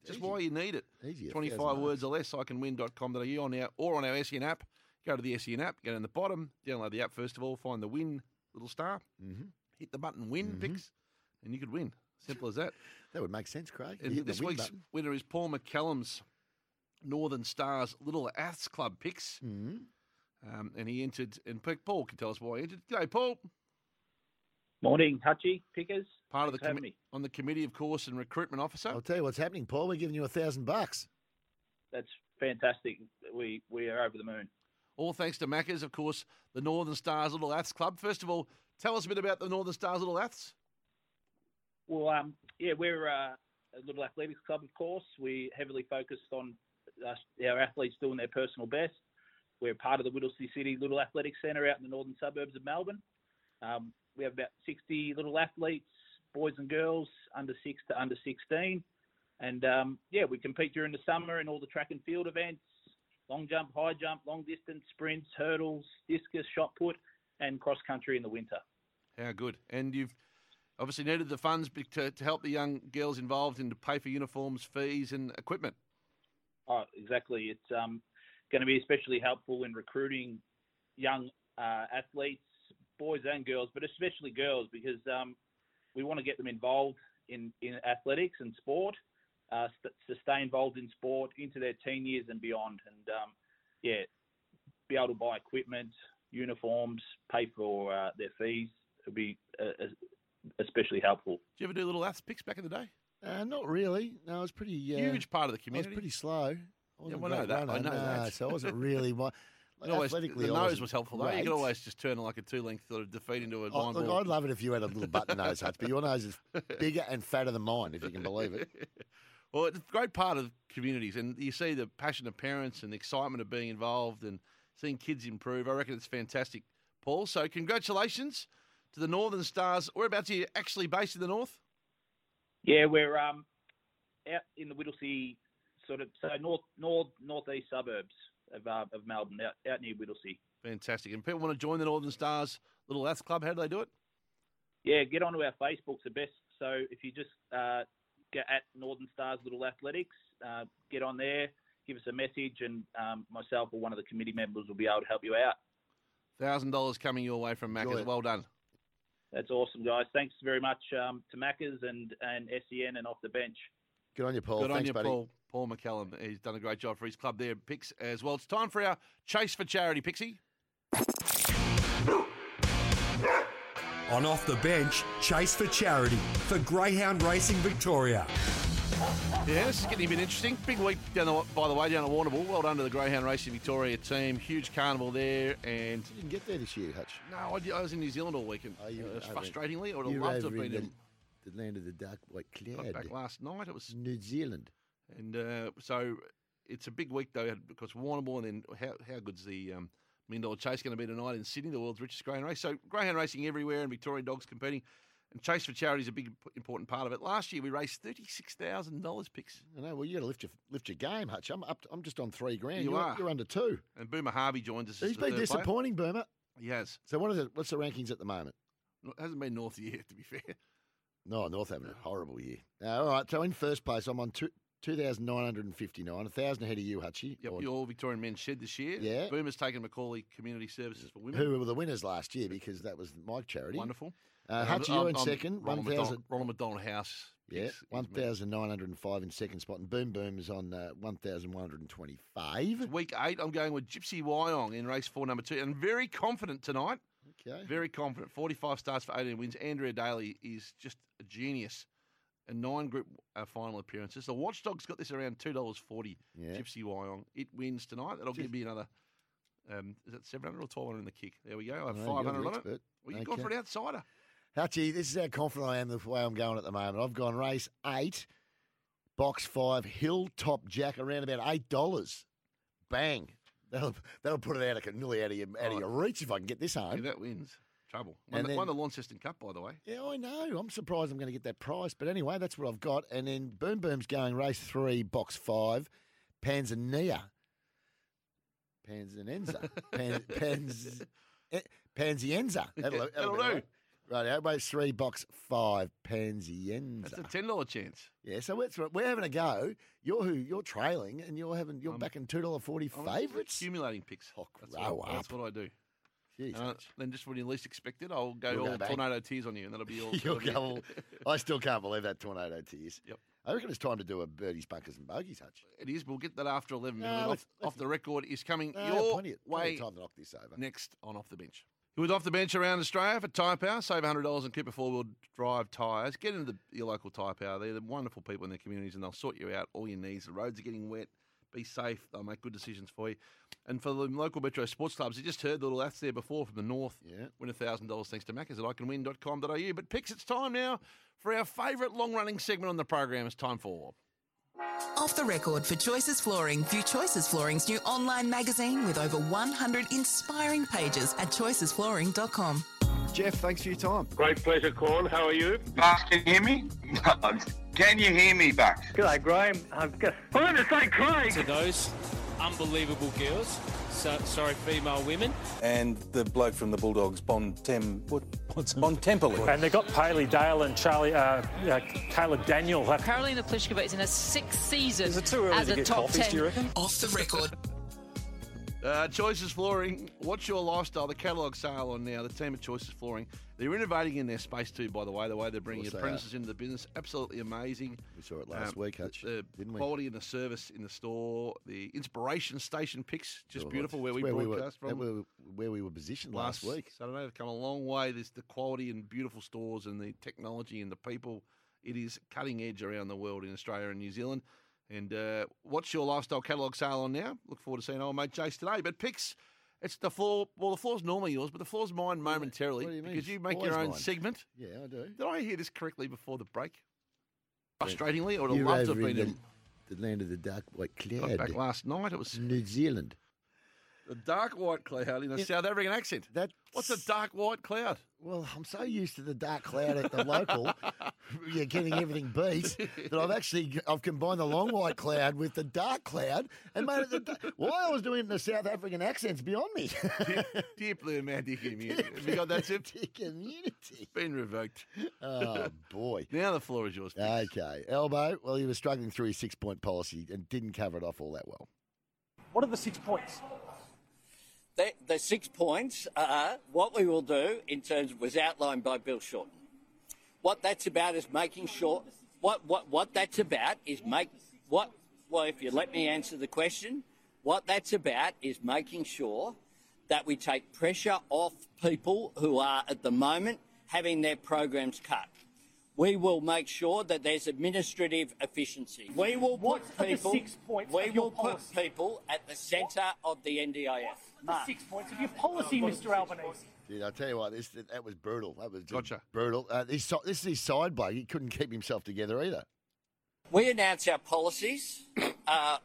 [SPEAKER 2] Just why you need it.
[SPEAKER 3] Easy, a
[SPEAKER 2] 25
[SPEAKER 3] thousand
[SPEAKER 2] words or less, icanwin.com.au on our, or on our SEN app. Go to the SEN app, go down the bottom, download the app first of all, find the win little star,
[SPEAKER 3] Mm-hmm.
[SPEAKER 2] hit the button win picks, and you could win. Simple as that.
[SPEAKER 3] That would make sense, Craig. You
[SPEAKER 2] And
[SPEAKER 3] hit the
[SPEAKER 2] this
[SPEAKER 3] win
[SPEAKER 2] week's
[SPEAKER 3] button.
[SPEAKER 2] winner is Paul McCallum's Northern Stars Little Aths Club picks.
[SPEAKER 3] Mm.
[SPEAKER 2] Um, and he entered, and P- Paul can tell us why he entered. G'day, Paul.
[SPEAKER 7] Morning, Hutchie Pickers.
[SPEAKER 2] Part of the
[SPEAKER 7] Thanks for having
[SPEAKER 2] commi- on the committee, of course, and recruitment officer.
[SPEAKER 3] I'll tell you what's happening, Paul. We're giving you a thousand bucks.
[SPEAKER 7] That's fantastic. We we are over the moon.
[SPEAKER 2] All thanks to Maccas, of course, the Northern Stars Little Aths Club. First of all, tell us a bit about the Northern Stars Little Aths.
[SPEAKER 7] Well, um, yeah, we're uh, a little athletics club, of course. We heavily focused on us, our athletes doing their personal best. We're part of the Whittlesea City Little Athletic Centre out in the northern suburbs of Melbourne. Um, we have about 60 little athletes, boys and girls, under six to under 16. And um, yeah, we compete during the summer in all the track and field events long jump, high jump, long distance, sprints, hurdles, discus, shot put, and cross country in the winter.
[SPEAKER 2] How good. And you've obviously needed the funds be- to, to help the young girls involved and to pay for uniforms, fees, and equipment.
[SPEAKER 7] Oh, exactly. It's um, going to be especially helpful in recruiting young uh, athletes, boys and girls, but especially girls because um, we want to get them involved in, in athletics and sport, uh, st- to stay involved in sport into their teen years and beyond. And um, yeah, be able to buy equipment, uniforms, pay for uh, their fees. It'll be uh, es- especially helpful.
[SPEAKER 2] Did you ever do little aths picks back in the day?
[SPEAKER 3] Uh, not really. No, it's pretty uh,
[SPEAKER 2] Huge part of the
[SPEAKER 3] I was
[SPEAKER 2] community.
[SPEAKER 3] pretty slow. I
[SPEAKER 2] Yeah,
[SPEAKER 3] wasn't
[SPEAKER 2] well,
[SPEAKER 3] a
[SPEAKER 2] I know
[SPEAKER 3] great
[SPEAKER 2] that. I
[SPEAKER 3] runner,
[SPEAKER 2] know that.
[SPEAKER 3] no, so I wasn't really. My,
[SPEAKER 2] You could always-
[SPEAKER 3] Athletically,
[SPEAKER 2] the
[SPEAKER 3] I
[SPEAKER 2] nose
[SPEAKER 3] wasn't
[SPEAKER 2] was helpful, though. You
[SPEAKER 3] great.
[SPEAKER 2] could always just turn like a two length sort of defeat into a
[SPEAKER 3] Oh,
[SPEAKER 2] line
[SPEAKER 3] look,
[SPEAKER 2] ball.
[SPEAKER 3] I'd love it if you had a little button nose hutch, but your nose is bigger and fatter than mine, if you can believe it.
[SPEAKER 2] Well, it's a great part of communities, and you see the passion of parents and the excitement of being involved and seeing kids improve. I reckon it's fantastic, Paul. So, congratulations to the Northern Stars. Whereabouts are you actually based in the north?
[SPEAKER 7] Yeah, we're um, out in the Whittlesea, sort of so north north northeast suburbs of uh, of Melbourne, out, out near Whittlesea.
[SPEAKER 2] Fantastic. And people want to join the Northern Stars Little Ath Club. How do they do it?
[SPEAKER 7] Yeah, get onto our Facebook's the best. So if you just uh, get at Northern Stars Little Athletics, uh, get on there, give us a message, and um, myself or one of the committee members will be able to help you out.
[SPEAKER 2] Thousand dollars coming your way from Macca's.
[SPEAKER 7] Enjoy it.
[SPEAKER 2] Well done.
[SPEAKER 7] That's awesome, guys. Thanks very much um, to Maccas and and SEN and off the bench.
[SPEAKER 3] Good on you, Paul.
[SPEAKER 2] Good
[SPEAKER 3] Thanks,
[SPEAKER 2] on you,
[SPEAKER 3] buddy.
[SPEAKER 2] Paul. Paul McCallum. He's done a great job for his club there, Pix, as well. It's time for our Chase for Charity, Pixie.
[SPEAKER 8] On Off the Bench, Chase for Charity for Greyhound Racing Victoria.
[SPEAKER 2] Yeah, this is getting a bit interesting. Big week, down the, by the way, down at Warrnambool. Well done to the Greyhound Racing Victoria team. Huge carnival there. And you
[SPEAKER 3] didn't get there this year, Hutch.
[SPEAKER 2] No, I, did- I was in New Zealand all weekend.
[SPEAKER 3] Oh,
[SPEAKER 2] it was
[SPEAKER 3] over-
[SPEAKER 2] frustratingly. I would have
[SPEAKER 3] you
[SPEAKER 2] loved to
[SPEAKER 3] over
[SPEAKER 2] have been
[SPEAKER 3] in
[SPEAKER 2] in.
[SPEAKER 3] the, the land of the dark white
[SPEAKER 2] Got
[SPEAKER 3] cloud.
[SPEAKER 2] back last night. It was
[SPEAKER 3] New Zealand.
[SPEAKER 2] And uh, so it's a big week, though, because Warrnambool and then how, how good's the um, Million Dollar Chase going to be tonight in Sydney, the world's richest greyhound race? So greyhound racing everywhere and Victorian dogs competing. And Chase for Charity is a big, imp- important part of it. Last year we raised $36,000 picks.
[SPEAKER 3] I know. Well, you got to lift your lift your game, Hutch. I'm up. I'm just on three grand.
[SPEAKER 2] You
[SPEAKER 3] are
[SPEAKER 2] are.
[SPEAKER 3] You're under two.
[SPEAKER 2] And Boomer Harvey joins us. as
[SPEAKER 3] He's
[SPEAKER 2] the
[SPEAKER 3] been
[SPEAKER 2] third player.
[SPEAKER 3] disappointing, Burma.
[SPEAKER 2] He has.
[SPEAKER 3] So what is it? What's the rankings at the moment?
[SPEAKER 2] No, It hasn't been North yet, to be fair.
[SPEAKER 3] No, North having a horrible year. Uh, all right. So in first place, I'm on two. 2,959, a thousand ahead of you, Hutchie.
[SPEAKER 2] Yep,
[SPEAKER 3] or-
[SPEAKER 2] the All Victorian Men's Shed this year.
[SPEAKER 3] Yeah.
[SPEAKER 2] Boomer's taken Macaulay Community Services for Women.
[SPEAKER 3] who were the winners last year because that was my charity.
[SPEAKER 2] Wonderful.
[SPEAKER 3] Uh,
[SPEAKER 2] And I'm-
[SPEAKER 3] Hutchie, you're in
[SPEAKER 2] I'm- I'm
[SPEAKER 3] second.
[SPEAKER 2] Ronald
[SPEAKER 3] 1,000.
[SPEAKER 2] McDonald- Ronald McDonald House.
[SPEAKER 3] Yeah,
[SPEAKER 2] picks.
[SPEAKER 3] one thousand nine hundred and five in second spot, and Boom Boom is on uh, one thousand one hundred and twenty-five.
[SPEAKER 2] It's week eight. I'm going with Gypsy Wyong in race four, number two, and very confident tonight.
[SPEAKER 3] Okay.
[SPEAKER 2] Very confident. 45 starts for 18 wins. Andrea Daly is just a genius. And nine group uh, final appearances. The Watchdog's got this around two dollars forty.
[SPEAKER 3] Yeah.
[SPEAKER 2] Gypsy Wyong. It wins tonight. That'll give me another. Um, is it seven hundred or twelve hundred in the kick? There we go. I have
[SPEAKER 3] Oh, you're
[SPEAKER 2] five hundred
[SPEAKER 3] the
[SPEAKER 2] on it.
[SPEAKER 3] expert.
[SPEAKER 2] Well, you've gone for
[SPEAKER 3] Okay.
[SPEAKER 2] an outsider.
[SPEAKER 3] Hutchie, this is how confident I am with the way I'm going at the moment. I've gone race eight, box five, Hilltop Jack, around about eight dollars. Bang! That'll that'll put it out of nearly out of your out of your reach if I can get this
[SPEAKER 2] Yeah,
[SPEAKER 3] home.
[SPEAKER 2] that wins. Trouble. Won
[SPEAKER 3] And
[SPEAKER 2] the, won
[SPEAKER 3] then-
[SPEAKER 2] the Launceston Cup, by the way.
[SPEAKER 3] Yeah, I know. I'm surprised I'm going to get that price. But anyway, that's what I've got. And then Boom Boom's going race three, box five, Panzania. Panzanenza. Pan, panz, eh, Panzienza. That'll,
[SPEAKER 2] Yeah,
[SPEAKER 3] that'll,
[SPEAKER 2] that'll
[SPEAKER 3] do. Right, out race three, box five, Panzienza.
[SPEAKER 2] That's a ten dollar chance.
[SPEAKER 3] yeah, so we're, we're having a go. You're who you're trailing, and you're having you're backing two dollar forty
[SPEAKER 2] I'm
[SPEAKER 3] favourites.
[SPEAKER 2] Accumulating picks. that's,
[SPEAKER 3] Oh, grow
[SPEAKER 2] what, that's what I do.
[SPEAKER 3] Jeez,
[SPEAKER 2] And I- then just when you least expect it, I'll go
[SPEAKER 3] You'll
[SPEAKER 2] all
[SPEAKER 3] go bang.
[SPEAKER 2] tornado tears on you, and that'll be all. that'll
[SPEAKER 3] You'll
[SPEAKER 2] be-
[SPEAKER 3] go all- I still can't believe that tornado tears.
[SPEAKER 2] Yep.
[SPEAKER 3] I reckon it's time to do a birdies, bunkers, and bogeys, Hutch.
[SPEAKER 2] It is. We'll get that after eleven.
[SPEAKER 3] No,
[SPEAKER 2] because
[SPEAKER 3] let's-
[SPEAKER 2] off, off the record is coming
[SPEAKER 3] No,
[SPEAKER 2] your
[SPEAKER 3] plenty of-
[SPEAKER 2] way
[SPEAKER 3] plenty of time to knock this over.
[SPEAKER 2] next on off the bench. He was off the bench around Australia for Tyre Power. Save $100 on Cooper four-wheel drive tyres. Get into the, your local Tyre Power. They're the wonderful people in their communities and they'll sort you out all your needs. The roads are getting wet. Be safe. They'll make good decisions for you. And for the local Metro sports clubs, you just heard the little aths there before from the north. Yeah. Win $1,000 thanks to Maccas at iCanWin.com.au. But Picks, it's time now for our favourite long-running segment on the program. It's time for...
[SPEAKER 1] Off the record for Choices Flooring, view Choices Flooring's new online magazine with over 100 inspiring pages at choicesflooring.com.
[SPEAKER 9] Jeff, thanks for your time.
[SPEAKER 10] Great pleasure, Corn. How are you?
[SPEAKER 11] Bucks, can you hear me? can you hear me, Bucks? G'day, Graham. I'm good. I'm going to say Craig.
[SPEAKER 25] to those unbelievable girls. So, sorry, female women. And the bloke from the Bulldogs, Bon Tem, what, what's Bon Temple.
[SPEAKER 26] And they've got Paley Dale and Charlie, uh, uh, Caleb Daniel.
[SPEAKER 27] Carolina Pliskova is in her sixth season
[SPEAKER 26] early
[SPEAKER 27] as
[SPEAKER 26] to
[SPEAKER 27] a
[SPEAKER 26] get
[SPEAKER 27] top
[SPEAKER 26] coffees,
[SPEAKER 27] ten.
[SPEAKER 26] do you reckon?
[SPEAKER 27] Off the record.
[SPEAKER 2] Uh, Choices Flooring, what's your lifestyle? The catalogue sale on now. The team at Choices Flooring, they're innovating in their space too. By the way, the way they're bringing
[SPEAKER 3] course they are.
[SPEAKER 2] apprentices into the business, absolutely amazing.
[SPEAKER 3] We saw it
[SPEAKER 2] Um,
[SPEAKER 3] last week, Hutch,
[SPEAKER 2] The
[SPEAKER 3] didn't we?
[SPEAKER 2] quality and the service in the store, the inspiration station picks, just
[SPEAKER 3] Sure.
[SPEAKER 2] beautiful. Where
[SPEAKER 3] It's
[SPEAKER 2] we broadcast
[SPEAKER 3] were,
[SPEAKER 2] from
[SPEAKER 3] Where we, where we were positioned last, week.
[SPEAKER 2] Saturday, they've come a long way. There's the quality and beautiful stores and the technology and the people. It is cutting edge around the world in Australia and New Zealand. And uh, what's your lifestyle catalogue sale on now? Look forward to seeing old mate Jace today. But picks It's the floor. Well, the floor's normally yours, but the floor's mine momentarily because you make your
[SPEAKER 3] Always
[SPEAKER 2] own
[SPEAKER 3] mine.
[SPEAKER 2] segment.
[SPEAKER 3] Yeah, I do.
[SPEAKER 2] Did I hear this correctly before the break?
[SPEAKER 3] Yeah.
[SPEAKER 2] Frustratingly, I would have
[SPEAKER 3] You were
[SPEAKER 2] loved to have
[SPEAKER 3] over
[SPEAKER 2] been
[SPEAKER 3] in
[SPEAKER 2] in
[SPEAKER 3] the, the land of the dark white
[SPEAKER 2] Got
[SPEAKER 3] cloud.
[SPEAKER 2] back last night. It was
[SPEAKER 3] New Zealand.
[SPEAKER 2] the dark white cloud in a South African accent.
[SPEAKER 3] That
[SPEAKER 2] what's a dark white cloud?
[SPEAKER 3] Well, I'm so used to the dark cloud at the local, you're getting everything beat, that I've actually I've combined the long white cloud with the dark cloud and made it. The, da- why I was doing it in the South African accent's beyond me.
[SPEAKER 2] Dear blue man, dear community. Have you got that tip?
[SPEAKER 3] community.
[SPEAKER 2] Been revoked.
[SPEAKER 3] Oh, boy.
[SPEAKER 2] Now the floor is yours.
[SPEAKER 3] Okay, elbow. Well, he was struggling through his six-point policy and didn't cover it off all that well.
[SPEAKER 6] What are the six points?
[SPEAKER 9] The, the six points are what we will do in terms was outlined by Bill Shorten. What that's about is making sure what what what that's about is make what well if you let me answer the question, what that's about is making sure that we take pressure off people who are at the moment having their programs cut. We will make sure that there's administrative efficiency. We will put
[SPEAKER 6] What are the
[SPEAKER 9] people
[SPEAKER 6] six points
[SPEAKER 9] we
[SPEAKER 6] of your
[SPEAKER 9] will put
[SPEAKER 6] policy?
[SPEAKER 9] people at the centre of the NDIS.
[SPEAKER 6] The six points of your policy, Mr. Albanese.
[SPEAKER 3] Dude, I'll tell you what, this that was brutal. That was just
[SPEAKER 9] Gotcha.
[SPEAKER 3] brutal. Uh, this, si- this is his side blow. He couldn't keep himself together either.
[SPEAKER 9] We announce our policies. Uh,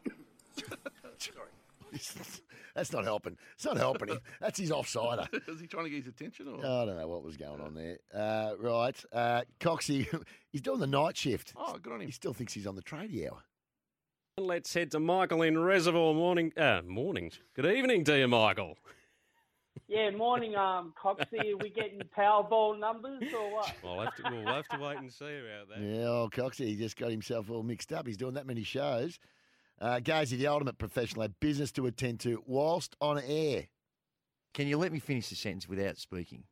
[SPEAKER 3] That's not helping. It's not helping him. That's his offsider.
[SPEAKER 2] Is he trying to get his attention? Or?
[SPEAKER 3] I don't know what was going on there. Uh, right. Uh, Coxie, he's doing the night shift.
[SPEAKER 2] Oh, good on him.
[SPEAKER 3] He still thinks he's on the tradie hour.
[SPEAKER 14] Let's head to Michael in Reservoir. Morning. Uh, morning. Good evening to you, Michael.
[SPEAKER 15] Yeah, morning, um, Coxie. Are we getting Powerball numbers or what?
[SPEAKER 14] Well, have to, we'll have to wait and see about that.
[SPEAKER 3] Yeah, oh, Coxie, he just got himself all mixed up. He's doing that many shows. Uh, Gazy, the ultimate professional, had business to attend to whilst on air.
[SPEAKER 19] Can you let me finish the sentence without speaking?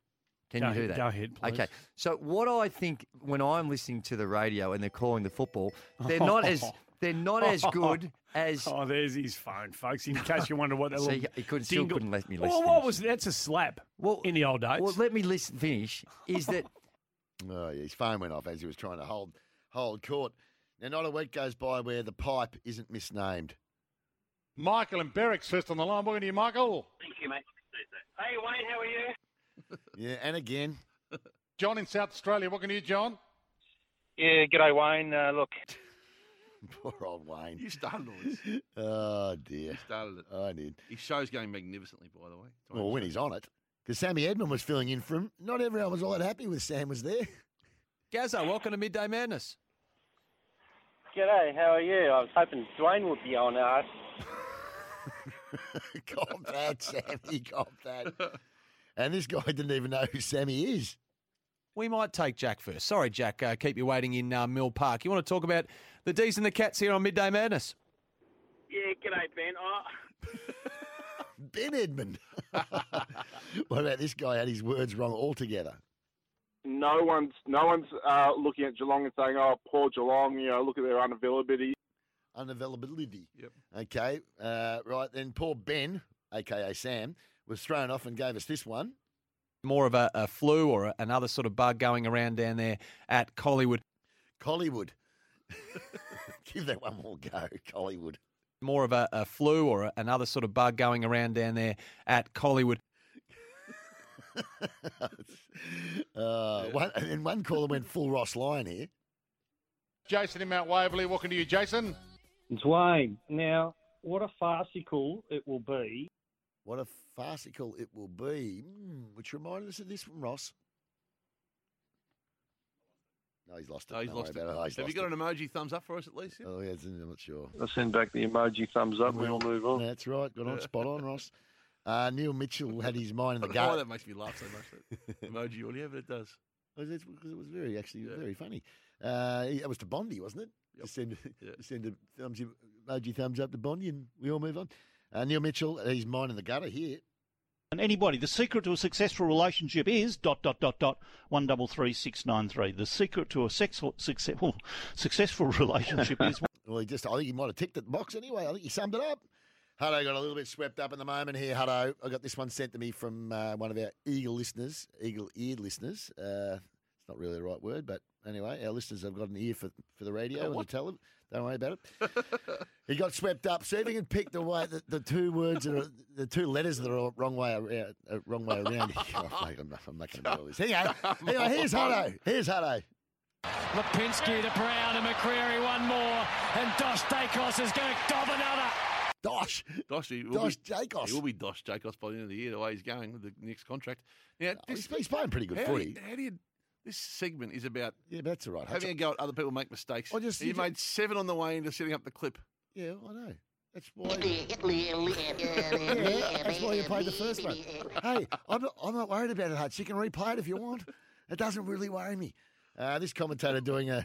[SPEAKER 19] Can
[SPEAKER 3] Go
[SPEAKER 19] you do
[SPEAKER 3] ahead-
[SPEAKER 19] that?
[SPEAKER 3] go ahead, please.
[SPEAKER 19] Okay. So what I think when I'm listening to the radio and they're calling the football, they're not as they're not as good as.
[SPEAKER 16] Oh, there's his phone, folks. In case you wonder what that
[SPEAKER 19] See,
[SPEAKER 16] little
[SPEAKER 19] he couldn't- still
[SPEAKER 16] dingle.
[SPEAKER 19] couldn't let me
[SPEAKER 16] Well,
[SPEAKER 19] listen.
[SPEAKER 16] Oh, what was that's a slap.
[SPEAKER 19] Well,
[SPEAKER 16] in the old days.
[SPEAKER 19] Well, let me listen. Finish. Is that
[SPEAKER 3] Oh, yeah, his phone went off as he was trying to hold hold court. Now, not a week goes by where the pipe isn't misnamed.
[SPEAKER 5] Michael and Berwick's first on the line. Welcome to you, Michael.
[SPEAKER 15] Thank you, mate. Hey, Wayne, how are you?
[SPEAKER 3] Yeah, and again.
[SPEAKER 5] John in South Australia. Welcome to you, John.
[SPEAKER 15] Yeah, g'day, Wayne. Uh, look,
[SPEAKER 3] Poor old Wayne.
[SPEAKER 2] You started all this.
[SPEAKER 3] Oh, dear.
[SPEAKER 2] started it.
[SPEAKER 3] I did.
[SPEAKER 2] His show's going magnificently, by the way.
[SPEAKER 3] Well, when he's on it. Because Sammy Edmund was filling in for him. Not everyone was all that happy with Sam was there.
[SPEAKER 17] Gazza, welcome to Midday Madness.
[SPEAKER 15] g'day, how are you? I was hoping Dwayne would be on us.
[SPEAKER 3] Cop that, Sammy. Cop that. And this guy didn't even know who Sammy is.
[SPEAKER 17] We might take Jack first. Sorry, Jack, uh, keep you waiting in uh, Mill Park. You want to talk about the D's and the Cats here on Midday Madness?
[SPEAKER 15] Yeah, g'day, Ben. Oh,
[SPEAKER 3] Ben Edmund. what about this guy had his words wrong altogether?
[SPEAKER 18] no one's no one's uh, looking at Geelong and saying, "Oh, poor Geelong," you know, look at their unavailability.
[SPEAKER 3] Unavailability. Yep. Okay. Uh, right. Then poor Ben, aka Sam, was thrown off and gave us this one.
[SPEAKER 17] More of a, a flu or a, another sort of bug going around down there at Collingwood.
[SPEAKER 3] Collingwood. Give that one more go, Collingwood.
[SPEAKER 17] More of a, a flu or a, another sort of bug going around down there at Collingwood.
[SPEAKER 3] Uh, one, and then one caller went full Ross Lyon here.
[SPEAKER 5] Jason in Mount Waverley. Welcome to you, Jason.
[SPEAKER 28] Dwayne, now what a farcical it will be.
[SPEAKER 3] What a farcical it will be. Mm, which reminded us of this from Ross. No, he's lost it.
[SPEAKER 2] Oh, he's
[SPEAKER 3] Don't worry
[SPEAKER 2] lost it.
[SPEAKER 3] about Oh, he's
[SPEAKER 2] Have you
[SPEAKER 3] lost
[SPEAKER 2] got
[SPEAKER 3] it.
[SPEAKER 2] an emoji thumbs up for us at least? yeah?
[SPEAKER 3] Oh, yeah, it's- I'm not sure.
[SPEAKER 18] I send back the emoji thumbs up, and we'll move on.
[SPEAKER 3] That's right. Good on, spot on, Ross. Uh, Neil Mitchell had his mind in
[SPEAKER 2] I
[SPEAKER 3] the
[SPEAKER 2] don't know why
[SPEAKER 3] gutter.
[SPEAKER 2] that makes me laugh so much. That emoji audio, but it does.
[SPEAKER 3] Because it was very, actually, very funny. Uh, he- that was to Bondi, wasn't it? Just send, just send a thumbs up- emoji thumbs up to Bondi, and we all move on. Uh, Neil Mitchell, had his mind in the gutter here.
[SPEAKER 29] And anybody, the secret to a successful relationship is dot dot dot dot one double three six nine three. The secret to a oh. sexual successful successful relationship is.
[SPEAKER 3] Well, he just, I think he might have ticked at the box anyway. I think he summed it up. Hutto got a little bit swept up in the moment here, Hutto. I got this one sent to me from uh, one of our eagle listeners, eagle eared listeners. Uh, It's not really the right word, but anyway, our listeners have got an ear for, for the radio and the tele. Don't worry about it. he got swept up. See if he can pick the way the, the two words that are, the two letters that are wrong way around. Uh, wrong way around. Oh, fuck, I'm not, I'm not going to do all this. Hang on. Hang on. Here's Hutto. Here's Hutto.
[SPEAKER 30] Lipinski to Brown and McCreary one more. And Dos Dakos is going to dob another.
[SPEAKER 3] Dosh.
[SPEAKER 2] Dosh, he will
[SPEAKER 3] Dosh
[SPEAKER 2] be,
[SPEAKER 3] Jakos.
[SPEAKER 2] He will be Dosh Jakos by the end of the year, the way he's going with the next contract. Now, this,
[SPEAKER 3] Oh, he's playing pretty good
[SPEAKER 2] how
[SPEAKER 3] footy.
[SPEAKER 2] Do you, how do you, this segment is about
[SPEAKER 3] yeah, that's all right.
[SPEAKER 2] having a go at other people make mistakes. I
[SPEAKER 3] just-
[SPEAKER 2] you
[SPEAKER 3] you
[SPEAKER 2] made seven on the way into setting up the clip.
[SPEAKER 3] Yeah, I know. That's why. Yeah, that's why you played the first one. Hey, I'm not, I'm not worried about it, Hutch. You can replay it if you want. It doesn't really worry me. Uh, this commentator doing a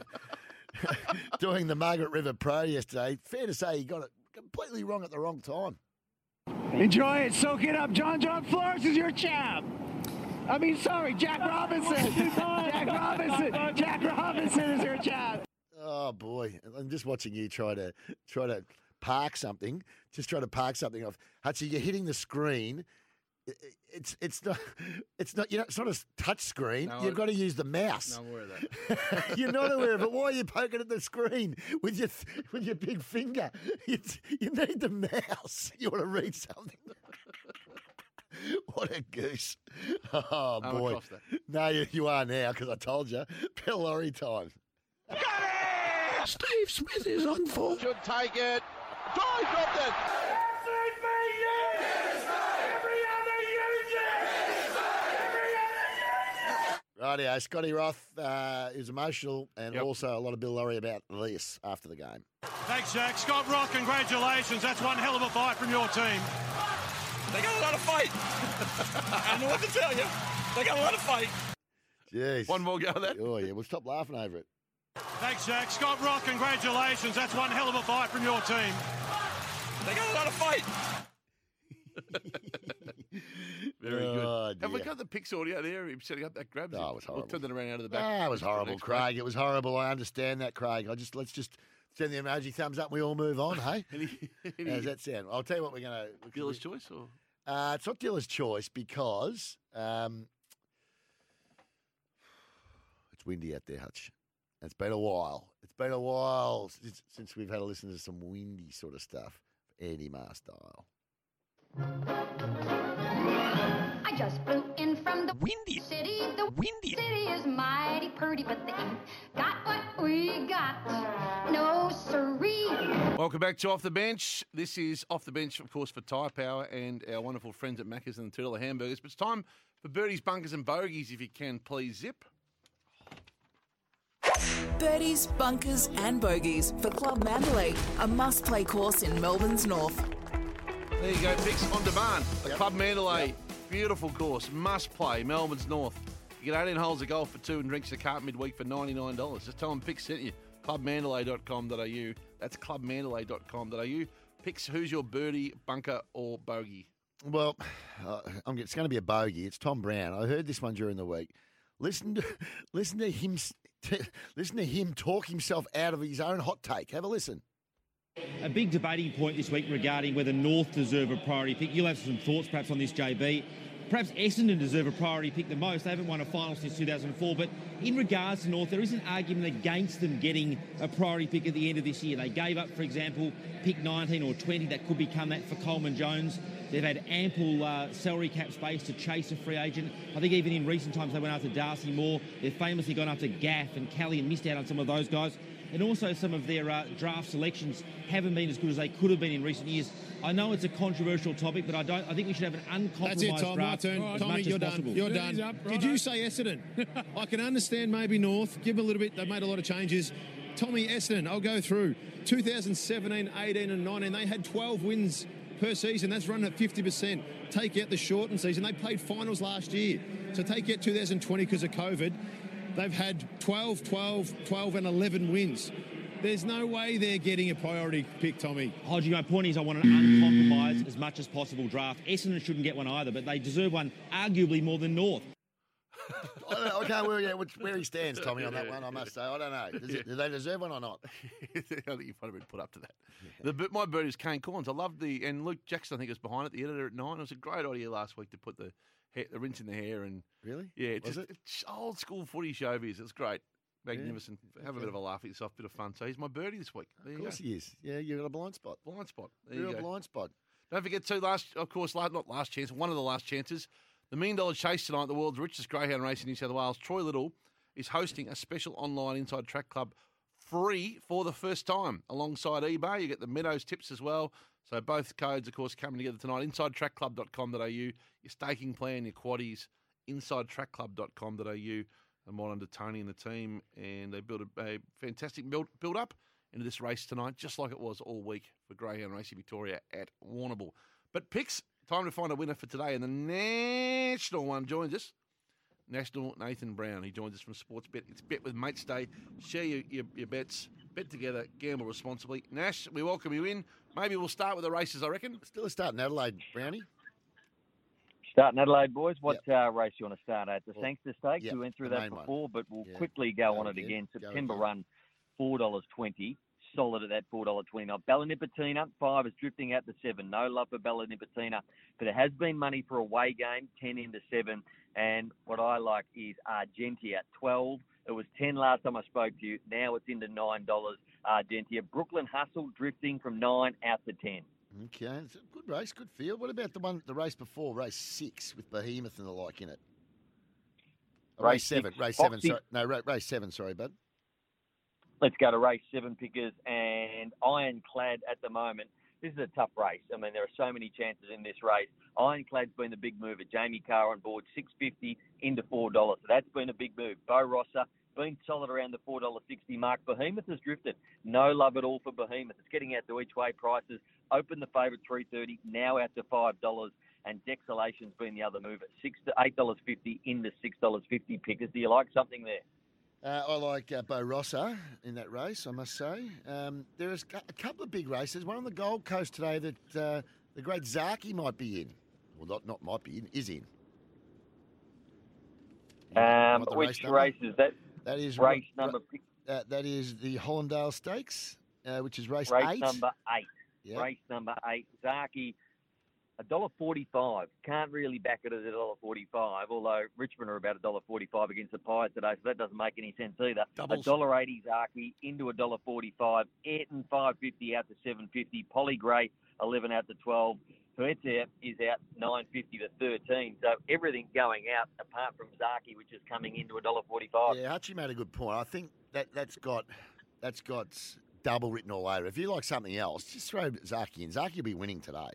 [SPEAKER 3] doing the Margaret River Pro yesterday. Fair to say, he got it completely wrong at the wrong time.
[SPEAKER 14] Enjoy it. Soak it up. John John Flores is your chap. I mean, sorry, Jack Robinson. Jack Robinson. Jack Robinson is your chap.
[SPEAKER 3] Oh boy, I'm just watching you try to try to park something. Just try to park something off. Hutchie, you're hitting the screen. I- I- It's it's not it's not you know it's not a s- touch screen.
[SPEAKER 2] No,
[SPEAKER 3] You've
[SPEAKER 2] I-
[SPEAKER 3] got to use the mouse.
[SPEAKER 2] No, I'm aware of that.
[SPEAKER 3] You're not aware of it. Why are you poking at the screen with your th- with your big finger? You, you need the mouse. You want to read something. what a goose! Oh
[SPEAKER 2] I'm
[SPEAKER 3] boy!
[SPEAKER 2] across that.
[SPEAKER 3] No, you, you are now because I told you. Bill Laurie time.
[SPEAKER 31] Steve Smith is on for. Should take it. Try Compton.
[SPEAKER 3] Rightio, Scotty Roth uh, is emotional and also a lot of Bill Laurie about this after the game.
[SPEAKER 8] Thanks, Jack. Scott Rock, congratulations. That's one hell of a fight from your team. They got a lot of fight. I don't know what to tell you. They got a lot of fight.
[SPEAKER 3] Jeez. One
[SPEAKER 2] more go of that.
[SPEAKER 3] Oh yeah, we'll stop laughing over it.
[SPEAKER 8] Thanks, Jack. Scott Rock, congratulations. That's one hell of a fight from your team. They got a lot of fight.
[SPEAKER 2] Very
[SPEAKER 3] Oh,
[SPEAKER 2] good. Have we
[SPEAKER 3] dear.
[SPEAKER 2] got the Pix audio there? Him setting up that grab.
[SPEAKER 3] No, it was
[SPEAKER 2] We'll turn that around out of the back.
[SPEAKER 3] Ah, it was
[SPEAKER 2] Let's go to the
[SPEAKER 3] horrible,
[SPEAKER 2] next one.
[SPEAKER 3] Craig. It was horrible. I understand that, Craig. I just let's just send the emoji thumbs up. We all move on, hey? How does that sound? I'll tell you what we're going to.
[SPEAKER 2] Dealer's choice or?
[SPEAKER 3] Uh, it's not dealer's choice because um, it's windy out there, Hutch. It's been a while. It's been a while since, since we've had a listen to some windy sort of stuff, Andy Marr style.
[SPEAKER 15] I just flew in from the windy city. The windy city is mighty pretty, but they ain't got what we got. No siree.
[SPEAKER 2] Welcome back to Off the Bench. This is Off the Bench, of course, for Tyre Power and our wonderful friends at Macca's and the Two Hamburgers. But it's time for birdies, bunkers, and bogeys, if you can, please, Zip.
[SPEAKER 1] Birdies, bunkers, and bogeys for Club Mandalay, a must play course in Melbourne's north.
[SPEAKER 2] There you go, Fix on demand. The Club Mandalay. Beautiful course. Must play. Melbourne's North. You get 18 holes of golf for two and drinks a cart midweek for $99. Just tell them Pix sent you. Clubmandalay.com.au. That's clubmandalay.com.au. Pix, who's your birdie, bunker, or bogey?
[SPEAKER 3] Well, uh, I'm, it's going to be a bogey. It's Tom Brown. I heard this one during the week. Listen to listen to him s- t- listen to him talk himself out of his own hot take. Have a listen.
[SPEAKER 32] A big debating point this week regarding whether North deserve a priority pick. You'll have some thoughts perhaps on this, JB. Perhaps Essendon deserve a priority pick the most. They haven't won a final since 2004. But in regards to North, there is an argument against them getting a priority pick at the end of this year. They gave up, for example, pick 19 or 20. That could become that for Coleman Jones. They've had ample uh, salary cap space to chase a free agent. I think even in recent times they went after Darcy Moore. They've famously gone after Gaff and Kelly and missed out on some of those guys and also some of their uh, draft selections haven't been as good as they could have been in recent years. I know it's a controversial topic, but I don't. I think we should have an uncompromised
[SPEAKER 20] That's it, Tom. My
[SPEAKER 32] draft
[SPEAKER 20] turn.
[SPEAKER 32] as
[SPEAKER 20] Tommy,
[SPEAKER 32] much
[SPEAKER 20] you're
[SPEAKER 32] as
[SPEAKER 20] done.
[SPEAKER 32] possible.
[SPEAKER 20] You're done. Did you say Essendon? I can understand maybe North. Give them a little bit. They made a lot of changes. Tommy Essendon, I'll go through. 2017, 18, and 19, they had 12 wins per season. That's running at 50%. Take out the shortened season. They played finals last year. So take out 2020 because of COVID. They've had 12, 12, 12, and 11 wins. There's no way they're getting a priority pick, Tommy.
[SPEAKER 32] Hodgie, my point is, I want an uncompromised as much as possible draft. Essendon shouldn't get one either, but they deserve one arguably more than North.
[SPEAKER 3] I, don't know, I can't work out which, where he stands, Tommy, on that one. I must say, I don't know. Does it- do they deserve one or not?
[SPEAKER 2] I think you've probably been put up to that. The, but my bird is Kane Corns. I loved the and Luke Jackson. I think was behind it. The editor at nine. It was a great idea last week to put the hair, the rinse in the hair and
[SPEAKER 3] really,
[SPEAKER 2] yeah, it's
[SPEAKER 3] Was
[SPEAKER 2] just, it's old school footy showbiz. It's great, magnificent. Have a
[SPEAKER 3] Okay.
[SPEAKER 2] bit of a laugh at yourself, bit of fun. So he's my birdie this week. There
[SPEAKER 3] Of
[SPEAKER 2] you
[SPEAKER 3] course
[SPEAKER 2] go.
[SPEAKER 3] he is. Yeah, you've got a blind spot.
[SPEAKER 2] Blind spot. There you
[SPEAKER 3] You're
[SPEAKER 2] go.
[SPEAKER 3] a blind spot.
[SPEAKER 2] Don't forget too. Last, of course, last, not last chance. One of the last chances. The Million Dollar Chase tonight. The world's richest greyhound race in New South Wales. Troy Little is hosting a special online inside track club free for the first time alongside eBay. You get the Meadows tips as well. So both codes, of course, coming together tonight. InsideTrackClub.com.au. Your staking plan, your quaddies. InsideTrackClub.com.au. And well under Tony and the team, and they built a, a fantastic build, build up into this race tonight, just like it was all week for Greyhound Racing Victoria at Warrnambool. But picks, time to find a winner for today, and the national one joins us. National Nathan Brown. He joins us from Sportsbet. It's Bet with Mates Day. Share your, your, your bets. Bet together. Gamble responsibly. Nash, we welcome you in. Maybe we'll start with the races, I reckon.
[SPEAKER 3] Still a start in Adelaide, Brownie.
[SPEAKER 6] Starting Adelaide, boys. What uh, race you want to start at? The
[SPEAKER 3] Well,
[SPEAKER 6] Sangster Stakes.
[SPEAKER 3] yeah,
[SPEAKER 6] we went through
[SPEAKER 3] the
[SPEAKER 6] that
[SPEAKER 3] main one.
[SPEAKER 6] before, but we'll
[SPEAKER 3] Yeah,
[SPEAKER 6] quickly go,
[SPEAKER 3] go
[SPEAKER 6] on it
[SPEAKER 3] again,
[SPEAKER 6] again.
[SPEAKER 3] go
[SPEAKER 6] September
[SPEAKER 3] again.
[SPEAKER 6] run, four dollars twenty. Solid at that four dollar twenty nine. Bella Nipotina five is drifting out the seven. No love for Bella Nipotina, but it has been money for away game ten into seven. And what I like is Argentia twelve. It was ten last time I spoke to you. Now it's into nine dollars. Argentia. Brooklyn Hustle drifting from nine out to ten.
[SPEAKER 3] Okay, it's a good race, good field. What about the one, the race before, race six, with Behemoth and the like in it? Oh, Race,
[SPEAKER 6] Race six,
[SPEAKER 3] seven, race seven.
[SPEAKER 6] Foxy.
[SPEAKER 3] Sorry, no, ra- race seven. Sorry, bud.
[SPEAKER 6] let's go to race seven pickers and ironclad at the moment. This is a tough race. I mean, there are so many chances in this race. Ironclad's been the big mover. Jamie Carr on board, six fifty into four dollars. So that's been a big move. Bo Rosser been solid around the four dollar sixty mark. Behemoth has drifted. No love at all for Behemoth. It's getting out to each way prices. Open the favourite three thirty. Now out to five dollars. And Dexalation's been the other move at six to eight dollars fifty into six dollars fifty pickers. Do you like something there?
[SPEAKER 3] Uh, I like uh, Bo Rossa in that race, I must say. Um, there is a couple of big races. One on the Gold Coast today that uh, the great Zaki might be in. Well, not, not might be in, is in.
[SPEAKER 6] Um,
[SPEAKER 3] What the
[SPEAKER 6] which
[SPEAKER 3] number?
[SPEAKER 6] race, is that?
[SPEAKER 3] That is
[SPEAKER 6] race
[SPEAKER 3] ra-
[SPEAKER 6] number
[SPEAKER 3] Uh, that is the Hollandale Stakes, uh, which is race,
[SPEAKER 6] race
[SPEAKER 3] eight.
[SPEAKER 6] number eight.
[SPEAKER 3] Yeah.
[SPEAKER 6] Race number eight. Zaki, a dollar forty-five. Can't really back it at a dollar forty-five. Although Richmond are about a dollar forty-five against the Pies today, so that doesn't make any sense either. A
[SPEAKER 8] Doubles.
[SPEAKER 6] dollar eighty Zaki into a dollar forty-five. Eton five fifty out to seven fifty. Polly Gray eleven out to twelve. Huerta is out nine fifty to thirteen. So everything going out apart from Zaki, which is coming into a dollar forty-five.
[SPEAKER 3] Yeah, Hutchie made a good point. I think that that's got that's got double written all over. If you like something else, just throw Zaki in. Zaki will be winning today.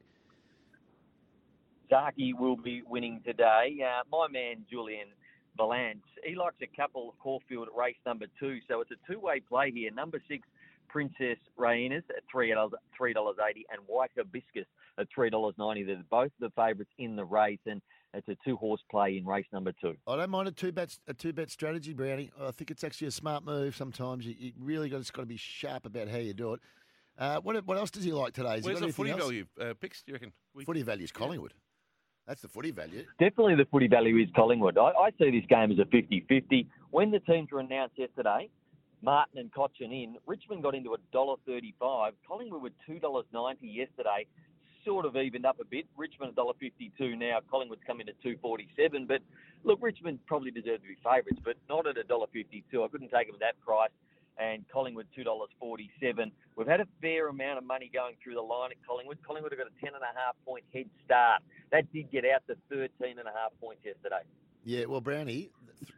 [SPEAKER 6] Zaki will be winning today. Uh, my man Julian Valance, he likes a couple of Caulfield at race number two, so it's a two-way play here. Number six, Princess Raina's at three dollars three dollars eighty, and White Hibiscus at three dollars ninety. They're both the favourites in the race, and it's a two-horse play in race number two.
[SPEAKER 3] I don't mind a two bet a two bet strategy, Brownie. I think it's actually a smart move. Sometimes you, you really got just got to be sharp about how you do it. Uh, what what else does he like today? Has he
[SPEAKER 2] Where's
[SPEAKER 3] got
[SPEAKER 2] the
[SPEAKER 3] anything
[SPEAKER 2] footy
[SPEAKER 3] else?
[SPEAKER 2] value uh, picks, do you reckon? We-
[SPEAKER 3] Footy value is Collingwood. That's the footy value.
[SPEAKER 6] Definitely the footy value is Collingwood. I, I see this game as a 50 50. When the teams were announced yesterday, Martin and Cochin in, Richmond got into a dollar thirty-five. Collingwood were $2.90 yesterday, sort of evened up a bit. Richmond $1.52 now. Collingwood's come in at 247 But look, Richmond probably deserved to be favourites, but not at $1.52. I couldn't take them at that price. And Collingwood $2.47. We've had a fair amount of money going through the line at Collingwood. Collingwood have got a 10.5 point head start. That did get out to 13 and a half points yesterday.
[SPEAKER 3] Yeah, well, Brownie, th-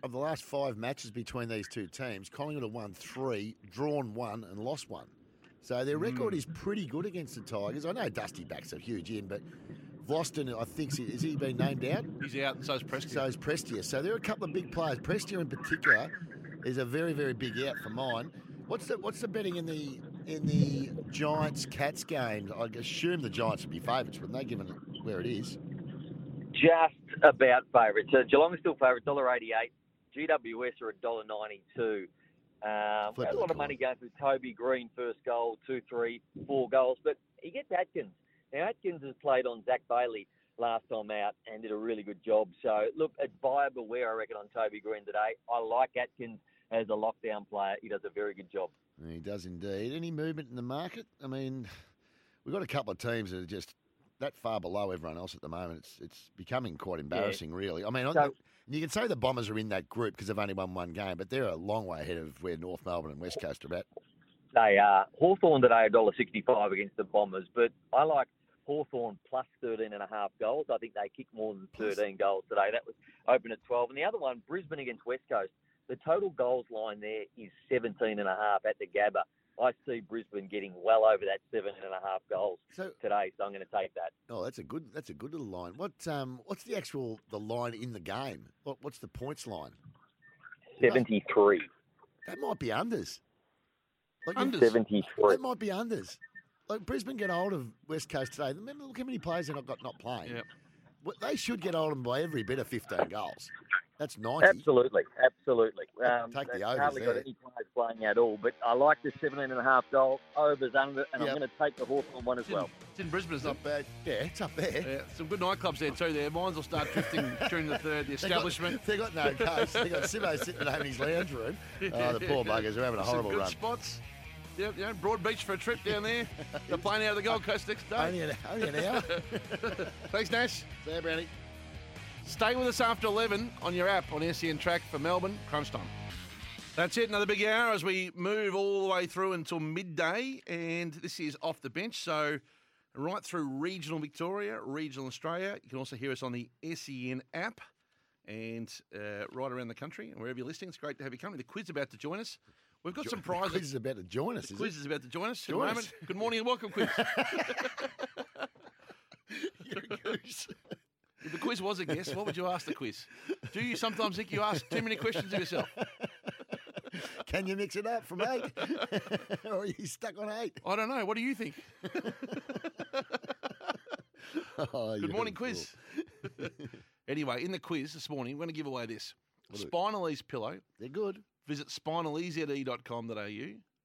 [SPEAKER 3] of the last five matches between these two teams, Collingwood have won three, drawn one, and lost one. So their record
[SPEAKER 2] Hmm.
[SPEAKER 3] is pretty good against the Tigers. I know Dusty backs a huge in, but Vlosten, I think, is he been named out?
[SPEAKER 2] He's out, and so's Preston.
[SPEAKER 3] So is Prestia. So there are a couple of big players. Prestia in particular is a very, very big out for mine. What's the what's the betting in the in the Giants Cats game? I assume the Giants would be favourites, wouldn't they, given where it is?
[SPEAKER 6] Just about favourite. So Geelong is still favourite, dollar eighty-eight. GWS are a dollar ninety-two. Um,
[SPEAKER 3] Flip
[SPEAKER 6] a
[SPEAKER 3] it,
[SPEAKER 6] lot of
[SPEAKER 3] come
[SPEAKER 6] money going through Toby Green first goal, two, three, four goals. But he gets Atkins. Now Atkins has played on Zach Bailey last time out and did a really good job. So, look, it's buyer beware, I reckon, on Toby Green today. I like Atkins as a lockdown player. He does a very good job.
[SPEAKER 3] He does indeed. Any movement in the market? I mean, we've got a couple of teams that are just that far below everyone else at the moment. It's it's becoming quite embarrassing, really. I mean, I-
[SPEAKER 6] So-
[SPEAKER 3] you can say the Bombers are in that group because they've only won one game, but they're a long way ahead of where North Melbourne and West Coast are at.
[SPEAKER 6] They are. Hawthorn today, $1.65 against the Bombers, but I like Hawthorn plus 13 and a half goals. I think they kicked more than 13 goals today. That was open at 12. And the other one, Brisbane against West Coast. The total goals line there is 17 and a half at the Gabba. I see Brisbane getting well over that seven and a half goals today, so I'm going to take that.
[SPEAKER 3] Oh, that's a good that's a good little line. What um what's the actual the line in the game? What what's the points line?
[SPEAKER 6] 73.
[SPEAKER 3] That might be unders.
[SPEAKER 6] Unders.
[SPEAKER 3] you've-
[SPEAKER 6] 73.
[SPEAKER 3] That might be unders. Like Brisbane get hold of West Coast today. Remember, look how many players they've got not playing. Well, they should get hold of them by every bit of 15 goals. That's 90.
[SPEAKER 6] Absolutely, absolutely. Um,
[SPEAKER 3] Take the
[SPEAKER 6] they've
[SPEAKER 3] overs
[SPEAKER 6] Hardly got
[SPEAKER 3] there.
[SPEAKER 6] any players playing at all, but I like the 17 and a half goal overs under,
[SPEAKER 2] Yep.
[SPEAKER 6] and I'm going to take the Hawthorn one as well.
[SPEAKER 2] It's in Brisbane, it's not bad.
[SPEAKER 3] Yeah, it's up there.
[SPEAKER 2] Yeah, some good nightclubs there too. Their minds will start drifting during the third. The
[SPEAKER 3] They got-
[SPEAKER 2] establishment.
[SPEAKER 3] They got, no coach. They got Simo sitting at home in his lounge room. Oh, the poor buggers are having a
[SPEAKER 2] Some
[SPEAKER 3] horrible
[SPEAKER 2] good
[SPEAKER 3] run.
[SPEAKER 2] spots. Yeah, yeah, Broad Beach for a trip down there. They're playing out of the Gold Coast next day.
[SPEAKER 3] Only an- only an hour.
[SPEAKER 2] Thanks, Nash.
[SPEAKER 3] See you, Brownie.
[SPEAKER 2] Stay with us after 11 on your app on SEN Track for Melbourne Crunch Time. That's it, another big hour as we move all the way through until midday. And this is off the bench. So, right through regional Victoria, regional Australia. You can also hear us on the SEN app and uh, right around the country and wherever you're listening. It's great to have you coming. The quiz is about to join us. We've got some prizes.
[SPEAKER 3] Quiz is about to join us.
[SPEAKER 2] The
[SPEAKER 3] Is
[SPEAKER 2] quiz
[SPEAKER 3] it?
[SPEAKER 2] is about to join us. in a
[SPEAKER 3] Join us.
[SPEAKER 2] moment. Good morning and welcome, quiz. If the quiz was a guess, what would you ask the quiz? Do you sometimes think you ask too many questions of yourself?
[SPEAKER 3] Can you mix it up from eight? or are you stuck on eight?
[SPEAKER 2] I don't know. What do you think?
[SPEAKER 3] Oh,
[SPEAKER 2] Good
[SPEAKER 3] you're
[SPEAKER 2] morning,
[SPEAKER 3] a
[SPEAKER 2] quiz. anyway, in the quiz this morning, we're going to give away this
[SPEAKER 3] What do we-
[SPEAKER 2] Spinal Ease pillow.
[SPEAKER 3] They're good.
[SPEAKER 2] Visit spinaleasyd.com.au.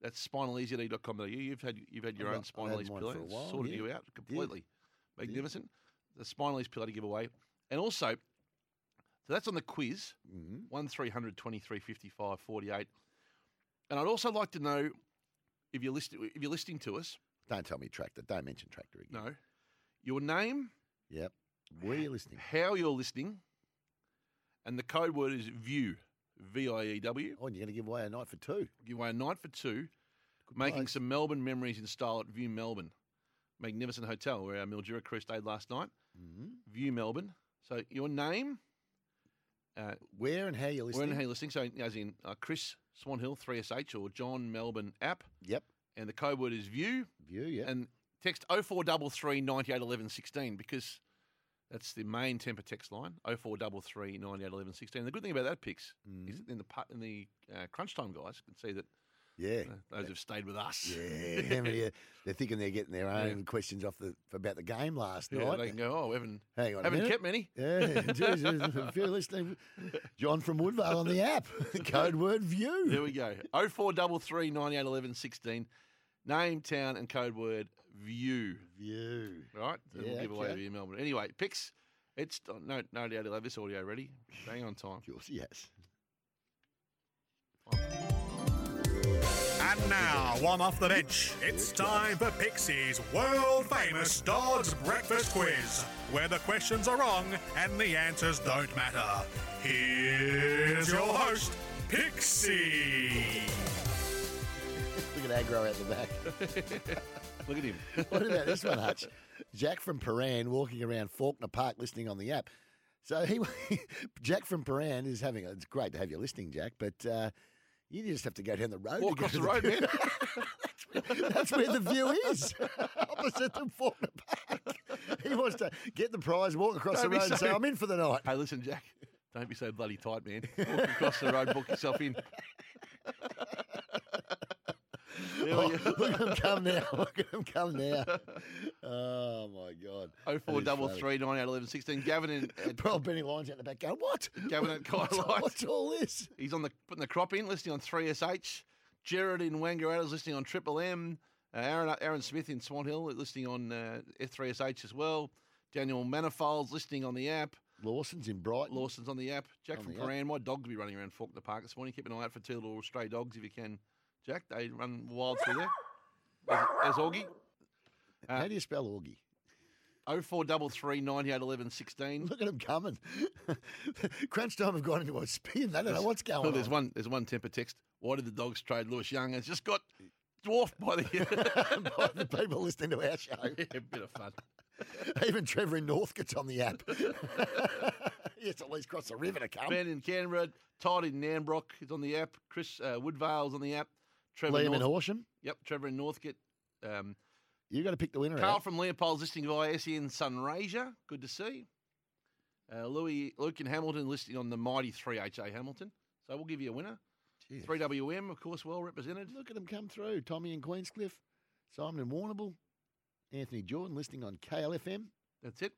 [SPEAKER 2] That's spinaleasyd.com.au. You've had you've had your
[SPEAKER 3] I've
[SPEAKER 2] own
[SPEAKER 3] got- I've
[SPEAKER 2] spinal
[SPEAKER 3] had
[SPEAKER 2] ease
[SPEAKER 3] mine
[SPEAKER 2] pillow.
[SPEAKER 3] for a
[SPEAKER 2] It's
[SPEAKER 3] while,
[SPEAKER 2] sorted
[SPEAKER 3] yeah.
[SPEAKER 2] you out
[SPEAKER 3] Did.
[SPEAKER 2] completely. Magnificent. The spinal ease pillow to give away, and also, so that's on the quiz.
[SPEAKER 3] Mm-hmm.
[SPEAKER 2] One 5355 48 And I'd also like to know if you're listening if you're listening to us.
[SPEAKER 3] Don't tell me tractor. Don't mention tractor again.
[SPEAKER 2] No, your name.
[SPEAKER 3] Yep. Where you're listening.
[SPEAKER 2] How you're listening. And the code word is view. V I E W.
[SPEAKER 3] Oh, and you're going to give away a night for two.
[SPEAKER 2] Give away a night for two. making some Melbourne memories in style at View Melbourne. Magnificent hotel where our Mildura crew stayed last night.
[SPEAKER 24] Mm-hmm.
[SPEAKER 2] View Melbourne. So your name. Uh,
[SPEAKER 3] where and how you're
[SPEAKER 2] Where and
[SPEAKER 3] listening.
[SPEAKER 2] how you're listening. So as in uh, Chris Swanhill 3SH or John Melbourne app.
[SPEAKER 3] Yep.
[SPEAKER 2] And the code word is view.
[SPEAKER 3] View, yeah.
[SPEAKER 2] And text 0433 98 11 16 because that's the main temper text line 0433 98 11 16. The good thing about that, Pix,
[SPEAKER 3] Mm-hmm.
[SPEAKER 2] is that in the, pu- in the uh, crunch time guys can see that
[SPEAKER 3] Yeah.
[SPEAKER 2] uh, those have stayed with us.
[SPEAKER 3] Yeah, how many are- they're thinking they're getting their
[SPEAKER 2] Yeah.
[SPEAKER 3] own questions off the about the game last
[SPEAKER 2] Yeah,
[SPEAKER 3] night.
[SPEAKER 2] they can go, oh, we haven't,
[SPEAKER 3] Hang on, a
[SPEAKER 2] haven't
[SPEAKER 3] minute.
[SPEAKER 2] kept many.
[SPEAKER 3] Yeah, geez, there's a few listening. John from Woodvale on the app. Code word view.
[SPEAKER 2] There we go. 0433 98 11 16. Name, town, and code word view.
[SPEAKER 3] View.
[SPEAKER 2] Right? Then
[SPEAKER 3] Yeah,
[SPEAKER 2] we'll give away
[SPEAKER 3] okay.
[SPEAKER 2] view Melbourne. Anyway, picks. It's oh, no, no doubt he'll have this audio ready. Bang on time.
[SPEAKER 3] yes.
[SPEAKER 8] And now, one off the bench. It's time for Pixie's world famous Dodd's Breakfast Quiz, where the questions are wrong and the answers don't matter. Here's your host, Pixie.
[SPEAKER 3] Look at aggro out the back.
[SPEAKER 2] Look at him.
[SPEAKER 3] what about this one, Hutch? Jack from Paran walking around Faulkner Park listening on the app. So he, Jack from Paran is having. It's great to have you listening, Jack, but uh, you just have to go down the road.
[SPEAKER 2] Walk
[SPEAKER 3] to go
[SPEAKER 2] across the
[SPEAKER 3] to
[SPEAKER 2] road, man.
[SPEAKER 3] That's where the view is, opposite the Faulkner Park. He wants to get the prize, walk across
[SPEAKER 2] Don't be
[SPEAKER 3] the road, and say,
[SPEAKER 2] so-
[SPEAKER 3] "I'm in for the night."
[SPEAKER 2] Hey, listen, Jack. Don't be so bloody tight, man. Walk across the road, book yourself in. There
[SPEAKER 3] Oh,
[SPEAKER 2] we go.
[SPEAKER 3] look at him come now! Look at him come now! Oh my God!
[SPEAKER 2] Oh four double three
[SPEAKER 3] That is
[SPEAKER 2] nine eight eleven sixteen. Gavin and uh,
[SPEAKER 3] funny. Bro, Benny Lyons out the back going, "What?"
[SPEAKER 2] Gavin and Kyle
[SPEAKER 3] What's-
[SPEAKER 2] Light.
[SPEAKER 3] What's all this?
[SPEAKER 2] He's on the putting the crop in, listening on three SH. Jared in Wangaratta's listening on Triple M. Uh, Aaron Aaron Smith in Swan Hill listening on uh, F three SH as well. Daniel Manifold's listening on the app.
[SPEAKER 3] Lawson's in Brighton.
[SPEAKER 2] Lawson's on the app. Jack
[SPEAKER 3] On
[SPEAKER 2] from
[SPEAKER 3] the app.
[SPEAKER 2] Paran. My dogs be running around Faulkner Park this morning. Keep an eye out for two little stray dogs if you can, Jack. They run wild through there. There's, there's Augie. Uh,
[SPEAKER 3] How do you spell Augie?
[SPEAKER 2] 0433 98 11 16.
[SPEAKER 3] Look at him coming. Crunch time have gone into a spin. They don't know what's going
[SPEAKER 2] Well,
[SPEAKER 3] on.
[SPEAKER 2] There's one. There's one temper text. Why did the dogs trade Lewis Young? It's just got dwarfed by the,
[SPEAKER 3] by the people listening to our show.
[SPEAKER 2] Yeah, a bit of fun.
[SPEAKER 3] Even Trevor in Northcote's on the app. yes, at least cross the river to come.
[SPEAKER 2] Ben in Canberra, Todd in Nambrock is on the app. Chris uh, Woodvale's on the app. Trevor
[SPEAKER 3] Liam in
[SPEAKER 2] North-
[SPEAKER 3] Horsham.
[SPEAKER 2] Yep, Trevor in Northcote. Um,
[SPEAKER 3] You've got to pick the winner
[SPEAKER 2] Carl
[SPEAKER 3] out.
[SPEAKER 2] from Leopold's listening via SEN Sunraysia. Good to see. Uh, Louis, Luke in Hamilton listening on the mighty 3HA Hamilton. So we'll give you a winner. 3WM, of course, well represented.
[SPEAKER 3] Look at them come through. Tommy in Queenscliff, Simon in Warrnambool, Anthony Jordan listening on KLFM.
[SPEAKER 2] That's it.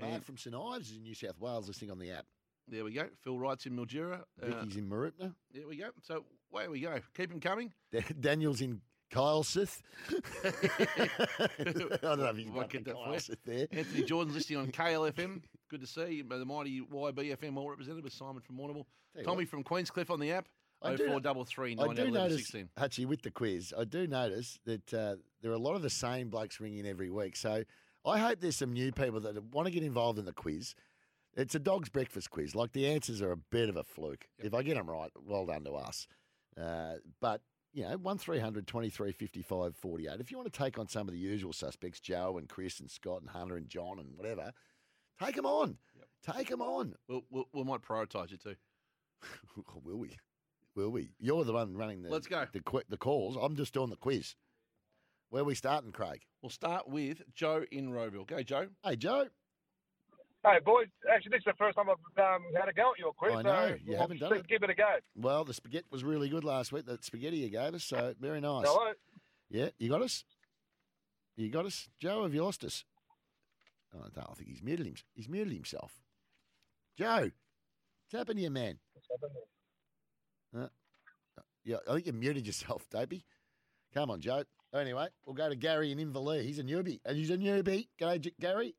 [SPEAKER 3] Mark
[SPEAKER 2] And-
[SPEAKER 3] from St Ives is in New South Wales listening on the app.
[SPEAKER 2] There we go. Phil Wright's in Mildura. Uh,
[SPEAKER 3] Vicky's in Marupna.
[SPEAKER 2] There we go. So where we go. Keep them coming.
[SPEAKER 3] Da- Daniel's in Kylesith. I don't know if you
[SPEAKER 2] Might
[SPEAKER 3] can
[SPEAKER 2] get that for you.
[SPEAKER 3] Kylesith there.
[SPEAKER 2] Anthony Jordan's listening on KLFM. Good to see you. The mighty YBFM all represented with Simon from Warrnambool.
[SPEAKER 3] Tell you
[SPEAKER 2] Tommy
[SPEAKER 3] what.
[SPEAKER 2] from Queenscliff on the app.
[SPEAKER 3] I do-
[SPEAKER 2] 0433
[SPEAKER 3] I do
[SPEAKER 2] 98 11
[SPEAKER 3] notice,
[SPEAKER 2] 16.
[SPEAKER 3] Hutchie, with the quiz, I do notice that uh, there are a lot of the same blokes ringing every week. So I hope there's some new people that want to get involved in the quiz. It's a dog's breakfast quiz. Like the answers are a bit of a fluke. If I get them right, well done to us. Uh, but you know, one 23 55 48. If you want to take on some of the usual suspects, Joe and Chris and Scott and Hunter and John and whatever, take them on. Take them on.
[SPEAKER 2] We'll, we'll, we might prioritise you too.
[SPEAKER 3] Will we? Will we? You're the one running the
[SPEAKER 2] Let's go.
[SPEAKER 3] the, qu- the calls. I'm just doing the quiz. Where are we starting, Craig?
[SPEAKER 2] We'll start with Joe in Roeville. Go, Joe.
[SPEAKER 3] Hey, Joe.
[SPEAKER 9] Hey, boys. Actually, this is the first time I've um, had a go at your quiz.
[SPEAKER 3] I know,
[SPEAKER 9] so
[SPEAKER 3] you
[SPEAKER 9] we'll
[SPEAKER 3] haven't done
[SPEAKER 9] just
[SPEAKER 3] it.
[SPEAKER 9] Give it a go.
[SPEAKER 3] Well, the spaghetti was really good last week. That spaghetti you gave us, so very nice.
[SPEAKER 9] Hello.
[SPEAKER 3] Yeah, you got us. You got us, Joe. Have you lost us? Oh, I don't think he's muted him. He's muted himself. Joe, what's happened to you, man? Uh, yeah, I think you muted yourself, Dopey. Come on, Joe. Anyway, we'll go to Gary in Inverleigh. He's a newbie. And he's a newbie. G'day, J- Gary.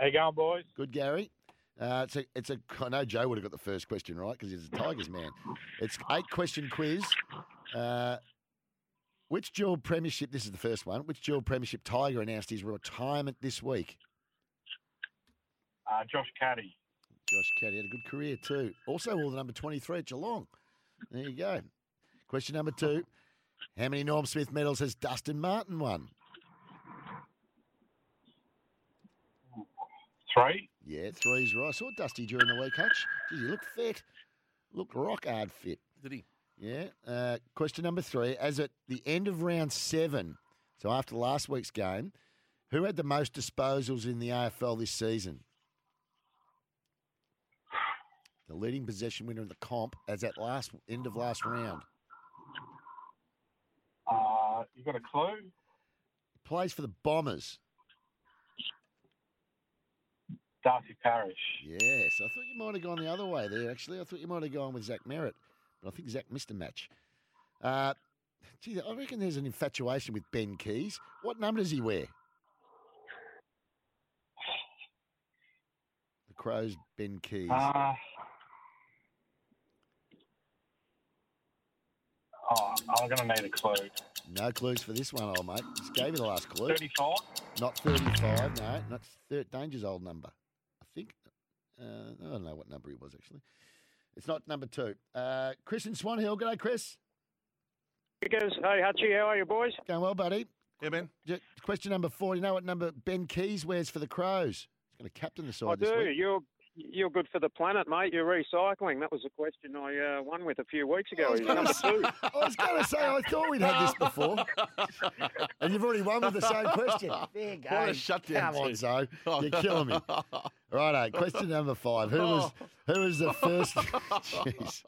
[SPEAKER 9] How you going, boys?
[SPEAKER 3] Good, Gary. Uh, it's a, it's a. I know Joe would have got the first question right because he's a Tigers man. It's eight question quiz. Uh, which dual premiership? This is the first one. Which dual premiership Tiger announced his retirement this week?
[SPEAKER 9] Uh, Josh Caddy.
[SPEAKER 3] Josh Caddy had a good career too. Also, all the number twenty-three at Geelong. There you go. Question number two: How many Norm Smith medals has Dustin Martin won?
[SPEAKER 9] Three.
[SPEAKER 3] Yeah, three's right. I saw Dusty during the week, Hutch. Geez, he looked fit. Looked rock hard fit.
[SPEAKER 2] Did he?
[SPEAKER 3] Yeah. Uh, question number three. As at the end of round seven, so after last week's game, who had the most disposals in the AFL this season? The leading possession winner in the comp as at last end of last round.
[SPEAKER 9] Uh, you got a clue?
[SPEAKER 3] Plays for the Bombers.
[SPEAKER 9] Darcy Parish.
[SPEAKER 3] Yes, I thought you might have gone the other way there. Actually, I thought you might have gone with Zach Merritt, but I think Zach missed a match. Uh, gee, I reckon there's an infatuation with Ben Keys. What number does he wear? The Crows, Ben Keys.
[SPEAKER 9] Uh, oh, I'm going to need a clue.
[SPEAKER 3] No clues for this one, old mate. Just gave you the last clue.
[SPEAKER 9] 35?
[SPEAKER 3] Not 35, no. Not thir- Danger's old number, I think. Uh, I don't know what number he was, actually. It's not number two. Uh, Chris in Swan Hill. G'day, Chris.
[SPEAKER 10] Hey, Hutchie, how are you, boys?
[SPEAKER 3] Going well, buddy.
[SPEAKER 2] Yeah, man.
[SPEAKER 3] Question number four. You know what number Ben Keys wears for the Crows? He's going to captain the side
[SPEAKER 10] I
[SPEAKER 3] Oh, this
[SPEAKER 10] do.
[SPEAKER 3] week.
[SPEAKER 10] You're you're good for the planet, mate. You're recycling. That was a question I uh, won with a few weeks ago. He's number two.
[SPEAKER 3] I was going to say, I thought we'd had this before. and you've already won with the same question. Fair
[SPEAKER 2] What a
[SPEAKER 3] game.
[SPEAKER 2] shutdown,
[SPEAKER 3] Come on,
[SPEAKER 2] too.
[SPEAKER 3] Zoe. You're killing me. Righto, question number five. Who was who was the first? Jeez.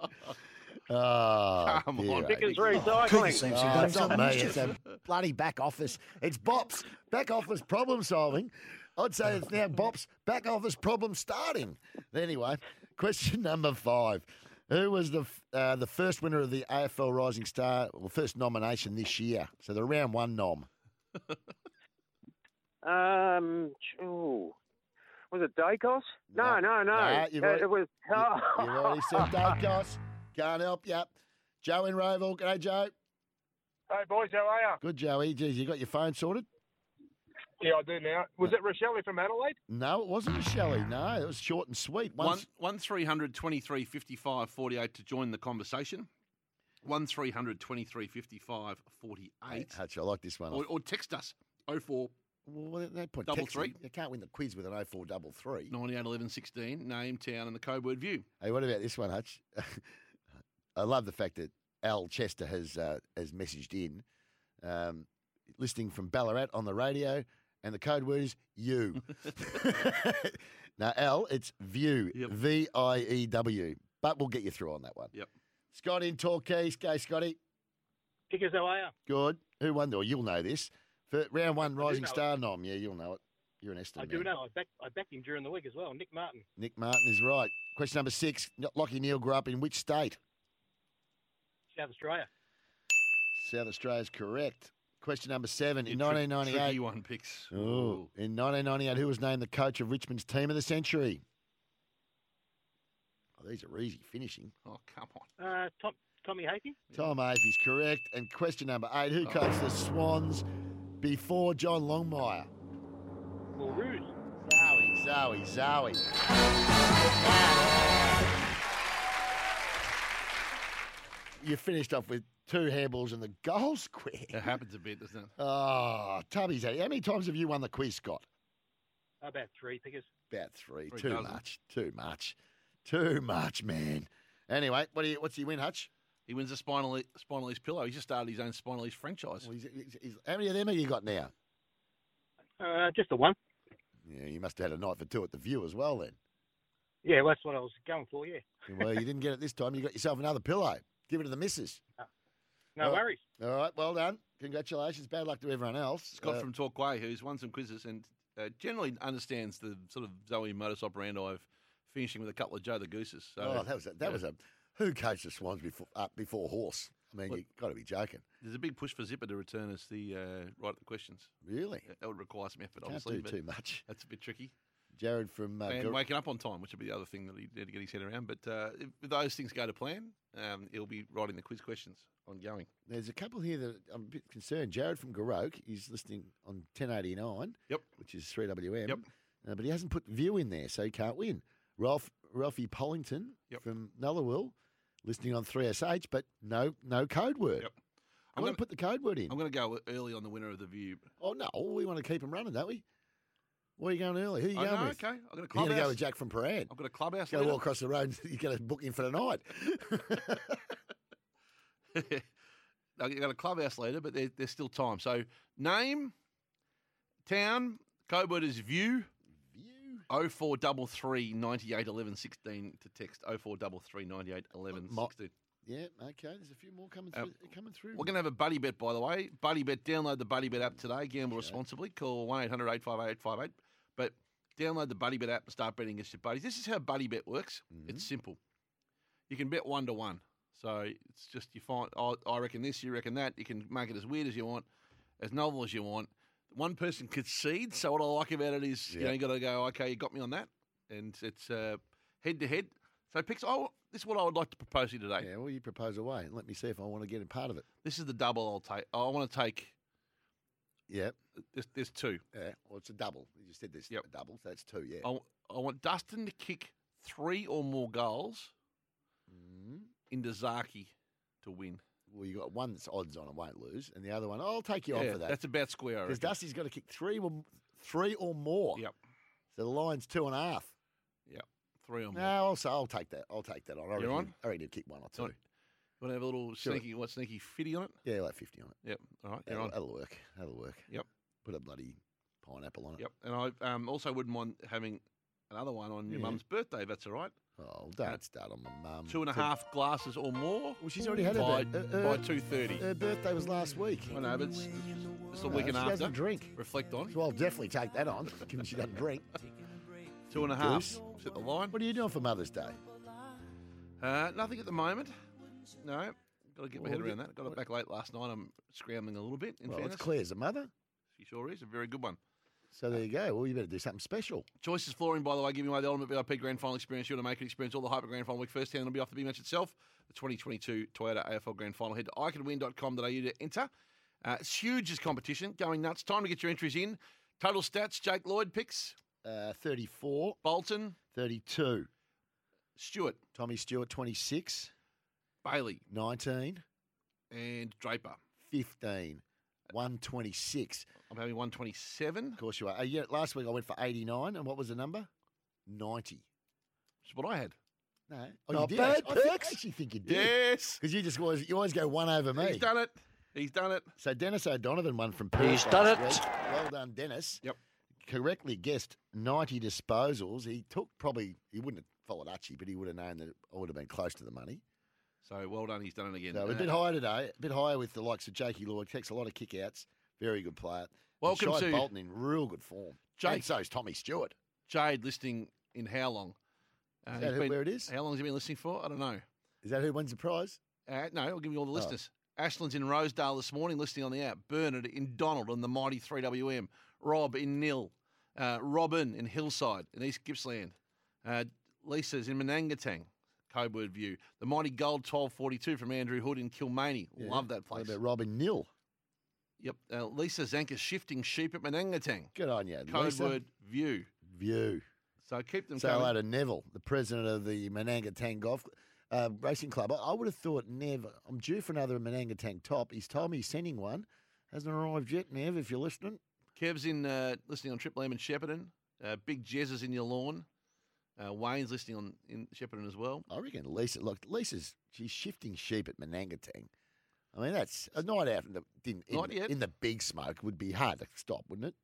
[SPEAKER 3] Oh,
[SPEAKER 10] Come
[SPEAKER 3] dear,
[SPEAKER 10] on,
[SPEAKER 3] eh?
[SPEAKER 10] Dickens Recycling. Goodness, they've
[SPEAKER 3] Oh, it's
[SPEAKER 10] done
[SPEAKER 3] not
[SPEAKER 10] some
[SPEAKER 3] me. It's
[SPEAKER 10] mischief.
[SPEAKER 3] a bloody back office. It's Bop's back office problem solving. I'd say it's now Bop's back office problem starting. Anyway, question number five. Who was the f- uh, the first winner of the AFL Rising Star, well, first nomination this year? So the round one nom.
[SPEAKER 10] Um, ooh. was it Dacos? No, no, no.
[SPEAKER 3] Nah, you've
[SPEAKER 10] Uh,
[SPEAKER 3] already-
[SPEAKER 10] it was.
[SPEAKER 3] you- You've already said Dacos. Can't help you. Joe in Roval. G'day, Joe.
[SPEAKER 9] Hey, boys, how are you?
[SPEAKER 3] Good, Joey. Geez, you got your phone sorted?
[SPEAKER 9] Yeah, I do now. Was it Rochelle from Adelaide?
[SPEAKER 3] No, it wasn't Shelley. No, it was short and sweet.
[SPEAKER 2] One,
[SPEAKER 3] Once,
[SPEAKER 2] one 300 23 55 48 to join the conversation. One 300 23 55 48.
[SPEAKER 3] Hutch, I like this one.
[SPEAKER 2] Or, or text us 04
[SPEAKER 3] well, there's no point
[SPEAKER 2] double
[SPEAKER 3] texting.
[SPEAKER 2] three.
[SPEAKER 3] You can't win the quiz with an 04 double three.
[SPEAKER 2] 98 11 16, name, town, and the code word view.
[SPEAKER 3] Hey, what about this one, Hutch? I love the fact that Al Chester has uh, has messaged in, um, listening from Ballarat on the radio, and the code word is you. now, Al, it's view, V I E W. But we'll get you through on that one.
[SPEAKER 2] Yep.
[SPEAKER 3] Scott in Torquay. Go, Scotty.
[SPEAKER 11] Pickers, how are you?
[SPEAKER 3] Good. Who won? Or you'll know this. For round one, Rising
[SPEAKER 11] know it.
[SPEAKER 3] Star nom. Yeah, you'll know it. You're an Eston
[SPEAKER 11] I
[SPEAKER 3] man.
[SPEAKER 11] do know. I backed, I backed him during the week as well. Nick Martin,
[SPEAKER 3] Nick Martin is right. Question number six. Lockie Neal grew up in which state?
[SPEAKER 11] South Australia.
[SPEAKER 3] South Australia's correct. Question number seven. In
[SPEAKER 2] Your tri-
[SPEAKER 3] 1998.
[SPEAKER 2] tricky one picks.
[SPEAKER 3] Ooh. In 1998, who was named the coach of Richmond's team of the century? Oh, these are easy finishing.
[SPEAKER 2] Oh, come on.
[SPEAKER 11] Uh, Tom, Tommy Hafey.
[SPEAKER 3] Tom Hafey's correct. And question number eight. Who coached the Swans before John Longmire?
[SPEAKER 11] Well, Ruse.
[SPEAKER 3] Zowie, Zowie, Zowie. You finished off with two handballs and the goal square.
[SPEAKER 2] It happens a bit, doesn't it?
[SPEAKER 3] Oh, Tubby's out. How many times have you won the quiz, Scott?
[SPEAKER 11] About three pickers.
[SPEAKER 3] About three.
[SPEAKER 11] Three
[SPEAKER 3] too
[SPEAKER 11] dozen.
[SPEAKER 3] much. Too much. Too much, man. Anyway, what do you, what's he win, Hutch?
[SPEAKER 2] He wins a spinal, spinal Ease pillow. He's just started his own spinal Ease franchise.
[SPEAKER 3] How many of them have you got now?
[SPEAKER 11] Uh, just the one.
[SPEAKER 3] Yeah, you must have had a night for two at the View as well, then.
[SPEAKER 11] Yeah, well, that's what I was going for. Yeah.
[SPEAKER 3] Well, you didn't get it this time. You got yourself another pillow. Give it to the missus.
[SPEAKER 11] No
[SPEAKER 3] All right.
[SPEAKER 11] worries.
[SPEAKER 3] All right, well done. Congratulations. Bad luck to everyone else.
[SPEAKER 2] Scott
[SPEAKER 3] Uh,
[SPEAKER 2] from Torquay, who's won some quizzes and uh, generally understands the sort of Zoe modus operandi of finishing with a couple of Joe the Gooses. So,
[SPEAKER 3] oh, that was a, that was a who coached the Swans before uh, before Horse? I mean,
[SPEAKER 2] Well-
[SPEAKER 3] you got to be joking.
[SPEAKER 2] There's a big push for Zipper to return us the uh, right at the questions.
[SPEAKER 3] Really?
[SPEAKER 2] That would require some effort,
[SPEAKER 3] Can't
[SPEAKER 2] obviously.
[SPEAKER 3] do
[SPEAKER 2] but
[SPEAKER 3] too much.
[SPEAKER 2] That's a bit tricky.
[SPEAKER 3] Jared from uh,
[SPEAKER 2] and
[SPEAKER 3] Gar-
[SPEAKER 2] waking up on time, which would be the other thing that he had to get his head around. But uh, if those things go to plan, um, he'll be writing the quiz questions ongoing.
[SPEAKER 3] There's a couple here that I'm a bit concerned. Jared from Garoke is listening on 1089.
[SPEAKER 2] Yep.
[SPEAKER 3] Which is 3WM. Yep. Uh, but he hasn't put view in there, so he can't win. Ralph Ralphie Pollington from Nullawil listening on 3SH, but no no code word. Yep. I want to put the code word in.
[SPEAKER 2] I'm going to go early on the winner of the view.
[SPEAKER 3] Oh no, we want to keep him running, don't we? Where are you going early? Who are you
[SPEAKER 2] Oh,
[SPEAKER 3] going
[SPEAKER 2] no,
[SPEAKER 3] with?
[SPEAKER 2] okay. I've got a
[SPEAKER 3] You're gonna
[SPEAKER 2] clubhouse.
[SPEAKER 3] go with Jack from Paran.
[SPEAKER 2] I've got a clubhouse.
[SPEAKER 3] Go
[SPEAKER 2] leader.
[SPEAKER 3] all across the road. and You're going to book in for tonight.
[SPEAKER 2] Now, You've got a clubhouse leader, but there, there's still time. So name, town, code word is view. oh View. 0433 98 11 16 to text 0433 98 11 16.
[SPEAKER 3] Yeah, okay. There's a few more coming
[SPEAKER 2] Uh,
[SPEAKER 3] through. coming through.
[SPEAKER 2] We're going to have a buddy bet, by the way. Buddy bet, download the buddy bet app today. Gamble responsibly. Call 1 800 858 858. But download the buddy bet app and start betting against your buddies. This is how buddy bet works it's
[SPEAKER 3] Mm.
[SPEAKER 2] simple. You can bet one to one. So it's just you find, oh, I reckon this, you reckon that. You can make it as weird as you want, as novel as you want. One person concedes. So what I like about it is you
[SPEAKER 3] Yeah.
[SPEAKER 2] know, you got to go, okay, you got me on that. And it's uh, head to head. So picks, oh, this is what I would like to propose to you today.
[SPEAKER 3] Yeah, well, you propose away and let me see if I want to get a part of it.
[SPEAKER 2] This is the double I'll take. I want to take.
[SPEAKER 3] Yeah.
[SPEAKER 2] There's, there's two.
[SPEAKER 3] Yeah. Well, it's a double. You just said there's a double, so that's two, yeah.
[SPEAKER 2] I, w- I want Dustin to kick three or more goals
[SPEAKER 3] Mm.
[SPEAKER 2] into Zaki to win.
[SPEAKER 3] Well, you got one that's odds on and won't lose, and the other one, I'll take you on
[SPEAKER 2] Yeah,
[SPEAKER 3] for that.
[SPEAKER 2] That's about square. I
[SPEAKER 3] Because
[SPEAKER 2] reckon.
[SPEAKER 3] Dusty's got to kick three or, three or more.
[SPEAKER 2] Yep.
[SPEAKER 3] So the line's two and a half.
[SPEAKER 2] Yep. Three or more.
[SPEAKER 3] No, also, I'll take that. I'll take that on. I reckon,
[SPEAKER 2] on?
[SPEAKER 3] I reckon he'll kick one or two.
[SPEAKER 2] You want to have a little
[SPEAKER 3] Sure.
[SPEAKER 2] sneaky, what, sneaky fitty on it?
[SPEAKER 3] Yeah, like 50 on it.
[SPEAKER 2] Yep. All right. You're
[SPEAKER 3] That'll,
[SPEAKER 2] on.
[SPEAKER 3] that'll work. That'll work.
[SPEAKER 2] Yep.
[SPEAKER 3] Put a bloody pineapple on it.
[SPEAKER 2] Yep. And I um, also wouldn't mind having another one on your
[SPEAKER 3] Yeah.
[SPEAKER 2] mum's birthday, if that's all right. Uh,
[SPEAKER 3] Oh, don't start on my mum.
[SPEAKER 2] Two and a
[SPEAKER 3] Two-
[SPEAKER 2] half glasses or more.
[SPEAKER 3] Well, she's already had it.
[SPEAKER 2] by,
[SPEAKER 3] Uh,
[SPEAKER 2] by
[SPEAKER 3] uh,
[SPEAKER 2] 2.30.
[SPEAKER 3] Her birthday was last week.
[SPEAKER 2] I know, but it's, it's the
[SPEAKER 3] No,
[SPEAKER 2] weekend
[SPEAKER 3] she
[SPEAKER 2] after.
[SPEAKER 3] doesn't drink.
[SPEAKER 2] Reflect on.
[SPEAKER 3] So I'll definitely take that on, given she doesn't drink.
[SPEAKER 2] Two and a half.
[SPEAKER 3] Goose.
[SPEAKER 2] Set the line.
[SPEAKER 3] What are you doing for Mother's Day?
[SPEAKER 2] Uh, nothing at the moment. No. Got to get my
[SPEAKER 3] Well,
[SPEAKER 2] head
[SPEAKER 3] you-
[SPEAKER 2] around that. Got it back late last night. I'm scrambling a little bit. In
[SPEAKER 3] well,
[SPEAKER 2] fairness,
[SPEAKER 3] it's Claire's a mother.
[SPEAKER 2] she sure is a very good one.
[SPEAKER 3] So there you go. Well, you better do something special.
[SPEAKER 2] Choices Flooring, by the way, giving away the ultimate VIP Grand Final experience. You want to make an experience all the hyper Grand Final week firsthand. It'll be off the big match itself. The 2022 Toyota AFL Grand Final. Head to iCanWin.com.au to enter. Uh, it's huge, this competition. Going nuts. Time to get your entries in. Total stats, Jake Lloyd picks.
[SPEAKER 3] Uh, 34.
[SPEAKER 2] Bolton.
[SPEAKER 3] 32.
[SPEAKER 2] Stewart.
[SPEAKER 3] Tommy Stewart, 26.
[SPEAKER 2] Bailey.
[SPEAKER 3] 19.
[SPEAKER 2] And Draper.
[SPEAKER 3] 15. 126.
[SPEAKER 2] I'm having 127. Of
[SPEAKER 3] course you are. Uh, yeah, last week I went for 89, and what was the number? 90.
[SPEAKER 2] That's what I had.
[SPEAKER 3] No.
[SPEAKER 2] Not
[SPEAKER 3] Oh, you did.
[SPEAKER 2] bad,
[SPEAKER 3] I, think- I
[SPEAKER 2] Perks.
[SPEAKER 3] actually think you did.
[SPEAKER 2] Yes.
[SPEAKER 3] Because you just always, you always go one over me.
[SPEAKER 2] He's done it. He's done it.
[SPEAKER 3] So Dennis O'Donovan won from Perth
[SPEAKER 2] He's done
[SPEAKER 3] last
[SPEAKER 2] it.
[SPEAKER 3] week. Well done, Dennis.
[SPEAKER 2] Yep.
[SPEAKER 3] Correctly guessed 90 disposals. He took probably, he wouldn't have followed Archie, but he would have known that I would have been close to the money.
[SPEAKER 2] So well done. He's done it again.
[SPEAKER 3] So a bit
[SPEAKER 2] Uh,
[SPEAKER 3] higher today, a bit higher with the likes of Jakey Lloyd. Takes a lot of kickouts. Very good player. And
[SPEAKER 2] Welcome
[SPEAKER 3] Shai
[SPEAKER 2] to-
[SPEAKER 3] Bolton in real good form.
[SPEAKER 2] Jake-
[SPEAKER 3] And so's Tommy Stewart.
[SPEAKER 2] Jade listening in how long? Uh,
[SPEAKER 3] Is that
[SPEAKER 2] he's
[SPEAKER 3] who- where it is?
[SPEAKER 2] How long has he been listening for? I don't know.
[SPEAKER 3] Is that who wins the prize? Oh.
[SPEAKER 2] Uh, no, I'll give you all the listeners. Ashland's in Rosedale this morning, listening on the app. Bernard in Donald on the mighty 3WM. Rob in Nil. Uh, Robin in Hillside in East Gippsland. Uh, Lisa's in Menangatang, code word view. The mighty gold 1242 from Andrew Hood in Kilmany. Love that place.
[SPEAKER 3] What about Robin Nil?
[SPEAKER 2] Yep. Uh, Lisa Zanka shifting sheep at Menangatang.
[SPEAKER 3] Good on you.
[SPEAKER 2] Code
[SPEAKER 3] Lisa.
[SPEAKER 2] word view.
[SPEAKER 3] View.
[SPEAKER 2] So keep them
[SPEAKER 3] Say
[SPEAKER 2] coming.
[SPEAKER 3] hello to Neville, the president of the Menangatang Golf uh, Racing Club. I, I would have thought, Nev, I'm due for another Menangatang top. He's told me he's sending one. Hasn't arrived yet, Nev, if you're listening.
[SPEAKER 2] Kev's in uh, listening on Triple M and Shepparton. Uh, Big Jez is in your lawn. Uh, Wayne's listening on in Shepparton as well.
[SPEAKER 3] I reckon Lisa, look, Lisa's, she's shifting sheep at Menangatang. I mean, that's a night out in the, in, in-
[SPEAKER 2] Not yet.
[SPEAKER 3] in the big smoke would be hard to stop, wouldn't it?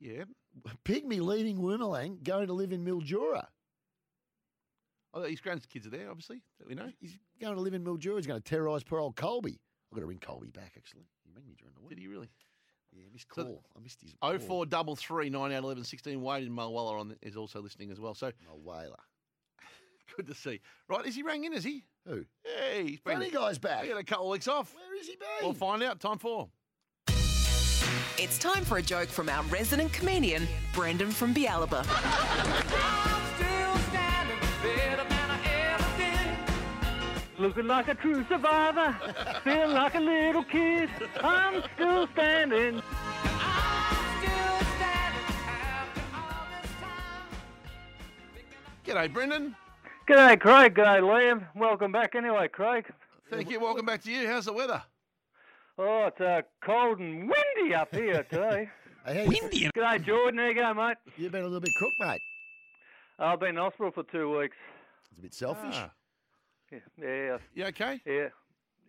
[SPEAKER 2] Yeah.
[SPEAKER 3] Pygmy leaving Woomerang, going to live in Mildura.
[SPEAKER 2] Oh, his grandkids are there, obviously, that we know.
[SPEAKER 3] He's going to live in Mildura. He's going to terrorise poor old Colby. I've got to ring Colby back, actually. He rang me during the week.
[SPEAKER 2] Did he really?
[SPEAKER 3] Yeah, I missed
[SPEAKER 2] So-
[SPEAKER 3] call. I missed his call.
[SPEAKER 2] 0433 9811 16. Wade in Mulwala on, is also listening as well. So
[SPEAKER 3] Mulwala.
[SPEAKER 2] Good to see. Right, is he rang in, is he?
[SPEAKER 3] Who?
[SPEAKER 2] Hey, he's
[SPEAKER 3] Funny guy's back.
[SPEAKER 2] He had a couple of weeks off.
[SPEAKER 3] Where is he
[SPEAKER 2] We'll find out. Time four.
[SPEAKER 14] It's time for a joke from our resident comedian, Brendan from Bialaba.
[SPEAKER 28] Looking like a true survivor, feel like a little kid. I'm still standing.
[SPEAKER 2] G'day, Brendan.
[SPEAKER 28] G'day, Craig. G'day, Liam. Welcome back, anyway, Craig.
[SPEAKER 2] Thank you. Welcome back to you. How's the weather?
[SPEAKER 28] Oh, it's uh, cold and windy up here today. windy. G'day, Jordan. There you go, mate.
[SPEAKER 3] You've been a little bit crook, mate.
[SPEAKER 28] I've been in hospital for two weeks.
[SPEAKER 3] It's a bit selfish.
[SPEAKER 28] Ah. Yeah. Yeah.
[SPEAKER 2] You okay?
[SPEAKER 28] Yeah.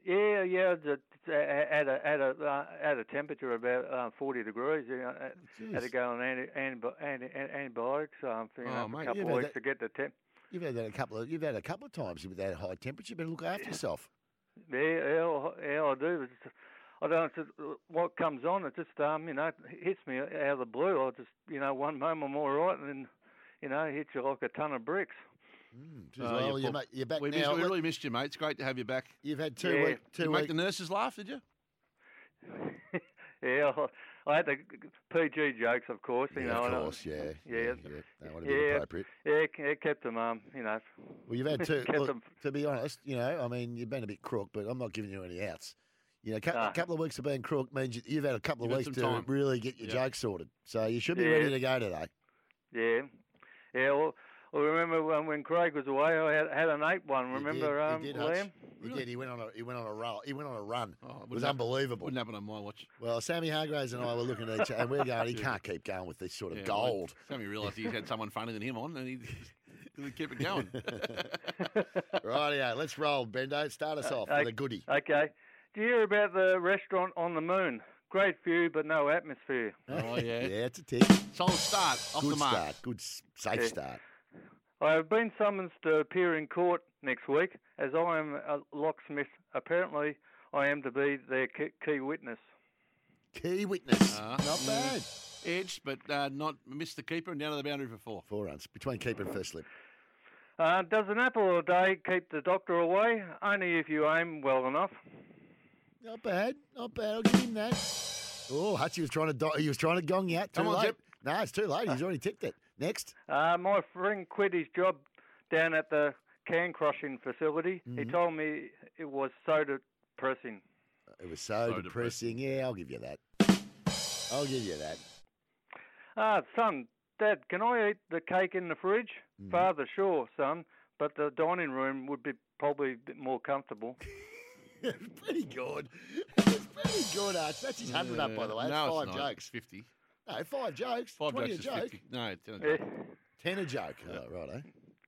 [SPEAKER 28] Yeah, yeah, the- the- at a at a uh, at a temperature of about uh, forty degrees, you know, uh, had to
[SPEAKER 3] Oh, Jeez.
[SPEAKER 28] go on anti, anti, anti, antibiotics um, for you know,
[SPEAKER 3] Oh,
[SPEAKER 28] for
[SPEAKER 3] mate,
[SPEAKER 28] a couple
[SPEAKER 3] you've
[SPEAKER 28] of
[SPEAKER 3] had that-
[SPEAKER 28] weeks to get the temp.
[SPEAKER 3] You've had that a couple of you've had a couple of times with that high temperature. You better look after yourself.
[SPEAKER 28] Yeah, yeah, I- yeah, I do. It's just- I don't know it's just what comes on. It just um, you know, it hits me out of the blue. I just you know, one moment I'm all right, and then you know, it hits you like a ton of bricks.
[SPEAKER 2] Uh,
[SPEAKER 3] Jeez, well, you ma- you're back
[SPEAKER 2] we
[SPEAKER 3] now.
[SPEAKER 2] Missed, we
[SPEAKER 3] Let-
[SPEAKER 2] really missed you, mate. It's great to have you back.
[SPEAKER 3] You've had two
[SPEAKER 28] Yeah.
[SPEAKER 3] week,
[SPEAKER 2] Did
[SPEAKER 3] two
[SPEAKER 2] you make
[SPEAKER 3] week.
[SPEAKER 2] the nurses laugh, did you?
[SPEAKER 28] Yeah, I had the PG jokes, of course. You
[SPEAKER 3] Yeah,
[SPEAKER 28] know,
[SPEAKER 3] of
[SPEAKER 28] and I-
[SPEAKER 3] course, yeah,
[SPEAKER 28] yeah,
[SPEAKER 3] That would have been
[SPEAKER 28] yeah,
[SPEAKER 3] appropriate.
[SPEAKER 28] yeah, it- it kept them, um, you know.
[SPEAKER 3] Well, you've had two.
[SPEAKER 28] kept
[SPEAKER 3] look,
[SPEAKER 28] 'em-
[SPEAKER 3] to be honest, you know, I mean, you've been a bit crook, but I'm not giving you any outs. You know, a cou- a
[SPEAKER 28] Nah.
[SPEAKER 3] couple of weeks of being crook means you- you've had a couple
[SPEAKER 28] You've had
[SPEAKER 3] of weeks to
[SPEAKER 28] some time.
[SPEAKER 3] really get your
[SPEAKER 28] Yeah.
[SPEAKER 3] joke sorted. So you should be
[SPEAKER 28] Yeah.
[SPEAKER 3] ready to go today.
[SPEAKER 28] yeah, yeah. Well, well remember when, when Craig was away, I had, had an eight one. Remember,
[SPEAKER 3] he did,
[SPEAKER 28] um,
[SPEAKER 3] Hutch.
[SPEAKER 28] Liam? Oh,
[SPEAKER 3] He did. He went on a he went on a roll. He went on a run. it was um,
[SPEAKER 2] wouldn't happen-
[SPEAKER 3] unbelievable.
[SPEAKER 2] wouldn't happen on my watch.
[SPEAKER 3] Well, Sammy Hargraves and I were looking at each other, and we're going, he
[SPEAKER 2] Yeah.
[SPEAKER 3] can't keep going with this sort of
[SPEAKER 2] Yeah, well,
[SPEAKER 3] gold.
[SPEAKER 2] Sammy realised he had someone funnier than him on, and he he kept it going.
[SPEAKER 3] Rightio, let's roll, Bendo. Start us off
[SPEAKER 28] Uh,
[SPEAKER 3] with a goodie.
[SPEAKER 28] Okay. Do you hear about the restaurant on the moon? Great view, but no atmosphere.
[SPEAKER 2] Oh, yeah.
[SPEAKER 3] yeah, it's a tip.
[SPEAKER 2] Solid start, off
[SPEAKER 3] good
[SPEAKER 28] the mark.
[SPEAKER 3] start. Good s- safe
[SPEAKER 28] Yeah.
[SPEAKER 3] start.
[SPEAKER 28] I have been summoned to appear in court next week, as I am a locksmith. Apparently, I am to be their key, key witness. Uh,
[SPEAKER 3] Key witness.
[SPEAKER 2] not bad. Edged, but uh, not missed the keeper and down to the boundary for four.
[SPEAKER 3] Four runs between keeper and first slip.
[SPEAKER 28] Uh, does an apple a day keep the doctor away? Only if you aim well enough.
[SPEAKER 3] Not bad. Not bad. I'll give him that. Oh, Hutchie was trying to do- he was trying to gong you out. Too
[SPEAKER 28] Come on,
[SPEAKER 3] late.
[SPEAKER 28] Zip.
[SPEAKER 3] No, it's too late. He's already ticked it. Next.
[SPEAKER 28] Uh, my friend quit his job down at the can crushing facility. He
[SPEAKER 3] Mhm.
[SPEAKER 28] told me it was so depressing.
[SPEAKER 3] It was so, depressing. Yeah, I'll give you that. I'll give you that.
[SPEAKER 28] Ah, son, Dad, can I eat the cake in the fridge?
[SPEAKER 3] Mm-hmm.
[SPEAKER 28] Father, sure, son, but the dining room would be probably a bit more comfortable.
[SPEAKER 3] pretty good. It's pretty good, Arch. That's his hundred up, by the way. That's
[SPEAKER 2] no,
[SPEAKER 3] five
[SPEAKER 2] it's not.
[SPEAKER 3] jokes.
[SPEAKER 2] It's fifty.
[SPEAKER 3] No, five jokes.
[SPEAKER 2] Five
[SPEAKER 3] Twenty
[SPEAKER 2] jokes
[SPEAKER 3] a
[SPEAKER 2] is
[SPEAKER 3] joke.
[SPEAKER 2] fifty. No, ten a
[SPEAKER 28] Yeah.
[SPEAKER 2] joke.
[SPEAKER 3] Ten a joke. Oh, right, eh?